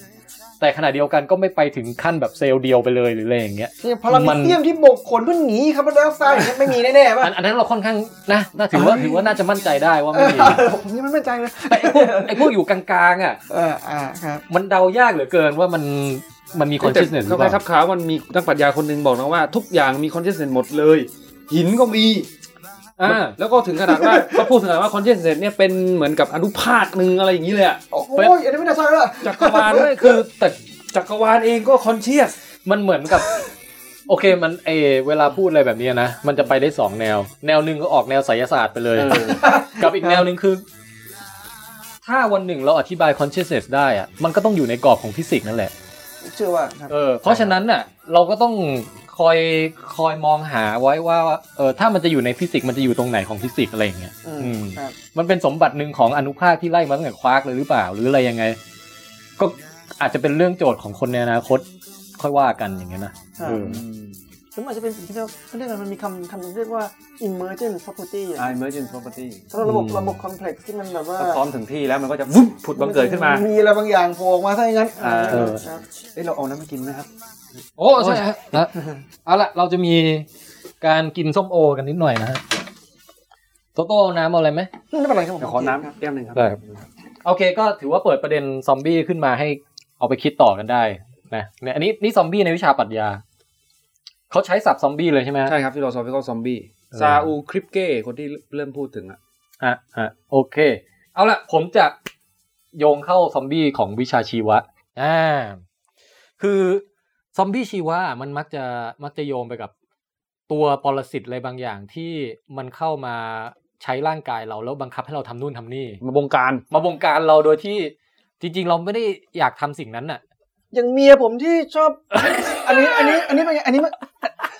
Speaker 1: แต่ขณะเดียวกันก็ไม่ไปถึงขั้นแบบเซลล์เดียวไปเลยหรืออะไรอย่างเงี้ย
Speaker 2: นี่พารามิเซียมที่บกขนเพื่อหนีคาร์บอนไดออกไซด์อย่างเงี้ยไม่มีแน่ๆป่ะ
Speaker 1: อันอันนั้นเราค่อนข้างนะน่าถือว่าถือว่าน่าจะมั่นใจได้ว่า
Speaker 2: เอ
Speaker 1: ไม่
Speaker 2: อ
Speaker 1: มี
Speaker 2: ผมยังไม่มั่นใจเลย
Speaker 1: แต่ไอ้พวกไอ้พวกอยู่กลางๆอ่ะ
Speaker 2: เอออ่าครับ
Speaker 1: มันเดายากเหลือเกินว่ามันมันมี consciousness หรือเป
Speaker 3: แต่ครั
Speaker 1: ล่า
Speaker 3: บขาวมันมีนักปรัชญาคนหนึ่งบอกนะว่า ทุกอย่างมีคอนเทนเนหมดเลย หินก็มี
Speaker 1: อ่า
Speaker 3: แล้วก็ถึงขนาดว่า เขา พูดถึงขนาดว่าคอนเทนเนเนี่ยเป็นเหมือนกับอนุภาคหนึ่งอะไรอย่างนี้เลยอะ
Speaker 2: โอ้ยอันนี้ไม่น่าใช่แล้วล่ะ
Speaker 3: จักรวาล ด้วยคือแต่จักรวาลเองก็คอนเชียส
Speaker 1: มันเหมือนกับ โอเคมันเออเวลาพูดอะไรแบบนี้นะ มันจะไปได้สองแนว แนวหนึ่งก็ออกแนวไสยศาสตร์ไปเลย กับอีกแนวหนึ่งคือ ถ้าวันหนึ่งเราอธิบาย consciousness ได้อะมันก็ต้องอยู่ในกรอบของฟิสิกส์นั่นแหละ
Speaker 2: เชื่อว่าครับ
Speaker 1: เออเพราะฉะนั้นน่ะ เราก็ต้องคอยคอยมองหาไว้ว่าเออถ้ามันจะอยู่ในฟิสิกส์มันจะอยู่ตรงไหนของฟิสิกส์อะไรอย่างเงี้ย
Speaker 2: อื
Speaker 1: อื
Speaker 2: ม
Speaker 1: ม
Speaker 2: ครับ
Speaker 1: มันเป็นสมบัติหนึ่งของอนุภาคที่ไล่มาตั้งแต่ควาร์กเลยหรือเปล่า หรืออะไรยังไง ก็อาจจะเป็นเรื่องโจทย์ของคนในอนาคต ค่อยว่ากันอย่างเงี้ยนะเออ
Speaker 2: หรือมันอาจจะเป็นสิ่งที่เราเขาเรียกอะไรมันมีคำคำหนึงเรียกว่า emergent property อะ
Speaker 3: emergent property
Speaker 2: สำหรับระบบ
Speaker 7: อืม
Speaker 2: ระบบ complex ที่มันแบบว่า
Speaker 3: ถ้าพร้อมถึงที่แล้วมันก็จะวุ้บผุดบังเกิดขึ้นมา
Speaker 2: มีอะไรบางอย่างโผล่ออกมาซะอย่างนั้น
Speaker 3: อ่า
Speaker 2: เออครับ
Speaker 3: เอ้ยเราเอาน้ำมากินไหมครับ
Speaker 1: โอ้ใช่ฮะนะ เอาละเราจะมีการกินส้มโอกันนิดหน่อยนะฮะโตโต้เอาน้ำเอาอะไรไหม
Speaker 2: ไม่เป็นไรครับผม
Speaker 3: เดี๋ยวขอน้ำแก้วหนึ่งครั
Speaker 1: ได้ครับ โอเคก็ถือว่าเปิดประเด็นซอมบี้ขึ้นมาให้เอาไปคิดต่อกันได้นะเนี่ยอันนี้นี่ซอมบี้ในวิชาปรัชญาเขาใช้ศัพท์ซอมบี้เลยใช่ไหมฮะ
Speaker 3: ใช่ครับที่เราสอนไปก็ซอมบี้
Speaker 1: เออ
Speaker 3: ซาอูคริปเก้คนที่เริ่มพูดถึงอะ
Speaker 1: ฮะฮะโอเค เอาละผมจะโยงเข้าซอมบี้ของวิชาชีวะอ่าคือซอมบี้ชีวะมันมักจะมักจะโยงไปกับตัวปรสิตอะไรบางอย่างที่มันเข้ามาใช้ร่างกายเราแล้วบังคับให้เราทำนู่นทำนี่
Speaker 3: มาบงการ
Speaker 1: มาบงการเราโดยที่จริง ๆ เราไม่ได้อยากทำสิ่งนั้นน่ะ
Speaker 2: อย่างเมียผมที่ชอบ อันนี้อันนี้อันนี้เป็นไงอันนี้มัน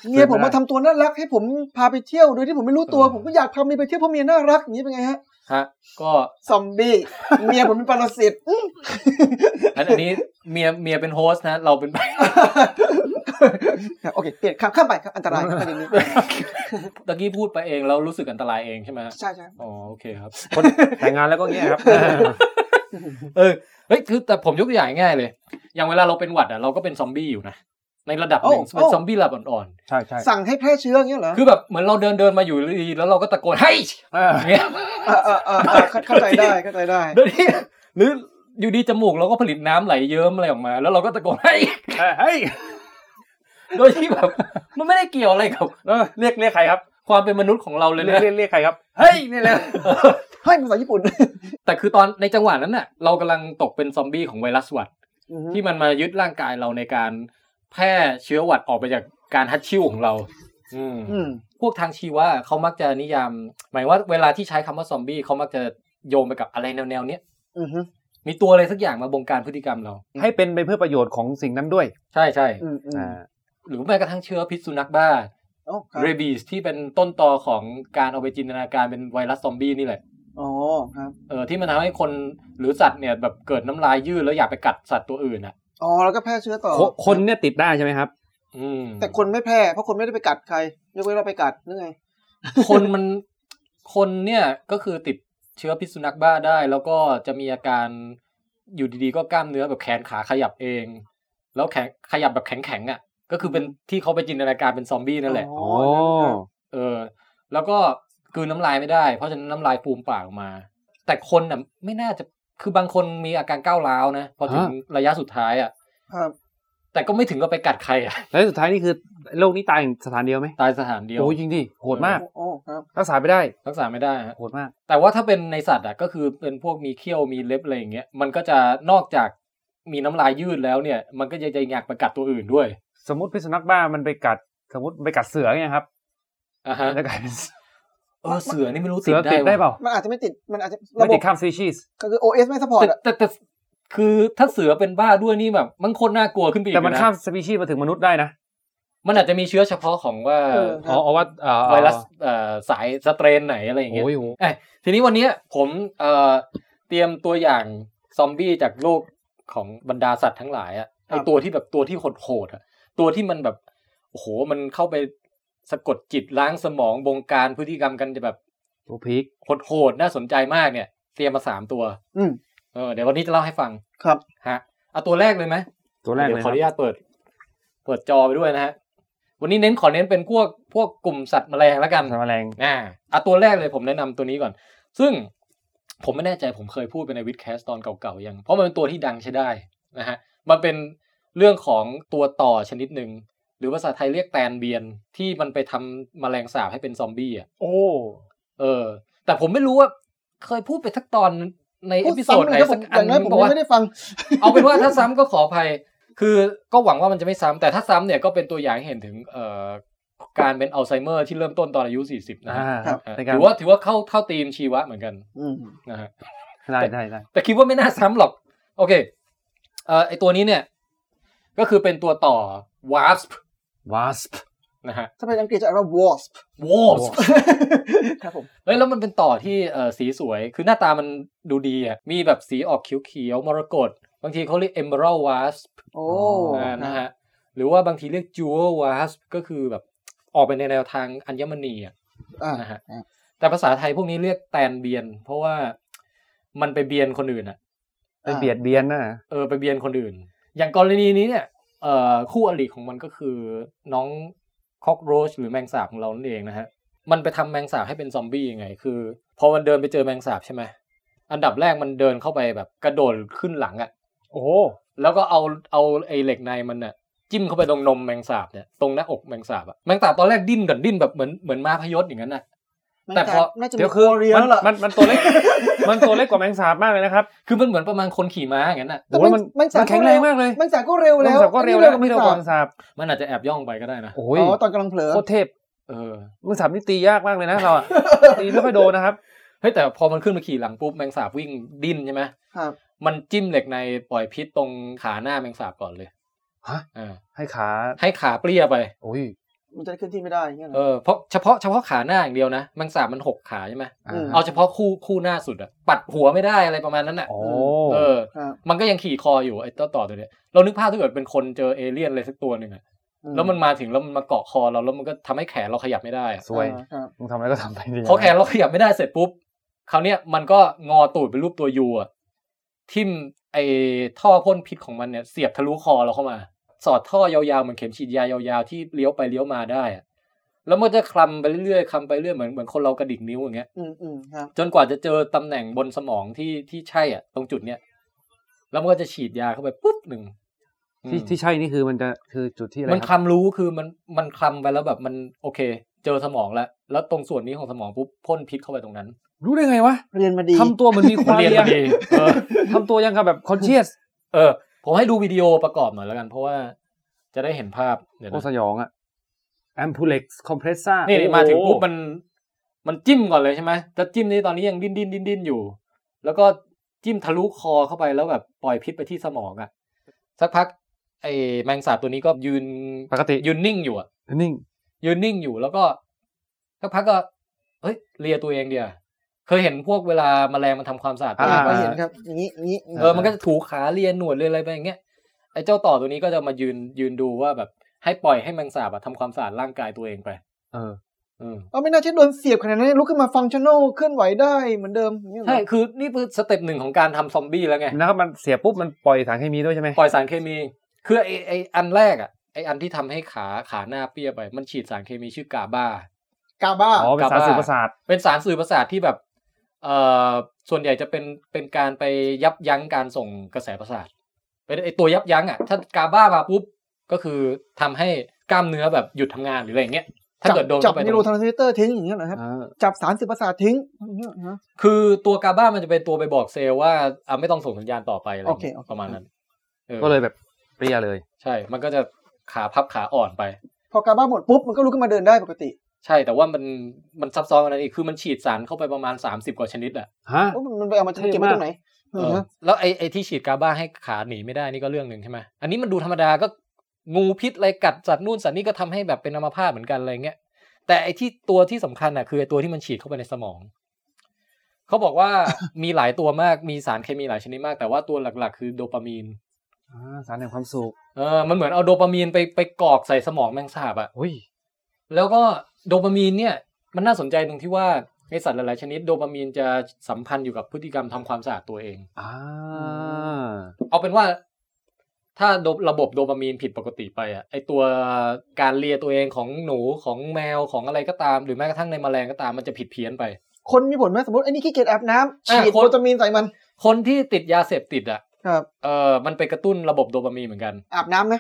Speaker 2: เมียผมมาทำตัวน่ารักให้ผมพาไปเที่ยวโดยที่ผมไม่รู้ตัว
Speaker 1: เออ
Speaker 2: ผมก็อยากพาเมียไปเที่ยวเพราะเมียน่ารักอย่างนี้เป็นไงฮะ
Speaker 1: ฮะก็
Speaker 2: ซอมบี้เมียผมเป็นปรสิต อื้อ
Speaker 1: อันอันนี้เมียเมียเป็นโฮสต์นะ เราเป็น
Speaker 2: โอเคเปลี่ยนข้ามข้ามไปครับอันตรายประเด็นนี้
Speaker 1: ตะกี้พูดไปเองเรารู้สึกอันตรายเองใช่ไหมฮะ
Speaker 2: ใช่ใช่
Speaker 1: อ๋อโอเคครับ
Speaker 3: คนแต่งงานแล้วก็เงี้ยครับ
Speaker 1: เออเฮ้ยคือแต่ผมยกตัวอย่างง่ายเลย อย่างเวลาเราเป็นหวัดอ่ะเราก็เป็นซอมบี้อยู่นะ ในระดับหนึ่งเป็นซอมบี้ระดับอ่อน
Speaker 3: ใช่ ใช่
Speaker 2: สั่งให้แพร่เชื้ออย่างเงี้ยเหรอ
Speaker 1: ๆคือแบบเหมือนเราเดินเดินมาอยู่ดีๆแล้วเราก็ตะโกนเฮ้ยอย่าง เงี้ย
Speaker 2: เออเออเออเออเข้าเข้าใจได้เข้าใจได้
Speaker 1: โดยที่หรืออยู่ดีจมูกเราก็ผลิตน้ำไหลเยิ้มอะไรออกมา แล้วเราก็ตะโกนเฮ้ย
Speaker 3: เฮ้ย
Speaker 1: โดยที่แบบมันไม่ได้เกี่ยวอะไรกับ
Speaker 3: เออเรียกเรียกใครครับ
Speaker 1: ความเป็นมนุษย์ของเราเลย
Speaker 3: เรี ย
Speaker 1: นะ
Speaker 3: กเรียกเรียกใครครับ เฮ้ยนี่แหละ
Speaker 2: ให้ภาษาญี่ปุ่น
Speaker 1: แต่คือตอนในจังหวะนั้นน่ะเรากำลังตกเป็นซอมบี้ของไวรัสหวัด ที่มันมายึดร่างกายเราในการแพร่เชื้อหวัดออกไปจากการฮัตชิวของเรา อืม
Speaker 2: อืม
Speaker 1: พวกทางชีวะเขามักจะนิยาม หมายว่าเวลาที่ใช้คำว่าซอมบี้เขามักจะโยงไปกับอะไรแนวๆเนี้ย
Speaker 2: อืมอืม
Speaker 1: มีตัวอะไรสักอย่างมาบงการพฤติกรรมเรา
Speaker 3: ให้เป็นไปเพื่อประโยชน์ของสิ่งนั้นด้วย
Speaker 1: ใช่ใช่
Speaker 2: อืมอืม
Speaker 3: อ่า
Speaker 1: หรือแม้กระทั่งเชื้อพิษสุนัขบ้า
Speaker 2: โอ้ครับ
Speaker 1: เรบีสที่เป็นต้นตอของการเอาไปจินตนาการเป็นไวรัสซอมบี้นี่แหละ
Speaker 2: อ๋อครับ
Speaker 1: เออที่มันทำให้คนหรือสัตว์เนี่ยแบบเกิดน้ำลายยืดแล้วอยากไปกัดสัตว์ตัวอื่นอ่ะ
Speaker 2: อ๋อแล้วก็แพร่เชื้อต่อ
Speaker 3: คนคนเนี่ยติดได้ใช่ไหมครับ
Speaker 1: อืม
Speaker 2: แต่คนไม่แพร่เพราะคนไม่ได้ไปกัดใคร ยกเว้นเราไปกัดนึกไง
Speaker 1: คนมันคนเนี่ยก็คือติดเชื้อพิษสุนัขบ้าได้ แล้วก็จะมีอาการอยู่ดีๆ ก็กล้ามเนื้อแบบแขนขาขยับเอง แล้วแขนขยับแบบแข็งๆอ่ะ ก็คือเป็นที่เขาไปจินตนาการเป็นซอมบี้นั่นแหละ
Speaker 2: อ๋
Speaker 3: อ๋อ
Speaker 1: เออ แล้วก็กลืนน้ำลายไม่ได้ เพราะฉะนั้นน้ำลายฟูมปากออกมา แต่คนน่ะไม่น่าจะคือบางคนมีอาการก้าวร้าวนะพอถึง
Speaker 3: ฮะ
Speaker 1: ระยะสุดท้ายอ่ะ
Speaker 2: ครับ
Speaker 1: แต่ก็ไม่ถึงกับไปกัดใครอ่ะ
Speaker 3: แล้วสุดท้ายนี่คือโลกนี้ตายอย่างสถานเดียวไหม
Speaker 1: ตายสถานเดียว
Speaker 3: โอ้ยจริงดิโหดมาก
Speaker 2: โอ้ครับ
Speaker 3: รักษาไม่ได้
Speaker 1: รักษาไม่ได้ฮะ
Speaker 3: โหดมาก
Speaker 1: แต่ว่าถ้าเป็นในสัตว์อ่ะก็คือเป็นพวกมีเขี้ยวมีเล็บอะไรอย่างเงี้ยมันก็จะนอกจากมีน้ำลายยืดแล้วเนี่ย มันก็จะจะอยากไปกัดตัวอื่นด้วย
Speaker 3: สมมติพิษสุนัขบ้ามันไปกัด สมมติไปกัดเสือเนี่ยครับ
Speaker 1: อ่ะฮะ
Speaker 3: มันจะกลายเป็น
Speaker 1: เออเสือนี่ไม่รู้
Speaker 3: เสือติด
Speaker 1: วะ
Speaker 3: ได้เปล่า
Speaker 2: มันอาจจะไม่ติดมันอาจจะ
Speaker 3: ไม่
Speaker 2: ระบ
Speaker 3: ติ
Speaker 2: บ
Speaker 3: ดข้ามซีชีส
Speaker 2: ก็คือ OS ไม่สปอร์ต
Speaker 1: แต่
Speaker 2: อะ
Speaker 1: แต่แต่คือถ้าเสือเป็นบ้าด้วยนี่แบบมันโคตรน่ากลัวขึ้นไปอีก
Speaker 3: แต่มัน
Speaker 1: เลยนะ
Speaker 3: ข้ามสปีชีส์มาถึงมนุษย์ได้นะ
Speaker 1: มันอาจจะมีเชื้อเฉพาะของว่า
Speaker 2: เออค
Speaker 3: อ๋
Speaker 2: รั
Speaker 3: อบ เอาว่าเอ่อ
Speaker 1: ไวรัสเอ่อสายสเตรนไหนอะไรอย่างเงี้ย
Speaker 3: โอ้ยโห
Speaker 1: เอ้ยทีนี้วันเนี้ยผมเอ่อเตรียมตัวอย่างซอมบี้จากโลกของบรรดาสัตว์ทั้งหลายอะไอตัวที่แบบตัวที่โหดๆอะ ตัวที่มันแบบโอ้โหมันเข้าไปสะกดจิตล้างสมองบงการพฤติกรรมกันจะแบบ
Speaker 3: โอ้พีค
Speaker 1: โหดๆน่าสนใจมากเนี่ย เตรียมมาสามตัว
Speaker 2: อืม
Speaker 1: เออเดี๋ยววันนี้จะเล่าให้ฟัง
Speaker 2: ครับ
Speaker 1: ฮะเอาตัวแรกเลยไหม
Speaker 3: ตัวแรก
Speaker 1: เดี๋ย
Speaker 3: เล
Speaker 1: วย ขออนุญาตเปิด เปิดจอไปด้วยนะฮะวันนี้เน้นขอเน้นเป็นพวกพวกกลุ่มสัตว์แมลงแล้วกัน
Speaker 3: ทำแมลง
Speaker 1: อ่าเอาตัวแรกเลยผมแนะนำตัวนี้ก่อน ซึ่งผมไม่แน่ใจผมเคยพูดไปในวิดแคสตอนเก่าๆยัง เพราะมันเป็นตัวที่ดังใช้ได้นะฮะมันเป็นเรื่องของตัวต่อชนิดหนึ่ง หรือภาษาไทยเรียกแตนเบียนที่มันไปทำแมลงสาบให้เป็นซอมบี้อ่ะ
Speaker 3: โอ้
Speaker 1: เออ แต่ผมไม่รู้ว่าเคยพูดไปทักตอนในเอ
Speaker 2: พูด
Speaker 1: พิโซด
Speaker 2: ซ้ำ
Speaker 1: ไห
Speaker 2: เล
Speaker 1: น
Speaker 2: ยครับผ
Speaker 1: สั
Speaker 2: ม
Speaker 1: ก
Speaker 2: อ
Speaker 1: อัน
Speaker 2: ย่างน้อยผม
Speaker 1: บอก
Speaker 2: ยัง
Speaker 1: ว่า
Speaker 2: ไม่ได้ฟัง
Speaker 1: เอาเป็นว่าถ้าซ้ำก็ขออภัย คือก็หวังว่ามันจะไม่ซ้ำแต่ถ้าซ้ำเนี่ยก็เป็นตัวอย่างให้เห็นถึงเอ่อการเป็นอัลไซเมอร์ที่เริ่มต้นตอนอายุ 40 นะฮะ
Speaker 3: อ่า
Speaker 2: ครับ
Speaker 1: เออ
Speaker 3: ในการ
Speaker 1: ถือว่าถือว่าเข้าเข้าธีมชีวะเหมือนกัน
Speaker 2: อืม
Speaker 1: นะฮะ
Speaker 3: ได้ได้ได้
Speaker 1: แต่คิดว่าไม่น่าซ้ำหรอก โอเค เอ่อไอตัวนี้เนี่ย ก็คือเป็นตัวต่อ wasp
Speaker 3: วาสป
Speaker 1: นะฮะ
Speaker 2: ถ้าเป็นอังกฤษจะเรียกว่า wasp
Speaker 1: wasp
Speaker 2: ครับผม
Speaker 1: เฮ้ยแล้วมันเป็นต่อที่เอ่อสีสวย คือหน้าตามันดูดีอ่ะ มีแบบสีออกเขียวๆมรกตบางทีเขาเรียก emerald wasp
Speaker 2: โอ้
Speaker 3: อ๋อ
Speaker 1: อ่านะฮะ หรือว่าบางทีเรียก jewel wasp ก็คือแบบออกไปในแนวทางอัญมณีอะ
Speaker 2: อ่า
Speaker 1: นะฮะ แต่ภาษาไทยพวกนี้เรียกแตนเบียน เพราะว่ามันไปเบียนคนอื่นอะ
Speaker 3: ไปเบียดเบียนนะ
Speaker 1: เออไปเบียนคนอื่น อย่างกรณีนี้เนี่ยเอ่อคู่อริของมันก็คือน้องคอกโรชหรือแมงสาบของเรานั่นเองนะฮะ มันไปทำแมงสาบให้เป็นซอมบี้ยังไง คือ พอมันเดินไปเจอแมงสาบใช่ไหม อันดับแรกมันเดินเข้าไปแบบกระโดดขึ้นหลังอะ
Speaker 3: โอ้โห
Speaker 1: แล้วก็เอาเอาไอ้เหล็กในมันน่ะจิ้มเข้าไปตรงนมแมงสาบเนี่ยตรงหน้าอกแมงสาบอะแมงสาบตอนแรกดิ้นก่อนดิ้นแบบเหมือนเหมือนม้าพยศอย่างนั้นน่ะ แต่พอ
Speaker 2: น่าจะมี
Speaker 3: เดี๋ยวคือ
Speaker 2: โคเรีย
Speaker 3: มั
Speaker 2: แล้วล่ะ
Speaker 3: มันมันตัวเล็ก มันตัวเล็กกว่าแมงสาบมากเลยนะครับ
Speaker 1: คือมันเหมือนประมาณคนขี่ม้าอย่างนั้นน่ะ
Speaker 2: แต่
Speaker 3: โอ้
Speaker 2: มั
Speaker 3: โห
Speaker 2: น
Speaker 3: มัน
Speaker 2: มัน
Speaker 3: มั
Speaker 2: สาน
Speaker 3: แข็งแรงมากเลย
Speaker 2: มันจากก็เร็ว
Speaker 3: แม
Speaker 2: แล้
Speaker 3: ง
Speaker 2: ว
Speaker 3: สาบก็เร็วแล้วไม่เร็วกว่า
Speaker 2: อันนี้
Speaker 3: แมงสาบ
Speaker 1: มันอาจจะแอบย่องไปก็ได้นะ
Speaker 3: โอ้
Speaker 2: เร็วกว่า
Speaker 3: โย
Speaker 2: อ๋อตอนกำลังเผลอ
Speaker 3: โคตรเทพ
Speaker 1: เออ
Speaker 3: แมงสาบนี่ตียากมากเลยนะเราอะตีไม่ค่อยโดนนะครับ
Speaker 1: เฮ้ยแต่พอมันขึ้นมาขี่หลังปุ๊บแมงสาบวิ่งดิ้นใช่ไหม
Speaker 2: ครับ
Speaker 1: มันจิ้มเหล็กในปล่อยพิษตรงขาหน้าแมงสาบก่อนเลย
Speaker 3: ฮะ
Speaker 1: เออ
Speaker 3: ให้ขา
Speaker 1: ให้ขาเปรี้ยไป
Speaker 3: โอ้ย
Speaker 2: มันจะเคลื่อนที่ไม่ได้อย่างเงี้ยเหร
Speaker 1: เอ
Speaker 2: อ
Speaker 1: อเพราะเฉพาะเฉพาะขาหน้าอย่างเดียวนะแมงสาบมันหกขาใช่ไหม
Speaker 3: อ่า
Speaker 2: อืม
Speaker 1: เอาเฉพาะคู่คู่หน้าสุดอะปัดหัวไม่ได้อะไรประมาณนั้นอะ
Speaker 3: โอ้
Speaker 1: เออ
Speaker 2: ครับ
Speaker 1: มันก็ยังขี่คออยู่ไอ้ต่อต่อตัวเนี้ยเรานึกภาพถ้าเกิดเป็นคนเจอเอเลี่ยนอะไรสักตัวหนึ่งอะแล้วมันมาถึงแล้วมันมาเกาะคอเราแล้วมันก็ทำให้แขนเราขยับไม่ได้อะ
Speaker 3: สวย
Speaker 2: อ่าครับ
Speaker 3: มึงทำอะไรก็ทำไปดี
Speaker 1: พอแขนเราขยับไม่ได้เสร็จปุ๊บคราวเนี้ยมันก็งอตูดเป็นรูปตัวยูอะทิ่มไอ้ท่อพ่นพิษของมันเนี่ยเสียบทะลุคอเราเข้ามา สอดท่อยาวๆเหมือนเข็มฉีดยายาวๆที่เลี้ยวไปเลี้ยวมาได้อะแล้วมันจะคลำไปเรื่อยๆคลำไปเรื่อยเหมือนเหมือนคนเรากระดิกนิ้วอย่างเงี้ย
Speaker 2: อืมอืมครับ
Speaker 1: จนกว่าจะเจอตำแหน่งบนสมองที่ที่ใช่อ่ะ ตรงจุดเนี้ยแล้วมันก็จะฉีดยาเข้าไปปุ๊บหนึ่ง
Speaker 3: ที่ที่ใช่นี่คือมันจะคือจุดที่อะไร
Speaker 1: มัน
Speaker 3: ค
Speaker 1: ครับ ลำรู้คือมันมันคลำไปแล้วแบบมันโอเค เจอสมองแล้วแล้วตรงส่วนนี้ของสมองปุ๊บพ่นพิษเข้าไปตรงนั้น
Speaker 3: รู้ได้ไงวะ
Speaker 2: เรียนมาดี
Speaker 3: ทำตัวเหมือนมีควา
Speaker 1: เรียนมาดีเออ
Speaker 3: ทำตัวยังกับแบบคอนเชียส
Speaker 1: เออ ผมให้ดูวิดีโอประกอบหน่อยแล้วกัน เพราะว่าจะได้เห็นภาพเดี๋ยว
Speaker 3: โอ
Speaker 1: นะ
Speaker 3: สยองอะแอมพูเล็กคอมเพรสซ่า
Speaker 1: นี่
Speaker 3: นี่
Speaker 1: มาถึงปุ๊บมัน มันจิ้มก่อนเลยใช่ไหมจะจิ้มนี่ตอนนี้ยังดิ้นดิ้นดิ้นดิ้นอยู่ แล้วก็จิ้มทะลุคอเข้าไปแล้วแบบปล่อยพิษไปที่สมองอะสักพัก ไอ้แมงสาบตัวนี้ก็ยืน
Speaker 3: ปกติ
Speaker 1: ยืนนิ่งอยู่อะ
Speaker 3: นิ่ง
Speaker 1: ยืนนิ่งอยู่แล้วก็สักพักก็เฮ้ยเลียตัวเองเดียวเคยเห็นพวกเวลาแมลงมันทำความสะอาดตัวเอง
Speaker 3: อ่า
Speaker 1: ปะ
Speaker 2: ก็เห็นครับอย่างนี้อย่างนี้ย่าง
Speaker 1: เออ มันก็จะถูขาเลียนหนวดเลยอะไรไปอย่างเงี้ย ไอ้เจ้าต่อตัวนี้ก็จะมายืนยืนดูว่าแบบให้ปล่อยให้แมงสาบอะทำความสะอาดร่างกายตัวเองไป
Speaker 3: เออ
Speaker 1: อืม
Speaker 2: เอาไม่น่าเชื่อโดนเสียบขนาดนั้นลุกขึ้นมาฟังชั่นแนลเคลื่อนไหวได้เหมือนเดิมอย่างเงี้ยเหรอ
Speaker 1: ใช่ คือนี่คือสเต็ปหนึ่งของการทำซอมบี้แล้วไง
Speaker 3: นะครับมันเสียปุ๊บมันปล่อยสารเคมีด้วยใช่ไหม
Speaker 1: ปล่อยสารเคมี คือไอ้ไอ้อันแรกอ่ะ ไอ้อันที่ทำให้ขาขาหน้าเปี้ยไป มันฉีดสารเคมีชื่อกาบา
Speaker 2: กาบ้า
Speaker 3: อ๋อเป็นสารสื่อประสาท
Speaker 1: เป็นสารสื่อประสาทที่แบบ เอ่อ ส่วนใหญ่จะเป็นเป็นการไปยับยั้งการส่งกระแสประสาท เป็นไอตัวยับยั้งอ่ะ ถ้ากาบ้ามาปุ๊บ ก็คือทำให้กล้ามเนื้อแบบหยุดทำงานหรืออะไรอย่างเงี้ย ถ้าเกิดโดน
Speaker 2: จับ
Speaker 1: เข้าไปต
Speaker 2: นิ
Speaker 1: ร
Speaker 2: โรง ทรานสมิเตอร์ทิ้งอย่างเงี้ยเหรอครับ
Speaker 3: เออ
Speaker 2: จับสารสื่อประสาททิ้งอย่างเงี้ยเหรอ
Speaker 1: คือตัวกาบ้ามันจะเป็นตัวไปบอกเซลล์ว่าอ่ะไม่ต้องส่งสัญญาณต่อไปอะไรอย่างเงี้ย
Speaker 2: โอเคโอเค
Speaker 1: ประมาณนั้นออ
Speaker 3: ก็เลยแบบเปรี้ยเลย
Speaker 1: ใช่ มันก็จะขาพับขาอ่อนไป
Speaker 2: พอกาบ้าหมดปุ๊บมันก็ลุกขึ้นมาเดินได้ปกติ
Speaker 1: ใช่แต่ว่ามันมันซับซ้อนกว่านั้นอีกคือมันฉีดสารเข้าไปประมาณ 30 กว่าชนิดอ่ะ
Speaker 3: ฮะ
Speaker 2: โอ้ยมันไปเอามา
Speaker 3: เท่มาก
Speaker 2: เก็บไว้ตรงไหน
Speaker 1: เออ
Speaker 2: ฮะ
Speaker 1: แล้วไอ้ไอ้ที่ฉีดกาบ้าให้ขาหนีไม่ได้นี่ก็เรื่องหนึ่งใช่ไหมอันนี้มันดูธรรมดาก็งูพิษอะไรกัดสัตว์นู่นสัตว์นี่ก็ทำให้แบบเป็นอัมพาตเหมือนกันอะไรเงี้ยแต่ไอ้ที่ตัวที่สำคัญอ่ะคือไอ้ตัวที่มันฉีดเข้าไปในสมองเขาบอก ว่า มีหลายตัวมากมีสารเคมีหลายชนิดมาก แต่ว่าตัวหลักๆ คือโดปามีน
Speaker 3: อ่าสารแห่งความสุข
Speaker 1: เออ มันเหมือนเอาโดปามีนไปไปกรอกใส่สมองแมงสาบอะ
Speaker 3: อุ้ย
Speaker 1: แล้วก็โดปามีนเนี่ย มันน่าสนใจตรงที่ว่าในสัตว์หลายๆชนิดโดปามีนจะสัมพันธ์อยู่กับพฤติกรรมทำความสะอาดตัวเอง
Speaker 3: อ่า
Speaker 1: เอาเป็นว่า ถ้าโดระบบโดปามีนผิดปกติไปอะไอตัวการเลียตัวเองของหนูของแมวของอะไรก็ตาม หรือแม้กระทั่งในแมลงก็ตามมันจะผิดเพี้ยนไป
Speaker 2: คนมีผลไหมสมมติไอ้นี่ขี้เกียจอาบน้ำฉีด
Speaker 1: อ่ะคน
Speaker 2: โปรตามีนใส่มัน
Speaker 1: คนที่ติดยาเสพติดอะ
Speaker 2: ครับ
Speaker 1: เออมันไปกระตุ้นระบบโดปามีนเหมือนกัน
Speaker 2: อาบน้ำไหม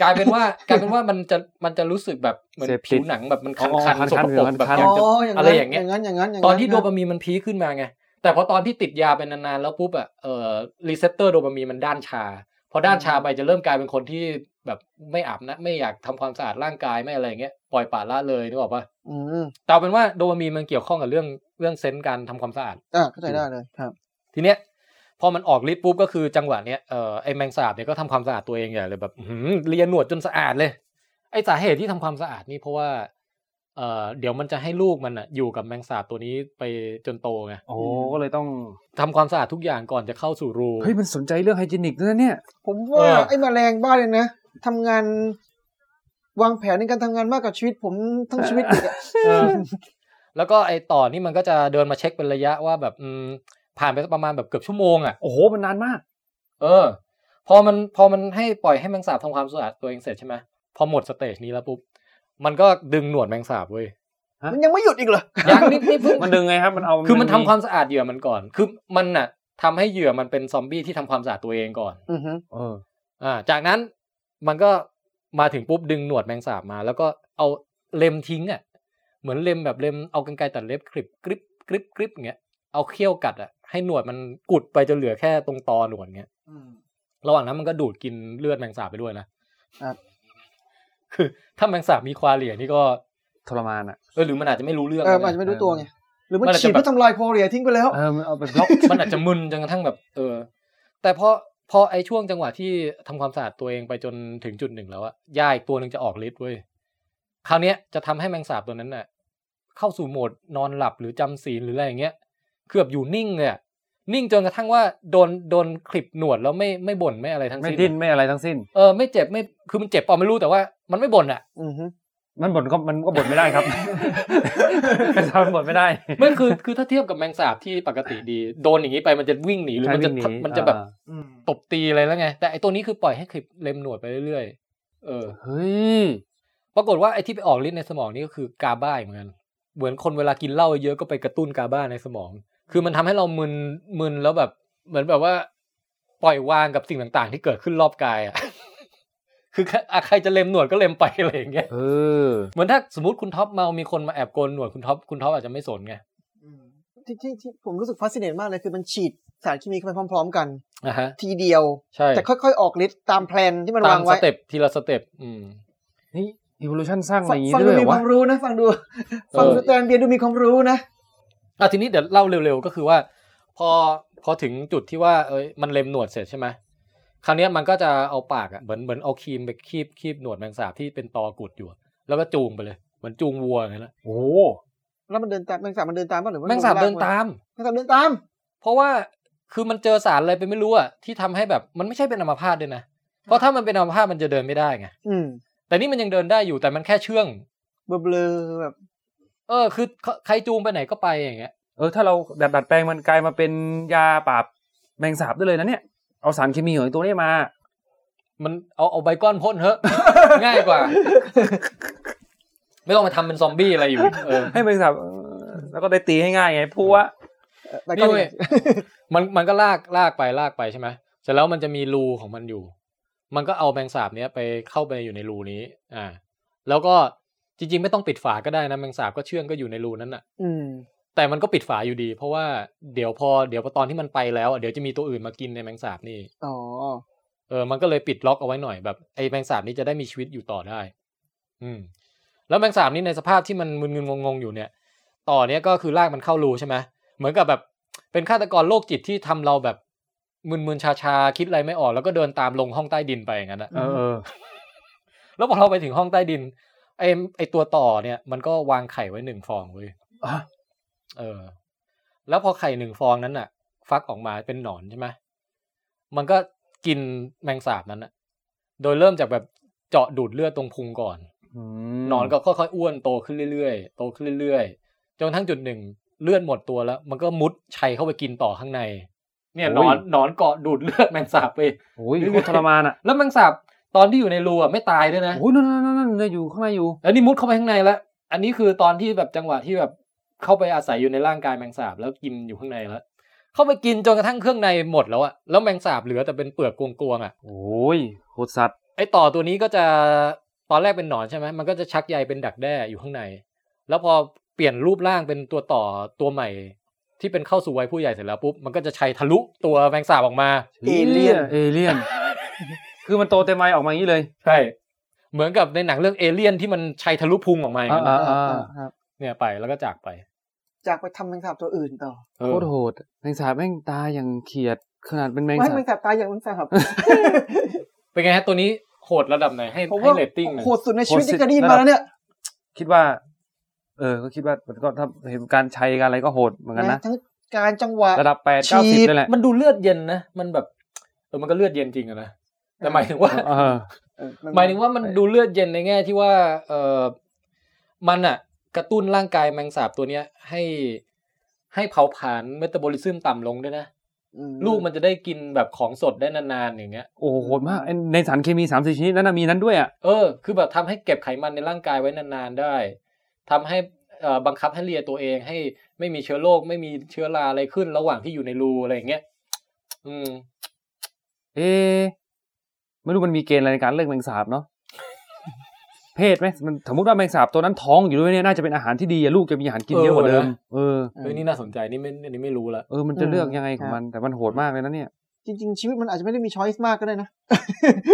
Speaker 1: กลายเป็นว่ากลายเป็นว่ามันจะมันจะรู้สึกแบบเหมือนผิวหนังแบบมันคันคันๆสกปรกแบบ
Speaker 2: อ๋
Speaker 1: อยากจะ
Speaker 2: ออย่าง
Speaker 1: อะไรอย่างเงี้ย
Speaker 2: นั้นอย่างนั้นอย่างนั้น
Speaker 1: ตอนที่
Speaker 2: ะ
Speaker 1: โดปามีนมันพีคขึ้นมาไง แต่พอตอนที่ติดยาไปนานๆ แล้วปุ๊บอะเอ่อรีเซพเตอร์โดปามีนมันด้านชา พอด้านชาไปจะเริ่มกลายเป็นคนที่แบบไม่อาบนะ ไม่อยากทำความสะอาดร่างกายไม่อะไรอย่างเงี้ยปล่อยปละละเลยนึกออกปะ
Speaker 2: อืม
Speaker 1: แต่เอาเป็นว่าโดปามีนมันเกี่ยวข้องกับเรื่องเรื่องเซนส์การทำความสะอาด
Speaker 2: อ่าเข้าใจได้เลยครับ
Speaker 1: ทีเนี้ยพอมันออกฤทธิ์ปุ๊บก็คือจังหวะเนี้ยเอ่อไอแมงสาบเนี่ยก็ทำความสะอาดตัวเองใหญ่เลยแบบอื้อหือเลียหนวดจนสะอาดเลย ไอสาเหตุที่ทำความสะอาดนี่เพราะว่าเอ่อเดี๋ยวมันจะให้ลูกมันอะอยู่กับแมงสาบตัวนี้ไปจนโตไง
Speaker 3: โอ้ก็เลยต้อง
Speaker 1: ทำความสะอาดทุกอย่างก่อนจะเข้าสู่รู
Speaker 3: เฮ้ยมันสนใจเรื่องไฮจีนิกด้วยนะเนี่ย
Speaker 2: ผมว่า
Speaker 1: เออ
Speaker 2: ไอ้แมลงบ้าเลยนะทำงาน วางแผนในการทำงานมากกว่าชีวิตผมทั้งชีวิตอีกอะ
Speaker 1: เออแล้วก็ไอ้ต่อนี่มันก็จะเดินมาเช็คเป็นระยะว่าแบบอืมผ่านไปสักประมาณแบบเกือบชั่วโมงอ่ะ
Speaker 3: โอ้โหมันนานมาก
Speaker 1: เออ พอมันพอมันให้ปล่อยให้แมงสาบทำความสะอาดตัวเองเสร็จใช่ไหมพอหมดสเตจนี้แล้วปุ๊บ มันก็ดึงหนวดแมงสาบเว้ย
Speaker 3: ฮะ
Speaker 2: มันยังไม่หยุดอีกเหรอ
Speaker 1: ยังนี่นี่เพิ่ง
Speaker 3: มันดึงไงครับ มันเอา
Speaker 1: คือมันทำความสะอาดเหยื่อมันก่อน คือมันน่ะทำให้เหยื่อมันเป็นซอมบี้ที่ทำความสะอาดตัวเองก่อน
Speaker 2: อือฮึ
Speaker 3: เออ
Speaker 1: อ่า จากนั้นมันก็มาถึงปุ๊บดึงหนวดแมงสาบมา แล้วก็เอาเล็มทิ้งอ่ะ เหมือนเล็มแบบเล็มเอากรรไกรตัดเล็บคลิปกริบกริบกริบอย่างเงี้ย เอาเขี้ยวกัดอ่ะให้หนวดมันกุดไปจนเหลือแค่ตรงตอหนวดเงี้ย
Speaker 2: อืม
Speaker 1: ระหว่างนั้นมันก็ดูดกินเลือดแมงสาบไปด้วยนะครับ คือถ้าแมงสาบมีควาเหลียนี่ก็
Speaker 3: ทรมานอ่ะ
Speaker 1: เออหรือมันอาจจะไม่รู้เรื่อง
Speaker 2: เออ
Speaker 1: ก็
Speaker 2: มั
Speaker 1: ด้
Speaker 2: นอาจจะไม่รู้ตัวไงหรือมัน
Speaker 1: มันอาจจะ
Speaker 2: ฉีด
Speaker 1: แบบ
Speaker 2: เพื่อทำลายโพเรียทิ้งไปแล้ว
Speaker 3: เออมันเอาไปบล็อก
Speaker 1: มันอาจจะมึนจนกระทั่งแบบ เออ แต่พอพอไอช่วงจังหวะที่ทำความสะอาดตัวเองไปจนถึงจุดหนึ่งแล้วอะยาอีกตัวหนึ่งจะออกฤทธิ์เว้ยคราวเนี้ยจะทำให้แมงสาบตัวนั้นน่ะ เข้าสู่โหมดนอนหลับหรือจำศีลหรืออะไรอย่างเงี้ยคือแบบอยู่นิ่งเลยอะนิ่งจนกระทั่งว่าโดนโดนคลิปหนวดแล้วไม่ไม่บ่นไม่อะไรทั้ง
Speaker 3: ไม่
Speaker 1: สิ้น
Speaker 3: ดิ้นไม่อะไรทั้งสิ้น
Speaker 1: เออไม่เจ็บไม่คือมันเจ็บเปล่าไม่รู้แต่ว่ามันไม่บ่นอะ
Speaker 2: อือฮึ
Speaker 3: มันบ่นก็มันก็บ่นไม่ได้ ครับ มันทำบ่นไม่ได้
Speaker 1: ไม่คือคือถ้าเทียบกับแมงสาบที่ปกติดี โดนอย่างนี้ไปมันจะวิ่งหนีหรือมันจะ
Speaker 3: ใช่วิ่งหนี
Speaker 1: มันจะแบบ
Speaker 3: อ่า
Speaker 2: อืม
Speaker 1: ตบตีอะไรแล้วไง แต่ไอตัวนี้คือปล่อยให้คลิปเล็มหนวดไปเรื่อยๆเออ
Speaker 3: เฮ้ย
Speaker 1: ปรากฏว่าไอที่ไปออกฤทธิ์ในสมองนี่ก็คือกาบ้าอีกเหมือนกันเหมือนคนเวลากินเหล้าเยอะก็ไปกระตุ้นกาบ้าในสมอง คือมันทำให้เรามึนมึนแล้วแบบ เหมือนแบบว่า ปล่อยวางกับสิ่งต่างๆ ที่เกิดขึ้นรอบกายอ่ะ คืออ่ะใครจะเล็มหนวดก็เล็มไปอะไรอย่างเงี้ย
Speaker 3: เออ
Speaker 1: เหมือนถ้าสมมติคุณท็อปเมามีคนมาแอบโกนหนวดคุณท็อปคุณท็อปอาจจะไม่สนไง
Speaker 2: อืมที่ที่ที่ผมรู้สึกฟัสซิเนตมากเลยคือมันฉีดสารเคมีเข้าไปพร้อม ๆ กัน
Speaker 1: นะฮะ
Speaker 2: ทีเดียว
Speaker 1: ใช่
Speaker 2: แต่ค่อยๆ ออกฤทธิ์ตามแพลนที่มั
Speaker 1: ตาว
Speaker 2: นาม ง
Speaker 1: ส
Speaker 2: ไว้
Speaker 1: เต็ปทีละสเต็ปอืม
Speaker 3: นี่ evolution สร้าง
Speaker 2: ฟั
Speaker 3: มาอย่างนี้
Speaker 2: ฟัง
Speaker 3: ด้
Speaker 2: ดู
Speaker 3: วยเหร
Speaker 2: มีคว
Speaker 3: อะ
Speaker 2: วามรู้นะ ฟังดูฟังดู
Speaker 1: เออ
Speaker 2: แตนเบียร์ดูมีความรู้นะ
Speaker 1: อ่ะทีนี้เดี๋ยวเล่าเร็วๆก็คือว่า พอพอถึงจุดที่ว่าเอ้ยมันเล็มหนวดเสร็จใช่ไหมคราวเนี้ยมันก็จะเอาปากอ่ะเหมือนเหมือนเอาครีมไปคีบคีบหนวดแมงสาบที่เป็นตอกุดอยู่อะแล้วก็จูงไปเลยเหมือนจูงวัวอย่างนั้นแหละ
Speaker 3: โอ้
Speaker 2: แล้วมันเดินตามแมงสาบมันเดินตามป่ะหรือว่า
Speaker 1: แมงสาบเดินตาม
Speaker 2: แมงสาบเดินตาม
Speaker 1: เพราะว่าคือมันเจอสารอะไรไปไม่รู้อ่ะที่ทำให้แบบมันไม่ใช่เป็นอัมพาตด้วยนะเพราะถ้ามันเป็นอัมพาตมันจะเดินไม่ได้ไง
Speaker 2: อืม
Speaker 1: แต่นี่มันยังเดินได้อยู่แต่มันแค่เชื่อง
Speaker 2: เบลอๆแบบ
Speaker 1: เออคือใครจูงไปไหนก็ไปอย่างเงี้ย
Speaker 3: เออ ถ้าเราดัดดัดแปลงมันกลายมาเป็นยาปราบแมงสาบได้เลยนะเนี่ย เอาสารเคมีของไอ้ตัวนี้มา
Speaker 1: มันเอาเอาไบก้อนพ่นเถอะ ง่ายกว่า ไม่ต้องมาทำเป็นซอมบี้อะไรอยู่เอ อ
Speaker 3: ให้แมงสาบเออแล้วก็ได้ตีให้ง่ายไงพวะ
Speaker 2: แต่ก็
Speaker 1: นี่เว้ยมันมันก็ลากลากไปลากไปใช่ไหมเสร็จแล้วมันจะมีรูของมันอยู่ มันก็เอาแมงสาบเนี้ยไปเข้าไปอยู่ในรูนี้ อ่า แล้วก็จริง ๆ ไม่ต้องปิดฝาก็ได้นะแมงสาบก็เชื่องก็อยู่ในรูนั้นน่ะ
Speaker 2: อืม
Speaker 1: แต่มันก็ปิดฝาอยู่ดี เพราะว่าเดี๋ยวพอเดี๋ยวพอตอนที่มันไปแล้วอ่ะเดี๋ยวจะมีตัวอื่นมากินในแมงสาบนี่
Speaker 2: อ๋อ
Speaker 1: เออ มันก็เลยปิดล็อกเอาไว้หน่อยแบบไอ้แมงสาบนี้จะได้มีชีวิตอยู่ต่อได้ อืม แล้วแมงสาบนี้ในสภาพที่มันมึนงงงๆอยู่เนี่ย ต่อเนี้ยก็คือลากมันเข้ารูใช่ไหมเหมือนกับแบบเป็นฆาตกรโรคจิตที่ทำเราแบบมึนๆชาๆคิดอะไรไม่ออก แล้วก็เดินตามลงห้องใต้ดินไปอย่างนั้นอะ
Speaker 3: เออเออ
Speaker 1: แล้วพอเราไปถึงห้องใต้ดินไอ้ไอ้ตัวต่อเนี่ย มันก็วางไข่ไว้หนึ่งฟองเว้ย
Speaker 3: อ่ะ
Speaker 1: เออ แล้วพอไข่หนึ่งฟองนั้นอะฟักออกมาเป็นหนอนใช่ไหมมันก็กินแมงสาบนั้นอะโดยเริ่มจากแบบเจาะดูดเลือดตรงพุงก่อน
Speaker 3: ม
Speaker 1: หนอนก็ค่อยๆอ้วนโตขึ้นเรื่อยๆ โตขึ้นเรื่อยๆ จนกระทั้งจุดหนึ่งเลือดหมดตัวแล้ว มันก็มุดชัยเข้าไปกินต่อข้างใน เนี่ยหนอนหนอนเกาะดูดเลือดแมงสาบไป
Speaker 3: โอ้ยโคตรทรมานอ่ะ
Speaker 1: แล้วแมงสาบตอนที่อยู่ในรูอ่ะไม่ตายด้วยนะ
Speaker 3: โอ้ยนั่นนั่นนั่นนั่นเนี่ยอยู่ข้างในอยู่
Speaker 1: แล้วนี่มุดเข้าไปข้างในแล้ว อันนี้คือตอนที่แบบจังหวะที่แบบเข้าไปอาศัยอยู่ในร่างกายแมงสาบแล้วกินอยู่ข้างในแล้ว เข้าไปกินจนกระทั่งเครื่องในหมดแล้วอะแล้วแมงสาบเหลือแต่เป็นเปลือกกวงๆอะ
Speaker 3: โอ้ยโคตรสัตว์
Speaker 1: ไอ้ต่อตัวนี้ก็จะตอนแรกเป็นหนอนใช่ไหมมันก็จะชักใยเป็นดักแด้อยู่ข้างใน แล้วพอเปลี่ยนรูปร่างเป็นตัวต่อตัวใหม่ ที่เป็นเข้าสู่วัยผู้ใหญ่เสร็จแล้วปุ๊บมันก็จะชัยทะลุตัวแมงสาบออกมา
Speaker 2: เอเลี่ยน
Speaker 3: เอเลี่ยน คือมันโตเต็มวัยออกมาอย่างนี้เลย
Speaker 1: ใช่เหมือนกับในหนังเรื่องเอเลี่ยนที่มันชัยทะลุพุงออกมาอย่างนั้น
Speaker 3: อ่า
Speaker 1: นะ
Speaker 2: ครับ
Speaker 1: เนี่ยไปแล้วก็จากไป
Speaker 2: จากไปทำแมงสาบตัวอื่นต่อ
Speaker 1: เอ
Speaker 3: โค
Speaker 1: อ
Speaker 3: ตรโหด แมงสาบแม่งตายอย่างเขียด ขนาดเป็นแมง
Speaker 2: ไม่ให้
Speaker 3: สาบ
Speaker 2: แมงสาบตายอย่างแมงสาบ
Speaker 1: เป็นไงฮะตัวนี้โหดระดับไหนให้
Speaker 2: ผม
Speaker 1: ให้
Speaker 2: ว่า
Speaker 1: เรตติ้งหน่อย
Speaker 2: โหดสุดในชีวิต
Speaker 3: โหดสุด
Speaker 2: ที่เคยได้ยินมาแล้วเนี่ย
Speaker 3: คิดว่า เออ ก็คิดว่ามันก็ถ้าเห็นการใช้การอะไรก็โหดเหมือนกันนะ
Speaker 2: ทั้งการจังหวะ
Speaker 3: ระดับแปด
Speaker 2: ฉี
Speaker 3: เก้าสิบ
Speaker 2: ด
Speaker 3: นี่แหละ
Speaker 1: มันดูเลือดเย็นนะ มันแบบเออมันก็เลือดเย็นจริงอะนะ แต่หมายถึงว่า
Speaker 3: เออ
Speaker 2: เออ
Speaker 1: หมายถึงว่ามันดูเลือดเย็นในแง่ที่ว่าเออมันอะกระตุ้นร่างกายแมงสาบตัวเนี้ย ให้ให้เผาผลาญเมตาบอลิซึมต่ำลงด้วยนะ
Speaker 2: อื
Speaker 1: ลูกมันจะได้กินแบบของสดได้นานๆอย่างเงี้ย
Speaker 3: โอ้โหโหดมากไอ้ในสารเคมีสามสี่ชนิดนั้นนะมีนั้นด้วยอ่ะ
Speaker 1: เออ คือแบบทำให้เก็บไขมันในร่างกายไว้นานๆได้ทำให้เอ่อบังคับให้เลียตัวเองให้ไม่มีเชื้อโรคไม่มีเชื้อราอะไรขึ้นระหว่างที่อยู่ในรูอะไรอย่างเงี้ย อืม
Speaker 3: เอ๊ะไม่รู้มันมีเกณฑ์อะไรในการเลือกแมงสาบเนาะ เพศไหมมันสมมติว่าแมงสาบตัวนั้นท้องอยู่ด้วยเนี่ยน่าจะเป็นอาหารที่ดีอะลูกจะมีอาหารกินเยอะกว่าเดิม เออ
Speaker 1: เฮ้ยนี่น่าสนใจนี่ไม่อันนี่ไม่รู้ละ
Speaker 3: เออ มันจะเลือกยังไงของมัน แต่มันโหดมากเลยนะเนี่ย
Speaker 2: จริงๆ ชีวิตมันอาจจะไม่ได้มีช้อยส์มากก็ได้นะ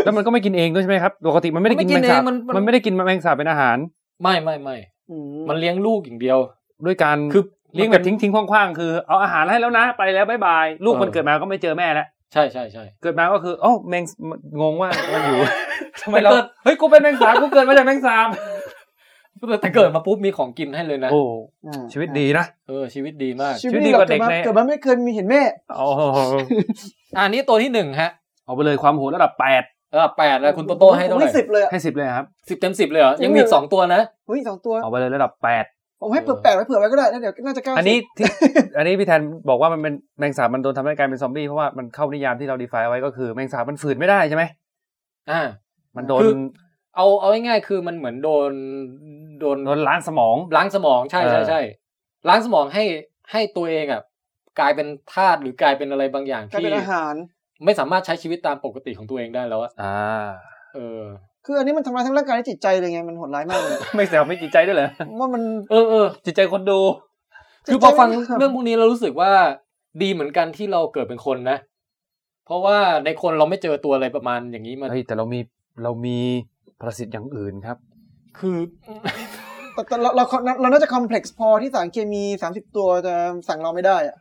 Speaker 3: แล้วมันก็ไม่กินเองด้วยใช่ไหมครับ ปกติมันไม่ได้กินแมงสาบ
Speaker 1: มัน
Speaker 3: มันไม่ได้กินแมงสาบเป็นอาหาร
Speaker 1: ไม่ไม่ไม่
Speaker 2: อื
Speaker 1: มันเลี้ยงลูกอย่างเดียว
Speaker 3: ด้วยการ
Speaker 1: คือ
Speaker 3: เลี้ยงแบบทิ้งทิ้งๆคว่างๆ คือ เอาอาหารให้แล้วนะ ไปแล้วบายบาย ลูกมันเกิดมาก็ไม่เจอแม่แล้ว
Speaker 1: ใช่ใช่ใช่
Speaker 3: เกิดมาก็คือเอ้าแมงงงว่ามันอยู่ ทำไมเรา เฮ้ย กูเป็นแมงสาบ กูเกิดมาจากแมงสาบ
Speaker 1: แต่เกิดมาปุ๊บมีของกินให้เลยนะ
Speaker 3: โอ้
Speaker 2: อ่า
Speaker 3: ชีวิตดีนะ
Speaker 1: เออ ชีวิตดีมาก
Speaker 2: ชีวิตดีกว่าเด็ก
Speaker 3: ชีวิตดีกว่าเด็กใน
Speaker 2: เกิดมาไม่เคยมีเห็นแม่
Speaker 3: เอา
Speaker 1: อันนี้ตัวที่หนึ่งฮะ
Speaker 3: เอาไปเลยความโหดระดับแปด
Speaker 1: เออแปดแล้วคุณโตโต้ให้เท่าไหร่
Speaker 2: ผมสิบเลยอะ
Speaker 3: ให้สิบเลยครับ
Speaker 1: สิบเต็มสิบเลยเหรอ ยังมีอีกสองตัวนะ
Speaker 2: เฮ้ยสองตัว
Speaker 3: เอาไปเลยระดับแปด
Speaker 2: ผมให้เปิดแปดไว้เผื่อไว้ก็ได้นะเดี๋ยวน่าจะเก้า
Speaker 3: อันนี้ที่ อันนี้พี่แทนบอกว่ามันเป็นแมงสาบมันโดนทำให้กลายเป็นซอมบี้เพราะว่ามันเข้านิยามที่เราดีไฟไว้ก็คือแมงสาบมันฝืนไม่ได้ใช่ไหม
Speaker 1: อ่า
Speaker 3: มันโดน
Speaker 1: คือ เอาเอาง่ายๆคือมันเหมือนโดนโดน
Speaker 3: โดนล้างสมอง
Speaker 1: ล้างสมองใช่ใช่ใช่ล้างสมองให้ให้ตัวเองอ่ะกลายเป็นธาตุหรือกลายเป็นอะไรบางอย่าง
Speaker 2: กลาย
Speaker 1: ที่
Speaker 2: เป็นอาหาร
Speaker 1: ไม่สามารถใช้ชีวิตตามปกติของตัวเองได้แล้วอะ
Speaker 3: อ่า
Speaker 1: เออ
Speaker 2: คืออันนี้มันทำลายทั้งร่างกายและจิตใจเลยไงมันโหดร้ายมากเลย
Speaker 3: ไม่แซวไม่จิตใจด้วยเหรอ
Speaker 2: ผมว่ามัน
Speaker 1: เออเออ
Speaker 3: จิตใจคนดู
Speaker 1: คือพอฟัง
Speaker 2: จิตใจมัน
Speaker 1: เรื่องพวกนี้เรารู้สึกว่าดีเหมือนกันที่เราเกิดเป็นคนนะ เพราะว่าในคนเราไม่เจอตัวอะไรประมาณอย่างนี้มา
Speaker 3: เฮ้ยแต่เรามีเรามีประสิทธิ์อย่างอื่นครับ
Speaker 1: คือ
Speaker 2: แต่แต่เราเราเราน่าจะคอมเพล็กซ์พอที่สารเคมีสามสิบตัวจะสั่งเราไม่ได้อะ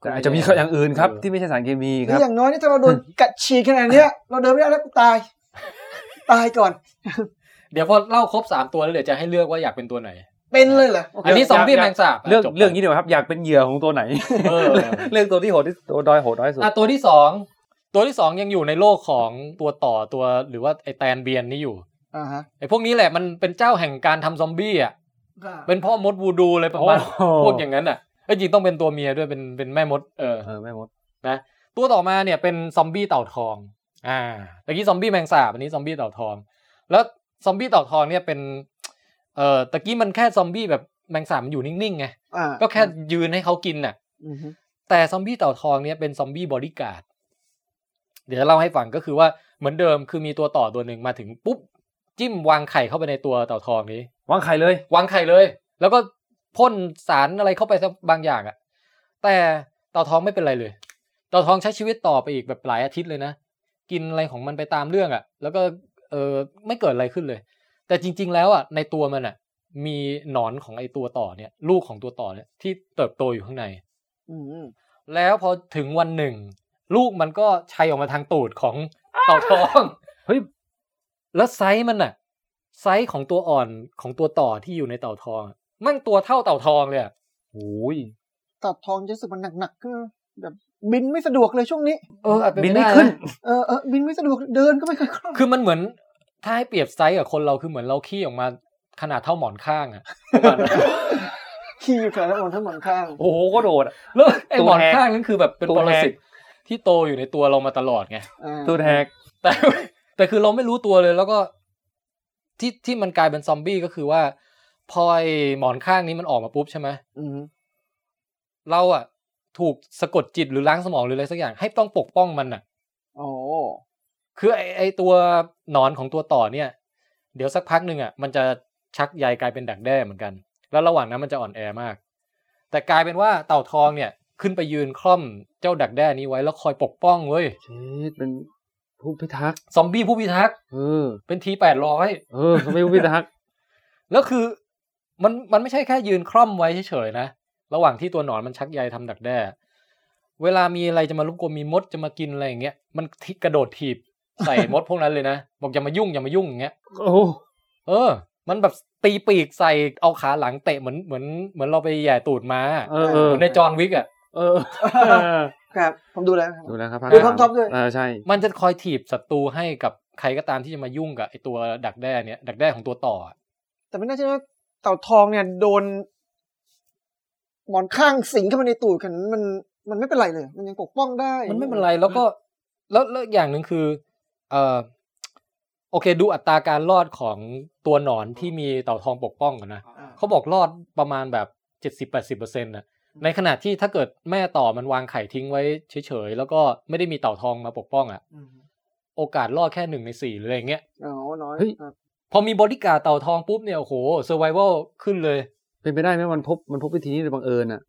Speaker 3: แต่อาจจะมีอย่างอื่นครับ
Speaker 1: เออ
Speaker 3: ที่ไม่ใช่สารเคมี
Speaker 2: ห
Speaker 3: ค
Speaker 2: รื
Speaker 3: รั
Speaker 2: อบ อย่างน้อยนี่ถ้าเราโดนกัดฉีกขนาดเนี้ย เราเดินไม่ได้แล้วกูตาย ตายก่อน
Speaker 1: เดี๋ยวพอเล่าครบสามตัวแล้วเดี๋ยวจะให้เลือกว่าอยากเป็นตัวไหน
Speaker 2: เป็นเลยเหรอโอเค
Speaker 1: อันนี้ซอมบี้
Speaker 3: อยาก
Speaker 1: แมงสาบะ
Speaker 3: เรื่อง
Speaker 1: จบไป
Speaker 3: เรื่องนี้เดี๋ยวาครับอยากเป็นเหยื่อของตัวไหน
Speaker 1: เออ
Speaker 3: เรื่องตัวที่โหดที่ตัวดอยโหดน้อยสุด
Speaker 1: อ่ะตัวที่สองตัวที่สองยังอยู่ในโลกของตัวต่อตัวหรือว่าไอแตนเบียนนี่อยู่
Speaker 2: อ่าฮะ
Speaker 1: ไอพวกนี้แหละมันเป็นเจ้าแห่งการทำซอมบี้อ่ะเป็นพ่อมดวูดูเลยประมาณ
Speaker 3: โอ้
Speaker 1: พวกอย่างนั้นอ่ะเอ้ยจริงต้องเป็นตัวเมียด้วยเป็นเป็นแม่มดเออ
Speaker 3: เออแม่มด
Speaker 1: ตัวต่อมาเนี่ยเป็นซอมบี้เต่าทองอ่าเมื่อกี้ซอมบี้แมงสาบอันนี้ซอมบี้เต่าทอง แล้วซอมบี้เต่าทองเนี่ยเป็นเอ่อตะกี้มันแค่ซอมบี้แบบแมงสาบมันอยู่นิ่งๆไง
Speaker 2: อ่า
Speaker 1: ก็แค่ยืนให้เขากินน่ะ
Speaker 2: อือฮึ
Speaker 1: แต่ซอมบี้เต่าทองเนี่ยเป็นซอมบี้บอดี้การ์ด เดี๋ยวจะเล่าให้ฟังก็คือว่าเหมือนเดิมคือมีตัวต่อตัวหนึ่งมาถึงปุ๊บ จิ้มวางไข่เข้าไปในตัวเต่าทองนี้
Speaker 3: วางไข่เลยว
Speaker 1: างไข่เลย แล้วก็พ่นสารอะไรเข้าไปสักบางอย่างอะแต่เต่าทองไม่เป็นไรเลย เต่าทองใช้ชีวิตต่อไปอีกแบบหลายอาทิตย์เลยนะ กินอะไรของมันไปตามเรื่องอะแล้วก็เออไม่เกิดอะไรขึ้นเลย แต่จริง ๆ แล้วอะในตัวมันอะมีหนอนของไอตัวต่อเนี่ย ลูกของตัวต่อเนี่ยที่เติบโตอยู่ข้างใน
Speaker 2: อืม
Speaker 1: แล้วพอถึงวันหนึ่ง ลูกมันก็ชัยออกมาทางตูดของเต่าทอง
Speaker 3: เฮ้ย
Speaker 1: แล้วไซส์มันน่ะ ไซส์ของตัวอ่อนของตัวต่อที่อยู่ในเต่าทองอะแมั่งตัวเท่าเต่าทองเลยอะ
Speaker 3: โอ้ย
Speaker 2: ตับทองจะรู้สึกมันหนักๆก็แบบบินไม่สะดวกเลยช่วงนี้
Speaker 1: เอออาจเป็
Speaker 3: บิน
Speaker 1: ป
Speaker 3: ไม่
Speaker 1: ด้ะ
Speaker 3: ขึ้น
Speaker 2: เออเออบินไม่สะดวกเดินก็ไม่ค่อยคล่อง
Speaker 1: คือมันเหมือน ถ้าให้เปรียบไซส์กับคนเราคือเหมือนเราขี้ออกมาขนาดเท่าหมอนข้างอะ
Speaker 2: ขี่อยู่ขนาดนั้นหมดทั้งหมดข้าง
Speaker 3: โอ้โหก็โดดอะ
Speaker 1: แล้วไอ้
Speaker 3: ตั
Speaker 1: ห
Speaker 3: ว
Speaker 1: มอน
Speaker 3: แหก
Speaker 1: ข้างนั่นคือแบบเป็น
Speaker 3: ตัว
Speaker 1: ปร
Speaker 3: แหก
Speaker 1: สิตที่โตอยู่ในตัวเรามาตลอดไง
Speaker 2: อ่า
Speaker 3: ตัวแทก
Speaker 1: แต่ แต่คือเราไม่รู้ตัวเลยแล้วก็ที่ที่มันกลายเป็นซอมบี้ก็คือว่า พอไอ้หมอนข้างนี้มันออกมาปุ๊บใช่ไหม
Speaker 2: อืม
Speaker 1: เราอ่ะ ถูกสะกดจิตหรือล้างสมองหรืออะไรสักอย่างให้ต้องปกป้องมันอ่ะ
Speaker 2: โอ้
Speaker 1: คือไอ้ไอ้ตัวหนอนของตัวต่อเนี่ย เดี๋ยวสักพักหนึ่งอ่ะมันจะชักใยกลายเป็นดักแด้เหมือนกัน แล้วระหว่างนั้นมันจะอ่อนแอมาก แต่กลายเป็นว่าเต่าทองเนี่ย ขึ้นไปยืนคล่อมเจ้าดักแด้นี้ไว้แล้วคอยปกป้องเว้ย
Speaker 3: เชดเป็นผู้พิทักษ์
Speaker 1: ซอมบี้ผู้พิทักษ์
Speaker 3: เออ
Speaker 1: เป็นทีแปดร้อย
Speaker 3: เออไม่ผู้พิทักษ์
Speaker 1: แล้วคือมันมันไม่ใช่แค่ยืนคล่อมไว้เฉยๆนะ ระหว่างที่ตัวหนอนมันชักใยทำดักแด้ เวลามีอะไรจะมารบกวนมีมดจะมากินอะไรอย่างเงี้ยมันทิกระโดดถีบใส่ มดพวกนั้นเลยนะบอกอย่ามายุ่งอย่ามายุ่งอย่างเงี้ย
Speaker 3: โอ้โห
Speaker 1: เออ มันแบบตีปีกใส่เอาขาหลังเตะเหมือนเหมือนเหมือนเราไปแหย่ตูดมา
Speaker 3: เออเออ
Speaker 1: เหมือนในจอห์นวิกอ่ะ
Speaker 3: เออ
Speaker 2: ครับ ผมดูแล้วครับ
Speaker 3: ดูแล้วครับภาค
Speaker 2: ดูท็อปๆด้วย
Speaker 3: เออใช่
Speaker 1: มันจะคอยถีบศัตรูให้กับใครก็ตามที่จะมายุ่งกับไอตัวดักแด้เนี่ย ดักแด้ของตัวต่ออะ
Speaker 2: แต่ไม่น่าเชื่อว่าเต่าทองเนี่ยโดน หมอนข้างสิงเข้ามาในตูดขนาดนั้นมันมันไม่เป็นไรเลย มันยังปกป้องได้
Speaker 1: มันไม่เป็นไรแล้วก็แล้วแล้วอย่างหนึ่งคือ เออโอเคดูอัตราการรอดของตัวหนอนที่มีเต่าทองปกป้องกันนะ
Speaker 2: อ่า
Speaker 1: เขาบอกรอดประมาณแบบเจ็ดสิบแปดสิบเปอร์เซ็นต์นะในขณะที่ถ้าเกิดแม่ต่อมันวางไข่ทิ้งไว้เฉยๆ แล้วก็ไม่ได้มีเต่าทองมาปกป้องอะ่ะ
Speaker 2: อืม
Speaker 1: โอกาสรอดแค่หนึ่งในสี่หรืออะไรอย่างเงี้ย
Speaker 2: อ๋อน้อย
Speaker 3: เฮ้ย
Speaker 2: ครับ
Speaker 1: พอมีบริการดเต่าทองปุ๊บเนี่ย โอ้โหเซอร์ไวเวลขึ้นเลย
Speaker 3: เป็นไปได้ไหมมันพบมันพบวิธีนี้โดยบังเอิญอ่ะ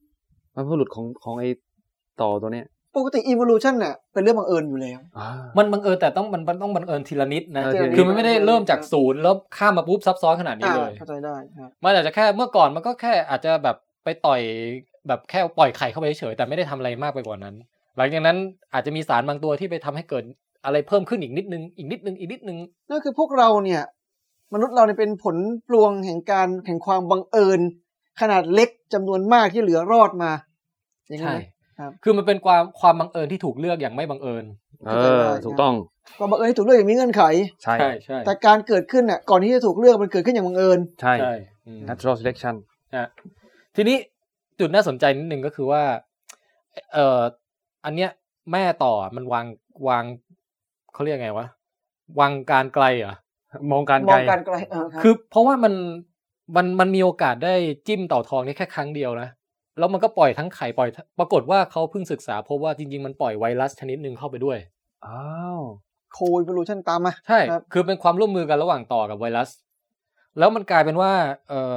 Speaker 3: มันพบหลุดของของไอ้ต่อตัวเนี้ย
Speaker 2: ปกติ evolution เนี่ยเป็นเรื่องบังเอิญอยู่แล้ว
Speaker 1: มันบังเอิญแต่ต้องมันมันต้องบังเอิญทีละนิดนะ
Speaker 3: เออ
Speaker 2: เจอ
Speaker 1: คือมันไม่ได้เริ่มจากศูนย์แล้วข้ามมาปุ๊บซับซ้อนขนาดนี้
Speaker 2: อ่า
Speaker 1: เลย
Speaker 2: เข้าใจได้ครับ
Speaker 1: มันอาจจะแค่เมื่อก่อนมันก็แค่อาจจะแบบไปต่อยแบบแค่ปล่อยไข่เข้าไปเฉยๆแต่ไม่ได้ทำอะไรมากไปกว่านั้น หลังจากนั้นอาจจะมีสารบางตัวที่ไปทำให้เกิดอะไรเพิ่มขึ้นอีกนิดนึงอีกนิดนึงอีกนิดนึง
Speaker 2: นั่นคือพวกเราเนี่ย มนุษย์เราเนี่ยเป็นผลพลวงแห่งการแห่งความบังเอิญ ขนาดเล็กจำนวนมากที่เหลือรอดมา อย่างนี้
Speaker 1: ใช่
Speaker 2: นไหม ครับ
Speaker 1: คือมันเป็นความความบังเอิญที่ถูกเลือกอย่างไม่บังเอิญ
Speaker 3: เออ ถูกต้อง
Speaker 2: ความบังเอิญที่ถูกเลือกอย่างมีเงื่อนไข
Speaker 3: ใช่
Speaker 1: ใช่ใช่
Speaker 2: แต่การเกิดขึ้นเนี่ยก่อนที่จะถูกเลือกมันเกิดขึ้นอย่างบังเอิญ
Speaker 3: ใช่
Speaker 1: ใช่อืม
Speaker 3: natural selection
Speaker 1: ฮะทีนี้จุดน่าสนใจนิดนึงก็คือว่า เอ่ออันเนี้ยแม่ต่อมันวางวางเขาเรียกไงวะวางการไกลเหรอ
Speaker 3: มองการ
Speaker 2: ม
Speaker 3: ไก
Speaker 2: อ
Speaker 3: ล
Speaker 2: งการไกลเออครับ
Speaker 1: คือเพราะว่ามันมันมันมีโอกาสได้จิ้มเต่าทองนี่แค่ครั้งเดียวนะแล้วมันก็ปล่อยทั้งไข่ปล่อยทั้งปรากฏว่าเขาเพิ่งศึกษาพบว่าจริง ๆ มันปล่อยไวรัสชนิดหนึ่งเข้าไปด้วย
Speaker 3: อ้าว
Speaker 2: โคอิวลูชันตามมา
Speaker 1: ใช่
Speaker 2: ครับ
Speaker 1: คือเป็นความร่วมมือกันระหว่างต่อกับไวรัส แล้วมันกลายเป็นว่าเออ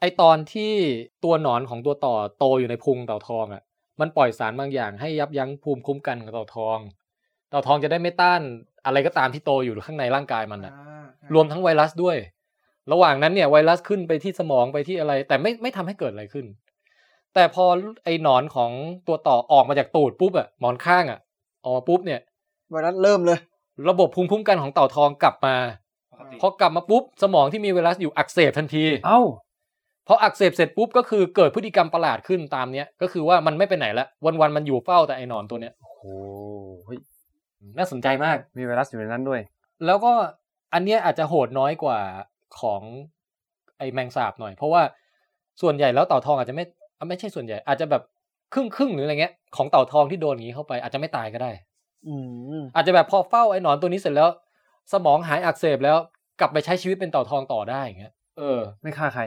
Speaker 1: ไอตอนที่ตัวหนอนของตัวต่อโตอยู่ในพุงเต่าทองอะ่ะมันปล่อยสารบางอย่างให้ยับยั้งภูมิคุ้มกันของเต่าทองเต่าทองจะได้ไม่ต้านอะไรก็ตามที่โตอยู่ข้างในร่างกายมันอ่ะ รวมทั้งไวรัสด้วย ระหว่างนั้นเนี่ยไวรัสขึ้นไปที่สมองไปที่อะไร แต่ไม่ไม่ทำให้เกิดอะไรขึ้น แต่พอไอ้หนอนของตัวต่อออกมาจากตูดปุ๊บอะหมอนข้างอะออกมาปุ๊บเนี่ย
Speaker 2: ไวรัสเริ่มเลย
Speaker 1: ระบบภูมิคุ้มกันของเต่าทองกลับมา พอกลับมาปุ๊บสมองที่มีไวรัสอยู่อักเสบทันที
Speaker 3: เอ้า
Speaker 1: พออักเสบเสร็จปุ๊บก็คือเกิดพฤติกรรมประหลาดขึ้นตามเนี้ยก็คือว่ามันไม่ไปไหนละวันวันๆมันอยู่เฝ้าแต่ไอ้หนอนตัวเนี้ย
Speaker 3: โอ้เฮ้ย
Speaker 1: น่าสนใจมาก
Speaker 3: มีไวรัสอยู่ในนั้นด้วย
Speaker 1: แล้วก็อันเนี้ยอาจจะโหดน้อยกว่าของไอแมงสาบหน่อย เพราะว่าส่วนใหญ่แล้วเต่าทองอาจจะไม่อ่ะไม่ใช่ส่วนใหญ่ อาจจะแบบครึ่งครึ่งๆหรืออะไรเงี้ยของเต่าทองที่โดนอย่างนี้เข้าไปอาจจะไม่ตายก็ได้
Speaker 2: อืม
Speaker 1: อาจจะแบบพอเฝ้าไอ้หนอนตัวนี้เสร็จแล้ว สมองหายอักเสบแล้วกลับไปใช้ชีวิตเป็นเต่าทองต่อได้อย่างเงี้ยเออ
Speaker 3: ไม่ฆ่าใคร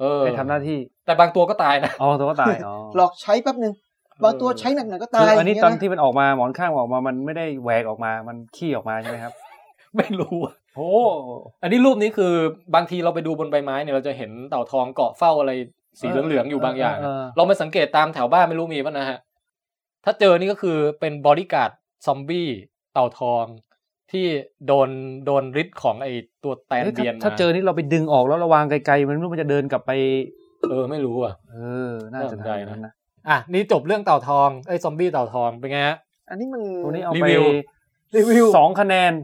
Speaker 1: เออ
Speaker 3: ไม่ทำหน้าที่
Speaker 1: แต่บางตัวก็ตายนะ
Speaker 3: อ๋อตัวก็ตายอ๋อ
Speaker 2: หลอกใช้แป๊บหนึ่งบางตัวใช้หนักๆก็ตา
Speaker 3: คื
Speaker 2: ย
Speaker 3: ออันนี้
Speaker 2: ย่าง
Speaker 3: ตอน
Speaker 2: เงี้ยะ
Speaker 3: ที่มันออกมาหมอนข้างออกมามันไม่ได้แหวกออกมามันขี้ออกมาใช่ไหมครับ
Speaker 1: ไม่รู้อะ
Speaker 3: โอ้
Speaker 1: อันนี้รูปนี้คือบางทีเราไปดูบนใบไม้เนี่ยเราจะเห็นเต่าทองเกาะเฝ้าอะไรสีเหลืองๆอยู่บางอย่าง
Speaker 3: เอ
Speaker 1: เราไปสังเกตตามแถวบ้านไม่รู้มีป่ะนะฮะ ถ้าเจอนี่ก็คือเป็นบริการดซอมบี้เต่าทองที่โดนโดนฤทธิ์ของไอตัวแตน
Speaker 3: เอ้ยถ้า
Speaker 1: เบียนม
Speaker 3: ถ้าเจอนี่เราไปดึงออกแล้วระวางไกลๆมันไม่รู้มันจะเดินกลับไป
Speaker 1: เออไม่รู้อ่ะ
Speaker 3: เออ น่าจะ
Speaker 1: น่าสนใจนะ
Speaker 3: ทำอย่างนั้นนะ
Speaker 1: อ่ะนี่จบเรื่องเต่าทองไอยซอมบี้เต่าทองเป็นไงฮะ
Speaker 2: อันนี้มัน
Speaker 3: ตัวนี้เอา
Speaker 1: รี
Speaker 3: ไป
Speaker 1: วิว
Speaker 2: รีวิว
Speaker 3: สองคะแนน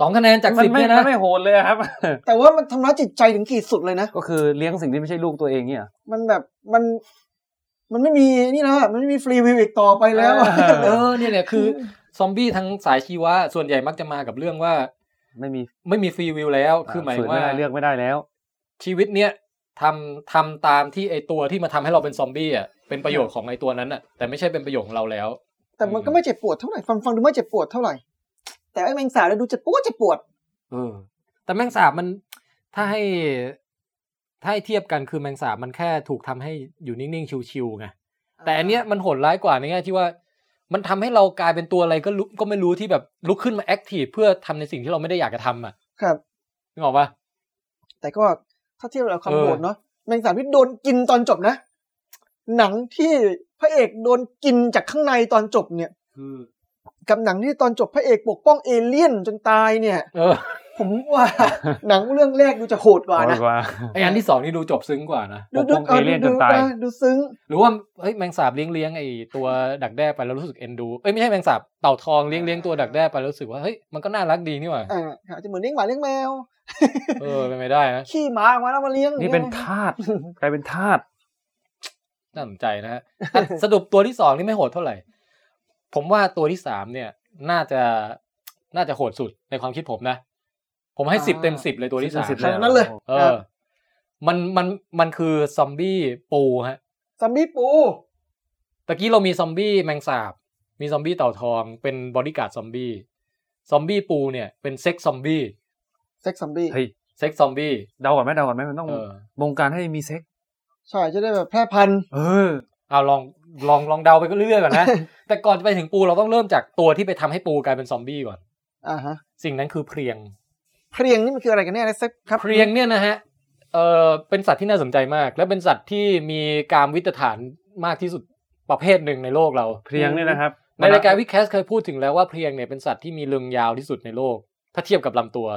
Speaker 1: สองคะแนนจาก
Speaker 3: มั
Speaker 1: สิบ
Speaker 3: ไม่
Speaker 1: เนี่ยนะ
Speaker 3: มัไม่โหดเลยอะครับ
Speaker 2: แต่ว่ามันทำร้ายจิตใจถึงขีดสุดเลยนะ
Speaker 3: ก็คือเลี้ยงสิ่งที่ไม่ใช่ลูกตัวเองเนี่ย
Speaker 2: มันแบบมัน มันไม่มีนี่แล้วอะมันไม่มีฟรีวิวอีกต่อไปแล้วอะ
Speaker 3: เอ
Speaker 1: เออเนี่ยเนี่ยคือซอมบี้ทั้งสายชีวะส่วนใหญ่มักจะมากับเรื่องว่า
Speaker 3: ไม่มี
Speaker 1: ไม่มีฟรีวิลแล้ว คือหมาย
Speaker 3: ฝืน
Speaker 1: ว่า
Speaker 3: ไได้เลือกไม่ได้แล้ว
Speaker 1: ชีวิตเนี้ยทำทำตามที่ไอตัวที่มาทำให้เราเป็นซอมบี้อ่ะเป็นประโยชน์ของไอตัวนั้นอ่ะแต่ไม่ใช่เป็นประโยชน์ของเราแล้ว
Speaker 2: แต่มันก็ไม่เจ็บปวดเท่าไหร่ฟังฟังดูไม่เจ็บปวดเท่าไหร่ แต่ไอ้แมงสาบเนี่ยดูเจ็บปวดเจ็บปวด
Speaker 1: เออแต่แมงสาบมันถ้าให้ถ้าให้เทียบกันคือแมงสาบมันแค่ถูกทำให้อยู่นิ่ง ๆ ชิวๆไงแต่อันเนี้ยมันโหดร้ายกว่าในแง่ที่ว่า มันทำให้เรากลายเป็นตัวอะไรก็รู้ก็ไม่รู้ที่แบบลุกขึ้นมาแอคทีฟเพื่อทำในสิ่งที่เราไม่ได้อยากจะทำอ่ะ
Speaker 2: ครับ
Speaker 1: นึกออกปะ
Speaker 2: แต่ก็ถ้าเทียบกับความ
Speaker 1: เออ
Speaker 2: โหดเนาะแมงสาบที่โดนกินตอนจบนะ หนังที่พระเอกโดนกินจากข้างในตอนจบเนี่ย
Speaker 1: คือ
Speaker 2: กับหนังที่ตอนจบพระเอกปกป้องเอเลี่ยนจนตายเนี่ย
Speaker 1: เออ
Speaker 2: ผมว่า หนังเรื่องแรกดูจะโหดกว่านะ
Speaker 3: กว่า
Speaker 1: ไออันที่สองนี่ดูจบซึ้งกว่านะ
Speaker 2: ดู
Speaker 3: ปกป้อง
Speaker 2: ดู
Speaker 3: เอเลี่ยนจนตาย
Speaker 2: ดูดูดูซึ้ง
Speaker 1: หรือว่าเฮ้ยแมงสาบเลี้ยงเลี้ยงๆไอตัวดักแด้ไปแล้วรู้สึกเอ็นดูเอ้ยไม่ใช่แมงสาบเต่าทองเลี้ยงเลี้ยงตัวดักแด้ไปแล้วรู้สึกว่าเฮ้ยมันก็น่ารักดีนี่ หว่า
Speaker 2: อ่าอาจจะเหมือนเลี้ยงหมาเลี้ยงแมว
Speaker 1: เออเป็นไปได้นะ
Speaker 2: ขี้หมาออกมาแล้วมาเลี้ยง
Speaker 3: นี่เป็น
Speaker 2: ย
Speaker 3: ทาสกลายเป็นทาส
Speaker 1: น่าสนใจนะฮะอ่ะ สรุปตัวที่สองนี่ไม่โหดเท่าไหร่ ผมว่าตัวที่สามเนี่ย น่าจะน่าจะโหดสุดในความคิดผมนะ ผมให้
Speaker 2: อ่า
Speaker 1: สิบเต็มสิบเลยตัวที่สาม
Speaker 3: สิบ
Speaker 2: ค
Speaker 3: เต็
Speaker 2: รั้ง
Speaker 3: มสิบ
Speaker 2: นั้นเลย
Speaker 1: เอ
Speaker 2: ครั
Speaker 1: อ
Speaker 2: บ
Speaker 1: มันมันมันคือซอมบี้ปูฮะ
Speaker 2: ซัมบี้ปู
Speaker 1: ตะกี้เรามีซอมบี้แมงสาบ มีซอมบี้เต่าทอง เป็นบอดี้การ์ดซอมบี้ ซอมบี้ปูเนี่ยเป็นเซ็กซอมบี้
Speaker 2: เซ็กซัมบี้
Speaker 3: เฮ้ย
Speaker 1: เซ็กซอมบี้
Speaker 3: เดาก่อนไหมเดาก่อนไหมมันต้อง
Speaker 1: เออบ
Speaker 3: งการให้มีเซ็ก
Speaker 2: ใช่จะได้แบบแพร่พันธุ์
Speaker 3: เออ
Speaker 1: เอาลองลองลองเดาไปก็เรื่อยๆก่ อนนะ แต่ก่อนจะไปถึงปูเราต้องเริ่มจากตัวที่ไปทำให้ปูกลายเป็นซอมบี้ก่อน
Speaker 2: อ่าฮะ
Speaker 1: สิ่งนั้นคือเพลียง
Speaker 2: เพรียงนี่มันคืออะไรกันแน่นะเซ็กครับ
Speaker 1: เพลียงเนี่ยนะฮะ เออเป็นสัตว์ที่น่าสนใจมาก และเป็นสัตว์ที่มีการวิตฐานมากที่สุดประเภทหนึ่งในโลกเรา
Speaker 3: เพลียงเนี่ยนะครับ
Speaker 1: ในรายการวิดแคสเคยพูดถึงแล้วว่าเพลียงเนี่ยเป็นสัตว์ที่มีเรืองยาวที่สุดในโลก ถ้าเทียบกับลำตัว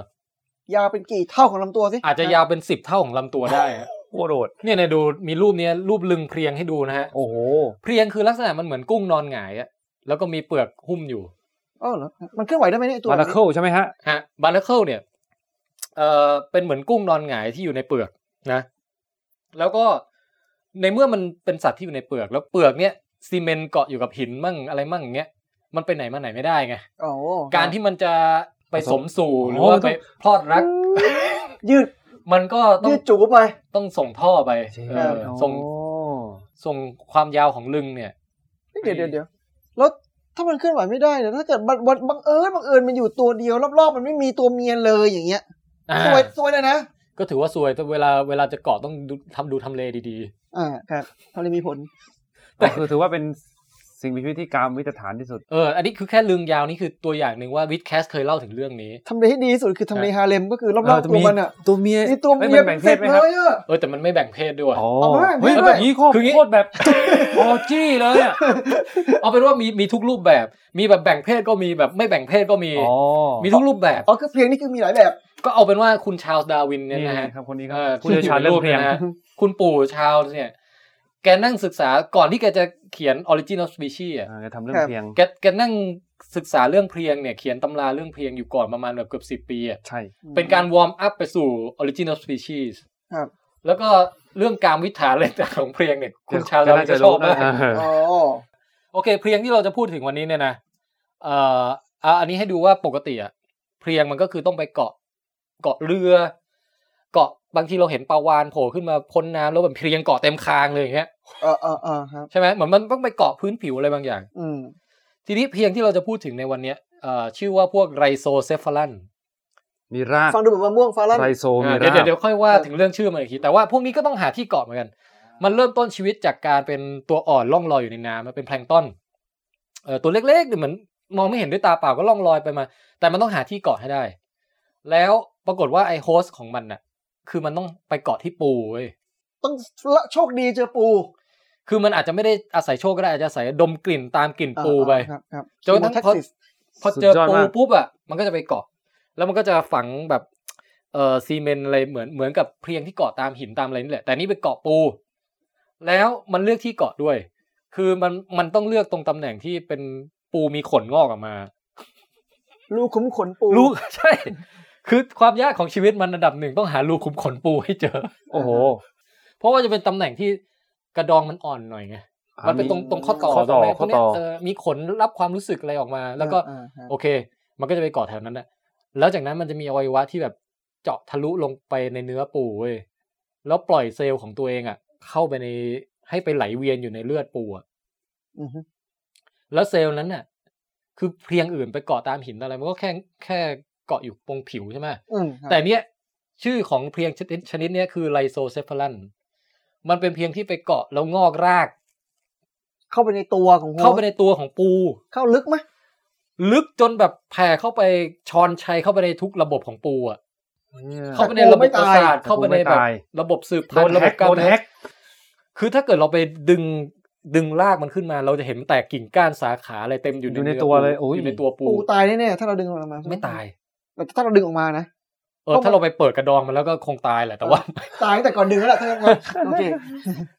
Speaker 2: ยาวเป็นกี่เท่าของลำตัวสิ
Speaker 1: อาจจะยาวเป็นสิบเท่าของลำตัวได้ฮะ
Speaker 3: โคตรโดด
Speaker 1: เนี่ยเนี่ยดูมีรูปเนี้ยรูปลึงเพลียงให้ดูนะฮะ
Speaker 3: โอ้โห
Speaker 1: เพลียงคือลักษณะมันเหมือนกุ้งนอนหงายอะแล้วก็มีเปลือกหุ้มอยู่
Speaker 2: อ๋อเหรอมันเคลื่อนไหวได้ไหมเนี่ยไอ้ตัว
Speaker 3: บาร์เคิลใช่ไหมฮะ
Speaker 1: ฮะบาร์เนเคิลเนี่ยเออเป็นเหมือนกุ้งนอนหงายที่อยู่ในเปลือกนะ แล้วก็ในเมื่อมันเป็นสัตว์ที่อยู่ในเปลือก แล้วเปลือกเนี่ยซีเมนต์เกาะอยู่กับหินมั่งอะไรมั่งอย่างเงี้ยมันไปไหนมาไหนไม่ได้ไง
Speaker 2: อ๋อ
Speaker 1: การที่มันจะไปสมสู่
Speaker 3: อ๋อ
Speaker 1: หรือว่า
Speaker 3: มันต้
Speaker 1: ไป
Speaker 3: อง
Speaker 1: พลอดรัก
Speaker 2: ยืด
Speaker 1: มันก็ต้อ
Speaker 2: ยื
Speaker 1: ง
Speaker 2: ดจูบไป
Speaker 1: ต้องส่งท่อไปเออ
Speaker 2: ครับ
Speaker 1: ส่ง
Speaker 3: โอ้
Speaker 1: ส่งความยาวของลึงเนี่ย
Speaker 2: เดี๋ยวเดี๋ยวเดี๋ยวแล้วถ้ามันเคลื่อนไหวไม่ได้เนี่ยถ้าเกิดบังบังบังเอิญบังเอิญมันอยู่ตัวเดียวรอบๆ มันไม่มีตัวเมียเลยอย่างเงี้ย
Speaker 1: อ่า
Speaker 2: สวยสวยเลยนะ
Speaker 1: ก็ถือว่าซวยแต่เวลาเวลาจะเกาะต้องดูทำดูทำเลดี
Speaker 2: อ่าครับทำเลยมีผล
Speaker 3: แต่คือถือว่าเป็นสิ่งมีชีวิตที่กามวิตฐานที่สุด
Speaker 1: ๆ เออ อันนี้คือแค่ลึงยาวนี่คือตัวอย่างหนึ่งว่าวิดแคสเคยเล่าถึงเรื่องนี้
Speaker 2: ทำเลที่ดีที่สุดคือทำเลฮาเลมก็คือรอบๆตัวมันอ่ะ
Speaker 3: ตัวเมีย
Speaker 2: มีตัวเมีย
Speaker 3: แบ่งเพ
Speaker 2: เสร็
Speaker 3: ศ
Speaker 2: จ
Speaker 3: ไหม
Speaker 2: เล
Speaker 3: ครับ
Speaker 2: ยอ่ะ
Speaker 1: เออ แต่มันไม่แบ่งเพศด้วย
Speaker 3: อ๋อ
Speaker 2: เอามาแบ่งเพศ
Speaker 3: เฮ้ย
Speaker 2: ด้วย
Speaker 3: แบบนี้ข้อ
Speaker 1: คืองี้
Speaker 3: โคตรแบบ ออจี้เลย อ่ะ
Speaker 1: เอาเป็นว่ามีมีทุกรูปแบบ มีแบบแบ่งเพศก็มีแบบไม่แบ่งเพศก็มี
Speaker 3: อ๋อ
Speaker 1: มีทุกรูปแบบ
Speaker 2: อ๋อคือเพลงนี่คือมีหลายแบบ
Speaker 1: ก็เอาเป็นว่าคุณชาลส์ดาร์วินเนี่ย
Speaker 3: นี่
Speaker 1: นะฮะ
Speaker 3: ครับคนนี้ครั
Speaker 1: เอบ อ
Speaker 3: ผู้เชี่ยวชาญเรื่องเพลง
Speaker 1: นะฮะคุณปู่ชาลส์เนี่ย แกนั่งศึกษาก่อนที่แกจะเขียน Origin of Species อ่ะ
Speaker 3: อ่าจะทำเรื่องเพลง
Speaker 1: แกแกนั่งศึกษาเรื่องเพลียงเนี่ยเขียนตำราเรื่องเพลียงอยู่ก่อนประมาณแบบเกือบสิบ10 ปีอะ
Speaker 3: ใช่
Speaker 1: เป็นการวอร์มอัพไปสู่ Origin of Species
Speaker 2: ครับ
Speaker 1: แล้วก็เรื่องการวิถานอะไรต่างๆของเพลียงเนี่ยคุณ
Speaker 3: ก็
Speaker 1: ชาวเรา
Speaker 3: น่าจะ
Speaker 1: จะชอบมาก
Speaker 3: รู้นะ
Speaker 2: อ๋อ
Speaker 1: โอเค เพลียงที่เราจะพูดถึงวันนี้เนี่ยนะเอ่ออ่ะอันนี้ให้ดูว่าปกติอะเพลียงมันก็คือต้องไปเกาะเกาะเรือ เกาะบางทีเราเห็นปลาวานโผล่ขึ้นมาพ้นน้ำแล้วแบบเพลียงเกาะเต็มคางเลยอย่างเงี้ย
Speaker 2: เออเออเออครับ
Speaker 1: ใช่ไหมเหมือนมันต้องไปเกาะพื้นผิวอะไรบางอย่าง
Speaker 2: อืม
Speaker 1: ทีนี้เพลียงที่เราจะพูดถึงในวันเนี้ยเอ่อชื่อว่าพวกไรโซเซฟาลัน
Speaker 3: มีราก
Speaker 2: ฟังดูเหมือนมะม่วงฟ้าลั่น
Speaker 3: ไรโซมี
Speaker 1: อ่าเดี๋ยวเดี๋
Speaker 3: ราก
Speaker 1: ยวเดี๋ยวค่อยว่า
Speaker 2: ครับ
Speaker 1: ถึงเรื่องชื่อมันอีกทีแต่ว่าพวกนี้ก็ต้องหาที่เกาะเหมือนกัน มันเริ่มต้นชีวิตจากการเป็นตัวอ่อนล่องลอยอยู่ในน้ำมันเป็นแพลงก์ต้นเออตัวเล็กๆเนี่ยเหมือนมองไม่เห็นด้วยตาเปล่าก็ล่องลอยไปมา แต่มันต้องหาที่เกาะให้ได้ แล้วปรากฏว่าไอโฮสต์ของมันน่ะ คือมันต้องไปเกาะที่ปูเว้ย
Speaker 2: ต้องละโชคดีเจอปู
Speaker 1: คือมันอาจจะไม่ได้อาศัยโชคก็ได้อาจจะอาศัยดมกลิ่นตามกลิ่นปูไป
Speaker 2: ครับครับ
Speaker 1: จนกระทั่งพอ
Speaker 2: คิโมแท็กซิส
Speaker 1: พอเจอปูปุ๊บอ่ะมันก็จะไปเกาะ แล้วมันก็จะฝังแบบเอ่อซีเมนต์อะไรเหมือนเหมือนกับเพลียงที่เกาะตามหินตามอะไรนี่แหละแต่นี่ไปเกาะปู แล้วมันเลือกที่เกาะด้วย คือมันมันต้องเลือกตรงตำแหน่งที่เป็นปูมีขนงอกออกมา
Speaker 2: ลูกคุ้มขนปู
Speaker 1: ลู ก ใช่ คือความยากของชีวิตมันระดับหนึ่งต้องหาลูกคุมขนปูให้เจอ
Speaker 3: โอ้โห
Speaker 1: เพราะว่าจะเป็นตำแหน่งที่กระดองมันอ่อนหน่อยไงมันเป็นตรงตรงข้อต่อ
Speaker 3: ข้อต่
Speaker 1: ตรง
Speaker 3: อ
Speaker 1: ไหน
Speaker 3: ข้อต่อ
Speaker 1: ตรงเนี้ยเมีขนรับความรู้สึกอะไรออกมา แล้วก็
Speaker 2: อ่าอ่า
Speaker 1: โอเค มันก็จะไปเกาะแถวนั้นแหละ แล้วจากนั้นมันจะมีอวัยวะที่แบบเจาะทะลุลงไปในเนื้อปูเว้ย แล้วปล่อยเซลล์ของตัวเองอ่ะ เข้าไปในให้ไปไหลเวียนอยู่ในเลือดปูอ่ะ
Speaker 2: อือฮึ
Speaker 1: แล้วเซลล์นั้นน่ะ คือเพลียงอื่นไปเกาะตามหินอะไร มันก็แค่แค่เกาะอยู่ตรงผิวใช่ไหม
Speaker 2: อืมครับ
Speaker 1: แต่เนี้ยชื่อของเพลียงชนิดชนิดเนี้ยคือไลโซเซฟาลัน มันเป็นเพียงที่ไปเกาะแล้วงอกราก
Speaker 2: เข้าไปในตัวของหัว
Speaker 1: เข้าไปในตัวของปู
Speaker 2: เข้าลึกไหม
Speaker 1: ลึกจนแบบแผ่เข้าไปชอนชัยเข้าไปในทุกระบบของปูอ่ะ
Speaker 3: เนี่ย
Speaker 1: เข้าไปในระบบประสาทเข้าไปในแบบระบบสืบพันธุ์ระบบการ
Speaker 3: โดนแฮ็ก
Speaker 1: คือถ้าเกิดเราไปดึงดึงรากมันขึ้นมา เราจะเห็นแตกกิ่งก้านสาขาอะไรเต็มอยู่
Speaker 3: อยู่ใน
Speaker 1: นื้อ
Speaker 3: ตัว
Speaker 1: ปู
Speaker 3: เลยโอ้ย
Speaker 1: อยู่ในตัวปู
Speaker 2: ปูตายแน่ๆถ้าเราดึงมันออกมาใช่ห
Speaker 1: ไม่ตาย
Speaker 2: แต่ถ้าเราดึงออกมานะ
Speaker 1: เออถ้าเราไปเปิดกระดองมันแล้วก็คงตายแหละแต่ว่า
Speaker 2: ตายตั้งแต่ก่อนดึงแล้วล่ะถ้าอย่าง นั้นโอเค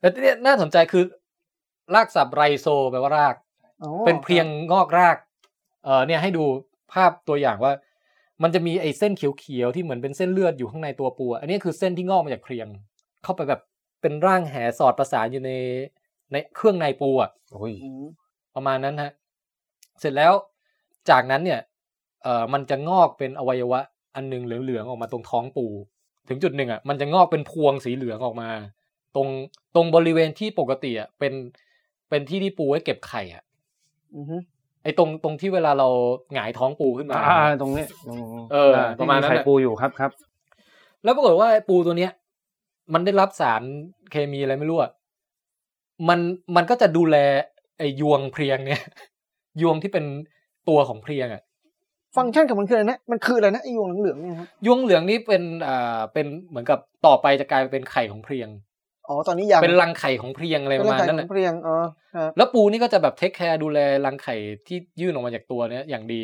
Speaker 1: แต่ที่เนี่ยน่าสนใจคือ รากศัพท์ไรโซแปลว่าราก
Speaker 2: อ๋อ
Speaker 1: เป็นเพลียงงอกราก เออเนี่ยให้ดูภาพตัวอย่างว่า มันจะมีไอ้เส้นเขียวๆที่เหมือนเป็นเส้นเลือดอยู่ข้างในตัวปู อันนี้คือเส้นที่งอกมาจากเพลียง เข้าไปแบบเป็นร่างแหสอดประสานอยู่ใน ในเครื่องในปูอ่ะ
Speaker 3: โอ้ย
Speaker 2: อืม
Speaker 1: ประมาณนั้นฮะ เสร็จแล้วจากนั้นเนี่ย เอ่อ มันจะงอกเป็นอวัยวะ อันหนึงเหลืองๆออกมาตรงท้องปู ถึงจุดหนึ่งอ่ะ มันจะงอกเป็นพวงสีเหลืองออกมา ตรงตรงบริเวณที่ปกติอ่ะเป็นเป็นที่ที่ปูไว้เก็บไข่อ่ะ
Speaker 2: อือฮึ
Speaker 1: ไอ้ตรงตรงที่เวลาเราหงายท้องปูขึ้นมา
Speaker 3: อ่าตรงนี้ตรง
Speaker 1: เออประมาณนั้น
Speaker 3: ไข่
Speaker 1: น่ะ
Speaker 3: ปูอยู่ครับครับ
Speaker 1: แล้วปรากฏว่าไอ้ปูตัวเนี้ย มันได้รับสารเคมีอะไรไม่รู้อะมันมันก็จะดูแลไอ้ยวงเพลียงเนี่ย ยวงที่เป็นตัวของเพลียงอะ
Speaker 2: ฟังก์ชันของมันคืออะไรนะ มันคืออะไรนะไอ้ยวงเหลืองๆเนี่ยครับ
Speaker 1: ยวงเหลืองนี่เป็นอ่าเป็นเหมือนกับต่อไปจะกลายเป็นไข่ของเพลียง
Speaker 2: อ๋อตอนนี้ยัง
Speaker 1: เป็นรังไข่ของเพลียงอะไร
Speaker 2: เป็น
Speaker 1: ประ
Speaker 2: ร่ง
Speaker 1: มาณ
Speaker 2: กาย
Speaker 1: นั้นแหละ
Speaker 2: ของเพลียงอ๋อครับ
Speaker 1: แล้วปูนี่ก็จะแบบเทคแคร์ดูแลรังไข่ที่ยื่นออกมาจากตัวเนี้ยอย่างดี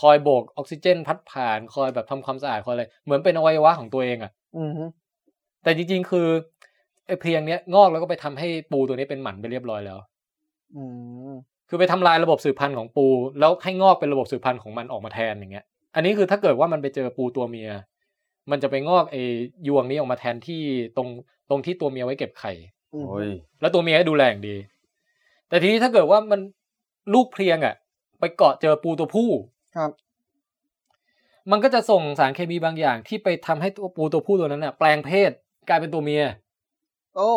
Speaker 1: คอยโบกออกซิเจน พัดผ่านคอยแบบทำความสะอาดคอยอะไรเหมือนเป็นอวัยวะของตัวเองอะ
Speaker 2: อือฮึ
Speaker 1: แต่จริงๆ คือไอ้เพลียงเนี้ยงอกแล้วก็ไปทำให้ปูตัวนี้เป็นหมันไปเรียบร้อยแล้ว
Speaker 2: อืม
Speaker 1: คือไปทำลายระบบสืบพันธุ์ของปู แล้วให้งอกเป็นระบบสืบพันธุ์ของมันออกมาแทนอย่างเงี้ย อันนี้คือถ้าเกิดว่ามันไปเจอปูตัวเมีย มันจะไปงอกไอ้ยวงนี้ออกมาแทนที่ตรงตรงที่ตัวเมียไว้เก็บไข่
Speaker 2: อืม
Speaker 3: โอ้ย
Speaker 1: แล้วตัวเมียก็ดูแลอย่างดี แต่ทีนี้ถ้าเกิดว่ามันลูกเพลียงอะ่ะ ไปเกาะเจอปูตัวผู้
Speaker 2: ครับ
Speaker 1: มันก็จะส่งสารเคมีบางอย่าง ที่ไปทำให้ตัวปูตัวผู้ตัวนั้นน่ะแปลงเพศกลายเป็นตัวเมีย
Speaker 2: โอ้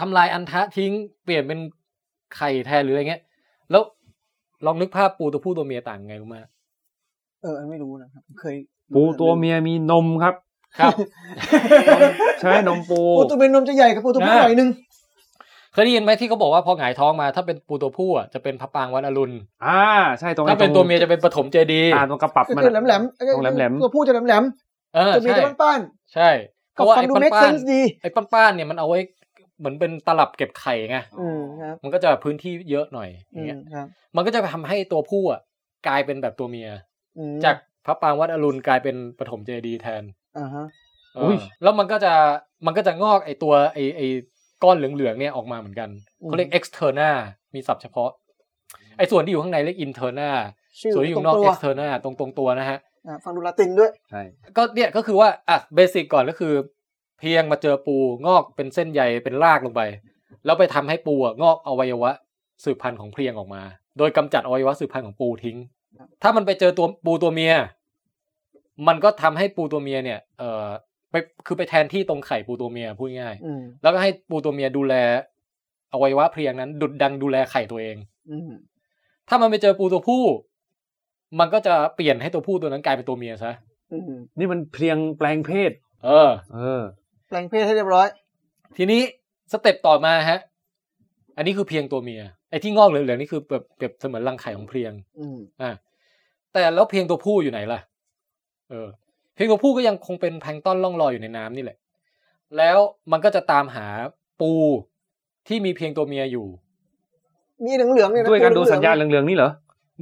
Speaker 1: ทำลายอันทะทิ้งเปลี่ยนเป็นไข่แทนหรืออะไรเงี้ย แล้วลองนึกภาพปูตัวผู้ตัวเมียต่างไงรู้ไหม
Speaker 2: เอออันไม่รู้นะครับเคย
Speaker 3: ปูตัวเมียมีนมครับ
Speaker 1: ครับ
Speaker 3: ใช่ไหมนมปู
Speaker 2: ปูตัวเมียนมจะใหญ่กับปูตัวผู้
Speaker 1: นะ
Speaker 2: หน่อยนึง
Speaker 1: เคยได้ยินไหมที่เขาบอกว่าพอหงายท้องมาถ้าเป็นปูตัวผู้อ่ะจะเป็นพระปรางวัดอรุณ
Speaker 3: อ่า ใช่ตรงไอ้
Speaker 1: ถ้าเป็น
Speaker 3: ตรง
Speaker 1: ตัวเมียจะเป็นปฐมเจดีย์
Speaker 3: อ่าตรงกระปับมัน
Speaker 2: คือ
Speaker 3: อะ
Speaker 2: แหลมแหลมๆ
Speaker 3: ตรงแหลมๆ
Speaker 2: ตัวผู้จะแหลมแหลม
Speaker 1: เออ
Speaker 2: ๆตัวเมีย
Speaker 1: ใช่
Speaker 2: จะป้าน
Speaker 1: ใช่
Speaker 2: ๆ
Speaker 1: เพ
Speaker 2: ก็
Speaker 1: ราะว่า
Speaker 2: ฟัง
Speaker 1: ไอ้
Speaker 2: ดู
Speaker 1: ป้าน
Speaker 2: make
Speaker 1: ป้าน
Speaker 2: sense ดี
Speaker 1: ไอ้ป้านป้านๆเนี่ยมันเอาไว้เหมือนเป็นตลับเก็บไข่ไง
Speaker 2: อืมครับ
Speaker 1: มันก็จะพื้นที่เยอะหน่อยอ
Speaker 2: อื
Speaker 1: ย่าง
Speaker 2: ม
Speaker 1: เงี้ย
Speaker 2: ครับ
Speaker 1: มันก็จะทำให้ตัวผู้อ่ะกลายเป็นแบบตัวเมีย
Speaker 2: อืม
Speaker 1: จากพระปรางวัดอรุณกลายเป็นปฐมเจดีย์แทน
Speaker 2: อ่าฮะ
Speaker 1: เอ
Speaker 3: อุ๊
Speaker 1: อย แล้วมันก็จะมันก็จะงอกไอตัวไอไอก้อนเหลืองๆเนี่ยออกมาเหมือนกันเขาเรียก externa มีศัพท์เฉพาะ ไอส่วนที่อยู่ข้างในเรียก interna
Speaker 2: ชื่อ
Speaker 1: ส่วนที่อยู่
Speaker 2: ตร
Speaker 1: ข้าง งนอก
Speaker 2: ตัว
Speaker 1: externa ตรงตรงตัวนะฮะ
Speaker 2: อ่าฟังดูลาตินด้วย
Speaker 3: ใช่
Speaker 1: ก็เนี่ยก็คือว่าอ่ะเบสิกก่อนก็คือ เพียงมาเจอปูงอกเป็นเส้นใยเป็นรากลงไป แล้วไปทำให้ปูอะงอกอวัยวะสืบพันธุ์ของเพลียงออกมา โดยกำจัดอวัยวะสืบพันธุ์ของปูทิ้ง ถ้ามันไปเจอตัวปูตัวเมีย มันก็ทำให้ปูตัวเมียเนี่ยเอ่อไปคือไปแทนที่ตรงไข่ปูตัวเมียพูดง่าย
Speaker 2: อืม
Speaker 1: ๆแล้วก็ให้ปูตัวเมียดูแลอวัยวะเพลียงนั้น ดุดดังดูแลไข่ตัวเอง
Speaker 2: อืม
Speaker 1: ถ้ามันไปเจอปูตัวผู้ มันก็จะเปลี่ยนให้ตัวผู้ตัวนั้นกลายเป็นตัวเมียซะ
Speaker 2: อืม
Speaker 3: นี่มันเพลียงแปลงเพศ
Speaker 1: เออ
Speaker 3: เออ
Speaker 2: แปลงเพศให้เรียบร้อย
Speaker 1: ทีนี้สเต็ปต่อมาฮะ อันนี้คือเพียงตัวเมีย ไอ้ที่งอกเหลืองๆนี่คือแบบเปรียบเสมือนรังไข่ของเพลียง
Speaker 2: อืม
Speaker 1: อ่าแต่แล้วเพียงตัวผู้อยู่ไหนล่ะ เออ เพียงตัวผู้ก็ยังคงเป็นแพลงก์ต้อนล่องลอยอยู่ในน้ำนี่แหละ แล้วมันก็จะตามหาปูที่มีเพียงตัวเมียอยู่
Speaker 2: มีเหลืองเหลืองๆเนี่ยนะ
Speaker 3: ด้วยการ
Speaker 2: ปู
Speaker 3: ดู
Speaker 2: เหลือ
Speaker 3: สัญ
Speaker 2: งๆ
Speaker 3: ญาณเหลืองๆนี่เหรอ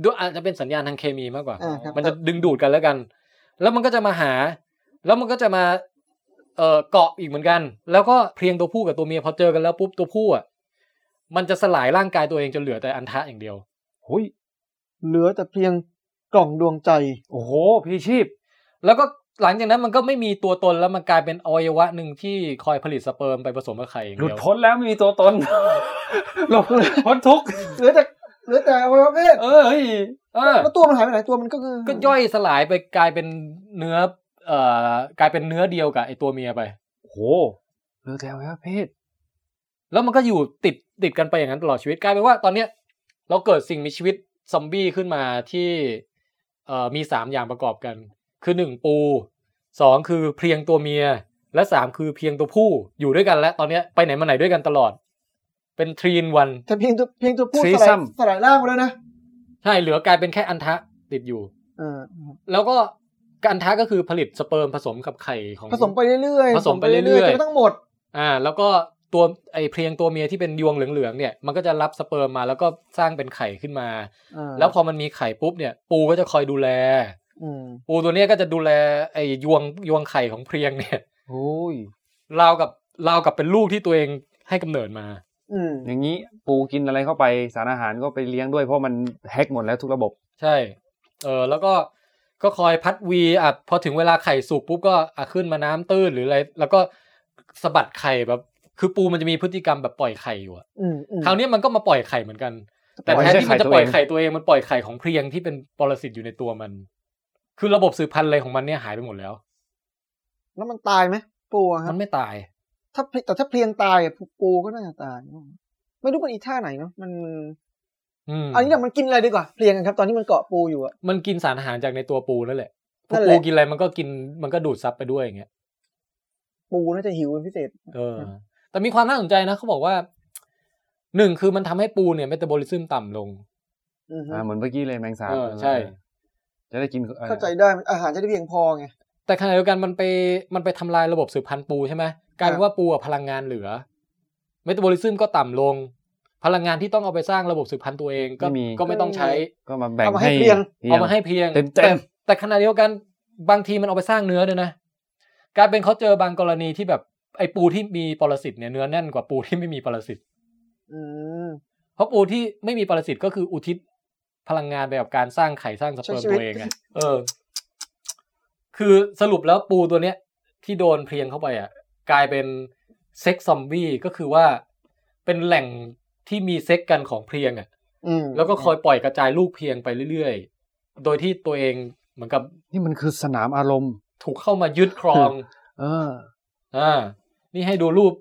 Speaker 1: ด้วยอาจจะเป็นสัญญาณทางเคมีมากกว่า
Speaker 2: อ่าครับ
Speaker 1: มันจะดึงดูดกันแล้วกัน แล้วมันก็จะมาหา แล้วมันก็จะมา เอ่อ เกาะอีกเหมือนกัน แล้วก็เพลียงตัวผู้กับตัวเมียพอเจอกันแล้วปุ๊บตัวผู้อ่ะ มันจะสลายร่างกายตัวเองจนเหลือแต่อันทะอย่างเดียว
Speaker 3: หุย
Speaker 2: เหลือแต่เพียงกล่องดวงใจ
Speaker 3: โอ้โห พี่ชีพ
Speaker 1: แล้วก็หลังจากนั้นมันก็ไม่มีตัวตนแล้วมันกลายเป็นอวัยวะหนึ่งที่คอยผลิตสเปิร์มไปผสมกับไข่อย่าง
Speaker 3: หลุ
Speaker 1: เดี
Speaker 3: ด
Speaker 1: ยว
Speaker 3: พ้นแล้วไม่มีตัวต น หลบพ้นทุกข์
Speaker 2: เหลือแต่เหลือแต่อวัยวะเพศ
Speaker 1: เออเฮ้ยเออ
Speaker 2: แล้วตัวมันหายไปไหนตัวมันก็คือ
Speaker 1: ก็ย่อยสลายไปกลายเป็นเนื้อ เอ่อ กลายเป็นเนื้อเดียวกับไอตัวเมียไป
Speaker 3: โอ้โหเหลือแต่อวัยวะเพศ
Speaker 1: แล้วมันก็อยู่ติดติดกันไปอย่างนั้นตลอดชีวิตกลายเป็นว่าตอนเนี้ยเราเกิดสิ่งมีชีวิตซอมบี้ขึ้นมาที่เอ่อมีสามอย่างประกอบกัน คือหนึ่งปูสองคือเพลียงตัวเมีย และสามคือเพียงตัวผู้อยู่ด้วยกันแล้วตอนเนี้ยไปไหนมาไหนด้วยกันตลอด เป็นทรีนวัน
Speaker 2: แต่เพียงตัวเพียงตัวผู้ส
Speaker 3: Threesome
Speaker 2: ลายสลายร่างไปแล้วนะ
Speaker 1: ใช่เหลือกลายเป็นแค่อันทะติดอยู่
Speaker 2: เออ
Speaker 1: แล้วก็การอันทะก็คือผลิตสเปิร์มผสมกับไข่ของ
Speaker 2: ผสมไปเรื่อยๆ
Speaker 1: ผสมไปเรื่อยๆ
Speaker 2: จนกระทั้งหมด
Speaker 1: อ่าแล้วก็ตัวไอเพลียงตัวเมียที่เป็นยวงเหลืองๆเนี่ยมันก็จะรับสเปิร์มมาแล้วก็สร้างเป็นไข่ขึ้นมา แล้วพอมันมีไข่ปุ๊บเนี่ยปูก็จะคอยดูแล
Speaker 2: อืม
Speaker 1: ปูตัวเนี้ยก็จะดูแลไอ้ยวงยวงไข่ของเพลียงเนี่ย
Speaker 3: โอ้ย
Speaker 1: ราวกับราวกับเป็นลูกที่ตัวเองให้กำเนิดมา
Speaker 2: อืม
Speaker 3: อย่างนี้ปูกินอะไรเข้าไปสารอาหารก็ไปเลี้ยงด้วยเพราะมันแฮกหมดแล้วทุกระบบ
Speaker 1: ใช่เออแล้วก็ก็คอยพัดวีอ่ะพอถึงเวลาไข่สุกปุ๊บก็อ่ะขึ้นมาน้ำตื้นหรืออะไร แล้วก็สะบัดไข่แบบ คือปูมันจะมีพฤติกรรมแบบปล่อยไข่อยู่อะ
Speaker 2: อืมอืม
Speaker 1: คราวเนี้ยมันก็มาปล่อยไข่เหมือนกัน แต่แทนที่มันจะปล่อยไข่ตัวเองมันปล่อยไข่ของเพลียงที่เป็นปรสิตอยู่ในตัวมัน คือระบบสืบพันธุ์อะไรของมันเนี่ยหายไปหมดแล้ว
Speaker 2: แล้วมันตายไหมปูอะครั
Speaker 1: มั
Speaker 2: บ
Speaker 1: นไม่ตาย
Speaker 2: ถ้าแต่ถ้าเพลียงตายอะปูก็น่าจะตายไม่รู้มันอีท่าไหนเนาะมัน
Speaker 1: อืม
Speaker 2: เอันนี้เดี๋ยวมันกินอะไรดีกว่าเพลียงกันครับ ตอนที่มันเกาะปูอยู่อะ
Speaker 1: มันกินสารอาหารจากในตัวปูนั่นแหละพอ
Speaker 2: นั่นแห
Speaker 1: ปู
Speaker 2: ละ
Speaker 1: กินอะไรมันก็กินมันก็ดูดซับไปด้วยอย่างเงี้ย
Speaker 2: ปูน่าจะหิวเป็นพิเศษ
Speaker 1: เออแต่มีความน่าสนใจนะเขาบอกว่าหนึ่งคือมันทำให้ปูเนี่ยเมตาบอลิซึมต่ำลง
Speaker 2: อือฮึ
Speaker 3: อ่าเหมือนเมื่อกี้เลยแมงสาบ
Speaker 1: เออใช่
Speaker 3: จะได้กินออ
Speaker 2: เข้าใจได้อาหารจะได้เพียงพอไง
Speaker 1: แต่ขณะเดียวกันมันไปมันไปทำลายระบบสืบพันธุ์ปูใช่ไหมกลายเป็นว่าปูอะพลังงานเหลือเมตาบอลิซึมก็ต่ำลง พลังงานที่ต้องเอาไปสร้างระบบสืบพันธุ์ตัวเองก็
Speaker 3: ไม่มี
Speaker 1: ก็ไม่ต้องใช้
Speaker 3: ก็มาแบ่ง
Speaker 2: เอามาให้
Speaker 3: ให้
Speaker 2: เพียง
Speaker 1: เอามาให้เพียง
Speaker 3: เต็ม
Speaker 1: แต
Speaker 3: เต็ม
Speaker 1: แต่ขณะเดียวกันบางทีมันเอาไปสร้างเนื้อด้วยนะกลายเป็นเขาเจอบางกรณีที่แบบไอ้ปูที่มีปรสิตเนี่ยเนื้อแน่นกว่าปูที่ไม่มีปรสิต
Speaker 2: อืม
Speaker 1: เพราะปูที่ไม่มีปรสิตก็คืออุทิศพลังงานไปกับการสร้างไข่สร้างสเปิร์ม
Speaker 2: ใช้ชีวิ
Speaker 1: ตั
Speaker 2: ต
Speaker 1: วเองไงเออ คือสรุปแล้วปูตัวเนี้ย ที่โดนเพลียงเข้าไปอ่ะ กลายเป็นเซ็กซอมบี้ก็คือว่าเป็นแหล่งที่มีเซ็กกันของเพลียงอ่ะ
Speaker 2: อืม
Speaker 1: แล้วก็คอยปล่อยกระจายลูกเพลียงไปเรื่อยๆ โดยที่ตัวเองเหมือนกับ
Speaker 3: นี่มันคือสนามอารมณ์
Speaker 1: ถูกเข้ามายึดครอง
Speaker 3: เออ
Speaker 1: อ่า นี่ให้ดูรูป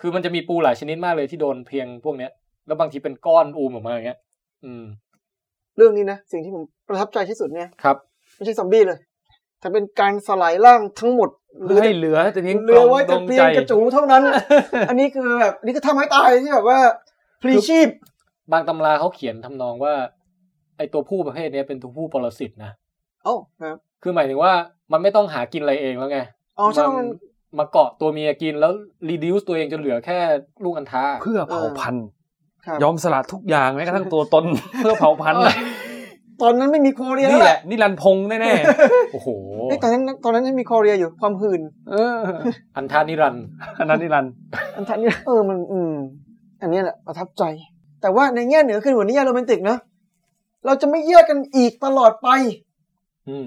Speaker 1: คือมันจะมีปูหลายชนิดมากเลยที่โดนเพลียงพวกเนี้ย แล้วบางทีเป็นก้อนอูมออกมาอย่างเงี้ย อืม
Speaker 2: เรื่องนี้นะ สิ่งที่ผมประทับใจที่สุดเนี่ย
Speaker 1: ครับ
Speaker 2: ไม่ใช่ซอมบี้เลย แต่เป็นการสลายร่างทั้งหมดเหลือ
Speaker 3: ให้เหลือแต่เพียง
Speaker 2: เหลือไว้แต่
Speaker 3: กง
Speaker 2: เพียงกระจูเท่านั้น อันนี้คือแบบอันนี่คือทำให้ตายที่แบบว่าพลีชีพ
Speaker 1: บางตำราเขาเขียนทำนองว่า ไอตัวผู้ประเภทเนี้ยเป็นตัวผู้ปรสิตนะ
Speaker 2: เอ้าครับ
Speaker 1: คือหมายถึงว่ามันไม่ต้องหากินอะไรเองแล้วไง
Speaker 2: เอาใช่ว่า
Speaker 1: มั
Speaker 2: มัน
Speaker 1: นมาเกาะตัวเมียกินแล้วรีดิวส์ตัวเองจนเหลือแค่ลูกอันทา
Speaker 3: เพื่อเผาพันธุ์
Speaker 2: ครับ
Speaker 3: ยอมสละทุกอย่างแม้กระทั่งตัวตน เพื่อเผาพันธุ์น่ะ
Speaker 2: ตอนนั้นไม่มีโคเรีย
Speaker 3: นี่
Speaker 2: แล้ว
Speaker 3: แห
Speaker 2: แห
Speaker 3: ละ
Speaker 2: ละ
Speaker 3: นี่รันดร์พงษ์แน่
Speaker 1: โอ้โห
Speaker 2: เอ้ยตอนนั้นตอนนั้นยังมีโคเรียอยู่ความหื่น
Speaker 3: ๆเออ
Speaker 1: อันทานิรันดร์
Speaker 3: อันนั้นนี่รันดร์
Speaker 2: อันทันนี้เออมันอืม อันนี้แหละประทับใจ แต่ว่าในแง่เหนือขึ้นกว่านิยายโรแมนติกนะเราจะไม่เยื่อกันอีกตลอดไป
Speaker 1: อืม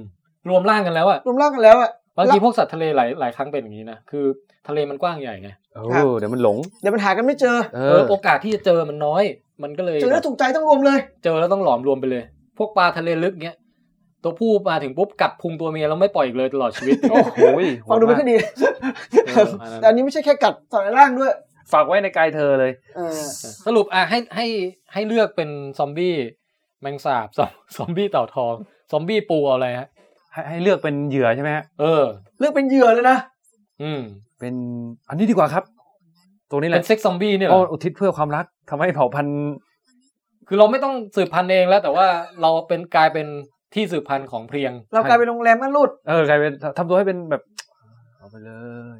Speaker 1: รวมร่างกันแล้วอะ
Speaker 2: รวมร่างกันแล้วอะ
Speaker 1: บางทีพวกสัตว์ทะเลหลายหลายครั้งเป็นอย่างนี้นะ คือทะเลมันกว้างใหญ่ไง
Speaker 3: เอ
Speaker 2: ครับ
Speaker 3: อเดี๋ยวมันหลง
Speaker 2: เดี๋ยวมันหากันไม่เจอ
Speaker 3: เอ
Speaker 1: เออ
Speaker 3: อ
Speaker 1: โอกาสที่จะเจอมันน้อย มันก็เลย
Speaker 2: เจอแล้วถูกใจต้องรวมเลย
Speaker 1: เจอแล้วต้องหลอมรวมไปเลย พวกปลาทะเลลึกเงี้ย ตัวผู้มาถึงปุ๊บกัดพุงตัวเมียแล้วไม่ปล่อยอีกเลยตลอดชีวิต
Speaker 3: โอ้โหยโห
Speaker 2: ฟังดูไม่ค่อย ดี
Speaker 1: เออ
Speaker 2: แต่อันนี้ไม่ใช่แค่กัดสายล่างด้วย
Speaker 3: ฝากไว้ในกายเธอเลย
Speaker 2: เออ
Speaker 1: สรุปอ่ะให้ให้ให้เลือกเป็นซอมบี้แมงสาบ ซอมซอมบี้เต่าทอง ซอมบี้ปูเอาอะไรฮะ
Speaker 3: ให้ให้เลือกเป็นเหยื่อใช่ไหมฮะ
Speaker 1: เออ
Speaker 2: เลือกเป็นเหยื่อเลยนะ
Speaker 1: อืม
Speaker 3: เป็นอันนี้ดีกว่าครับ ตัวนี้แห
Speaker 1: เป็
Speaker 3: ละ
Speaker 1: นเซ็กซอมบี้เนี่ยเหร
Speaker 3: ก็
Speaker 1: อ
Speaker 3: อุทิศเพื่อความรักทำให้เผ่าพันธุ์
Speaker 1: คือเราไม่ต้องสืบพันธุ์เองแล้ว แต่ว่าเราเป็นกลายเป็นที่สืบพันธุ์ของเพลียง
Speaker 2: เรากลายเป็นโรงแรมม่านรูด
Speaker 3: เออกลายเป็นทำตัวให้เป็นแบบเอาไปเลย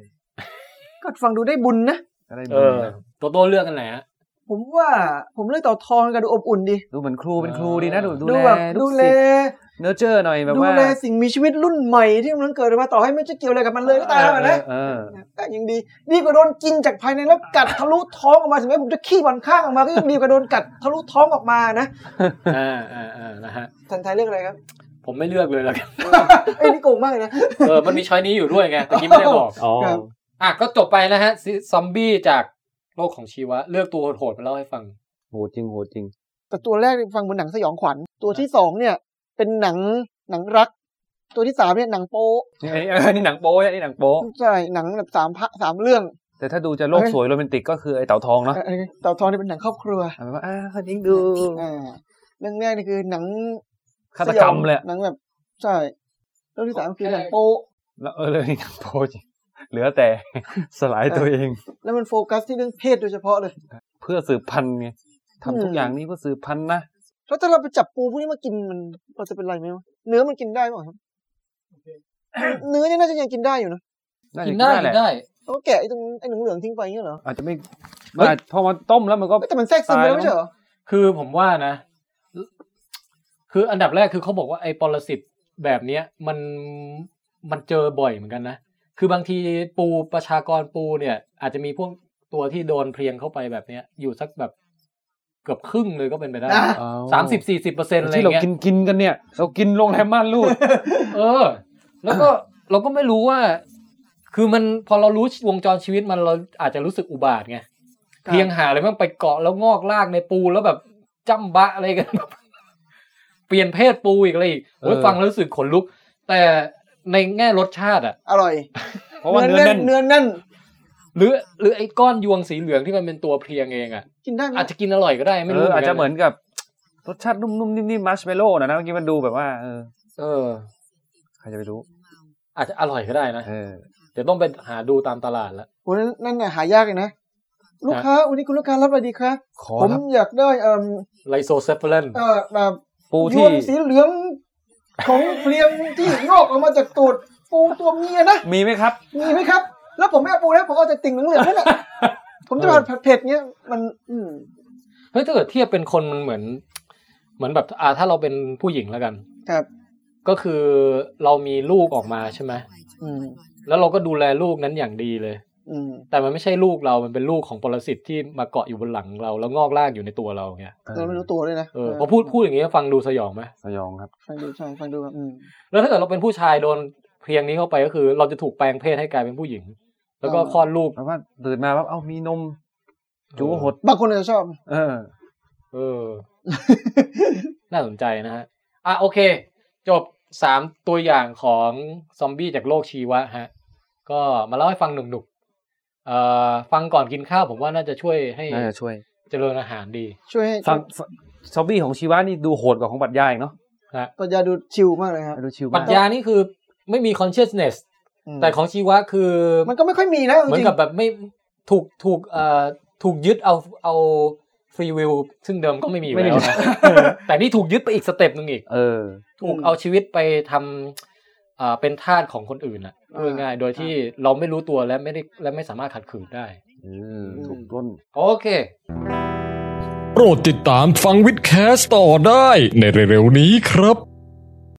Speaker 2: ก็ฟังดูได้บุญนะ
Speaker 3: ก็ได้
Speaker 1: เอ
Speaker 3: บุญ
Speaker 1: อ
Speaker 3: นะ
Speaker 1: ตัวโตเลือกกันไหนฮะ
Speaker 2: ผมว่าผมเลือกเต่าทองกันดูอบอุ่นดี
Speaker 3: ดูเหมือนครูเป็นครูดีนะ ดูดู
Speaker 2: ดู
Speaker 3: แล
Speaker 2: แบบ
Speaker 3: ลู
Speaker 2: ดู
Speaker 3: ก
Speaker 2: แล
Speaker 3: ศิษย์เนื้อเจอหน่อยแบบ
Speaker 2: ดู
Speaker 3: ว่า
Speaker 2: แลสิ่งมีชีวิตรุ่นใหม่ที่กำลังเกิดมาต่อให้ไม่จะเกี่ยวอะไรกับมันเลยก็ตามแล้วนะ
Speaker 3: เออเออ
Speaker 2: ก็ยังดีดีกว่าโดนกินจากภายในแล้วกัดทะลุท้องออกมาถึงแม้ผมจะขี้บอลข้างออกมาก็ยังดีกว่าโดนกัดทะลุท้องออกมานะ
Speaker 1: อ่าอ่าอ่านะฮะ
Speaker 2: ทันทายเลือกอะไรครับ
Speaker 1: ผมไม่เลือกเลยแล้วกัน
Speaker 2: ไอ้ยนี่โกงมากเลยนะ
Speaker 1: เออ มันมีช้อยนี้อยู่ด้วยไงแต่กี้ไม่ได้บอก
Speaker 3: อ๋อ
Speaker 2: ครับ
Speaker 1: อ่ะก็จบไปนะฮะซิซอมบี้จากโลกของชีวะ เลือกตัวโหดๆมาเล่าให้ฟัง
Speaker 3: โหจริงโหจริง
Speaker 2: แต่ตัวแรกเนี่ยฟังเหมือนหนังสยองขวัญ ตัวที่สองเนี่ย เป็นหนังหนังรัก ตัวที่สามเนี่ยหนังโป๊
Speaker 3: นี่อันนี้อันนี้หนังโป๊ะนี่หนังโป๊ะ
Speaker 2: ใช่หนังแบบสามพระสามเรื่อง
Speaker 3: แต่ถ้าดูจะโลกสวยโรแมนติกก็คือไอ้เต่าทองเนาะ
Speaker 2: เอ่อเต่าทองเนี่ยเป็นหนังครอบครัว
Speaker 3: เอาเป็นว่าอ่าคนนี้ดู
Speaker 2: อ่าเรื่องแรกนี่คือหนัง
Speaker 3: ฆาตกรรมเลย
Speaker 2: หนังแบบใช่เรื่องที่สามคือหนังโป๊
Speaker 3: แล้วเออเลยหนังโป๊ะจริงเหลือแต่ สลายตัวเอง
Speaker 2: แล้วมันโฟกัสที่เรื่องเพศโดยเฉพาะเลย
Speaker 3: เพื่อสืบพันธุ์ไงทำทุกอย่างนี้เพื่อสืบพันธุ์นะ
Speaker 2: แล้วถ้าเราไปจับปูพวกนี้มากินมันเราจะเป็นไรไหมวะเนื้อมันกินได้ป่ะครับเนื้อเนี่ยน่าจะยังกินได้อยู่นะ
Speaker 3: น่าจะ
Speaker 1: กินได้
Speaker 3: แห
Speaker 1: กิ
Speaker 3: ละ
Speaker 1: นได้
Speaker 2: เราก็แกะไอ้ตรงไอ้หนังเหลืองๆทิ้งไปเงี้ยเหรอ
Speaker 3: อาจจะไม่
Speaker 1: เฮ้ย
Speaker 3: อาจพอมาต้มแล้วมันก็
Speaker 2: เอ้ยแต่มันแทรกซึมไปแล้วไม่ใช่เหรอ
Speaker 1: คือผมว่านะ คืออันดับแรกคือเขาบอกว่าไอ้ปรสิตแบบเนี้ย มันมันเจอบ่อยเหมือนกันนะ คือบางทีปูประชากรปูเนี่ย อาจจะมีพวกตัวที่โดนเพลียงเข้าไปแบบเนี้ย อยู่สักแบบเกือบครึ่งเลยก็เป็นไปได้
Speaker 2: นะ
Speaker 1: สามสิบสี่สิบเปอร์เซ็นต์อะไร
Speaker 3: ที่เรา
Speaker 1: เงี้ย
Speaker 3: กินกินกันเนี่ย เรากินโรงแรมม่านรูด
Speaker 1: เออ แล้วก็เราก็ไม่รู้ว่า คือมันพอเรารู้วงจรชีวิตมันเราอาจจะรู้สึกอุบาทไง
Speaker 2: ครับ
Speaker 1: เพียงหาอะไรมันไปเกาะแล้วงอกลากในปูแล้วแบบจ้ำบ ะอะไรกัน เปลี่ยนเพศปูอีกอะไรอีกโอ้ย
Speaker 7: เออ
Speaker 1: ฟังแล้วรู้สึกขนลุก แต่ในแง่รสชาติอะ
Speaker 2: อร่อย
Speaker 3: เพราะว่าเนื้อแน่น
Speaker 2: เนื้อแน่น
Speaker 1: หรือหรือไอ้ก้อนยวงสีเหลืองที่มันเป็นตัวเพลียงเองอ่ะ
Speaker 2: กินได้ไหม
Speaker 1: อาจจะกินอร่อยก็ได้ไม่
Speaker 3: เอ
Speaker 1: รู้
Speaker 3: ออาจจะเหมือนกับรสชาตินุ่มๆนิ่มๆมัชเมลโล่นะนะเมื่อกี้มันดูแบบว่าเออ
Speaker 1: เออ
Speaker 3: ใครจะไปรู้
Speaker 1: อาจจะอร่อยก็ได้นะ
Speaker 3: เออ
Speaker 1: เดี๋ยวต้องไปหาดูตามตลาดละ
Speaker 2: โอ้นั่นนั่นน่ะหายากเลยนะลูกค้าวันนี้คุณลูกค้ารับอะไรดีคะ
Speaker 3: ขอ
Speaker 2: ผม
Speaker 3: รับ
Speaker 2: อยากได้เอ่อ
Speaker 1: ไลโซเซฟเฟลน
Speaker 2: เอ่อแบบ
Speaker 3: ปู
Speaker 2: ย
Speaker 3: ที่
Speaker 2: วนสีเหลืองของเพลียงที่งอกออกมาจากตูดปูตัวเมียนะ
Speaker 3: มีไหมครับ
Speaker 2: มีไหมครับ แล้วผมไม่เอาปูแล้วผมเอาแต่ติ่งเหลืองๆ นั่นแหละ ผมจะมาผัดเผ็ดเนี้ยมันอืม
Speaker 1: เฮ้ยถ้าเกิดเทียบเป็นคนมันเหมือน เหมือนแบบอ่าถ้าเราเป็นผู้หญิงแล้วกัน
Speaker 2: ครับ
Speaker 1: ก็คือเรามีลูกออกมาใช่ไหม
Speaker 2: อืม
Speaker 1: แล้วเราก็ดูแลลูกนั้นอย่างดีเลย
Speaker 2: อืม
Speaker 1: แต่มันไม่ใช่ลูกเรา มันเป็นลูกของปรสิตที่มาเกาะอยู่บนหลังเรา แล้วงอกลากอยู่ในตัวเราเงี้ย
Speaker 2: เราไม่รู้ตัวด้วยนะ
Speaker 1: เออพอพูดพูดอย่างนี้ฟังดูสยองไหม
Speaker 3: สยองครับ
Speaker 2: ฟังดูใช่ฟังดูแบบอืม
Speaker 1: แล้วถ้าเกิดเราเป็นผู้ชายโดนเพลียงนี้เข้าไปก็คือ เราจะถูกแปลงเพศให้กลายเป็นผู้หญิง แล้วก็
Speaker 2: อ๋อ
Speaker 1: คลอดลูก
Speaker 3: เพราะว่าตื่นมาว่าเอ้ามีนม จูหด
Speaker 2: บางคนอาจจะชอบ
Speaker 3: เออ
Speaker 1: เออ น่าสนใจนะฮะ อ่ะโอเค จบสามตัวอย่างของซอมบี้จากโลกชีวะฮะ ก็มาเล่าให้ฟังหนุกๆเอ่อฟังก่อนกินข้าวผมว่าน่าจะช่วยให้
Speaker 3: น่าจะช่วย
Speaker 1: เจริญอาหารดี
Speaker 2: ช่วยให้
Speaker 3: ฟังซอมบี้ของชีวะนี่ดูโหดกว่าของบัตรยาอีกเนาะ
Speaker 2: ปัญญาดูชิลมากเลยครับ
Speaker 3: ดูชิว
Speaker 1: ปรั
Speaker 3: มา
Speaker 1: ช
Speaker 3: ก
Speaker 1: ญานี่คือไม่มี consciousness
Speaker 2: อืม
Speaker 1: แต่ของชีวะคือ
Speaker 2: มันก็ไม่ค่อยมีนะจ
Speaker 1: เหมือ
Speaker 2: ริ
Speaker 1: น
Speaker 2: ง
Speaker 1: กับแบบไม่ถูกถูกเอ่อถูกยึดเอาเอาฟรีวิลซึ่งเดิมก็ไม่มีอยู่แล้วนะ แต่นี่ถูกยึดไปอีกสเต็ปหนึ่งอีก
Speaker 3: เออ
Speaker 1: ถูกเอาชีวิตไปทำเอ่อเป็นทาสของคนอื่นอ่ะพูดง่ายๆโดยที่เราไม่รู้ตัวและไม่ได้และไม่สามารถขัดขืนได้
Speaker 3: เออ ถูกต้น
Speaker 1: โอเค
Speaker 6: โปรดติดตามฟังวิดแคสต์ต่อได้ในเร็วๆนี้ครับ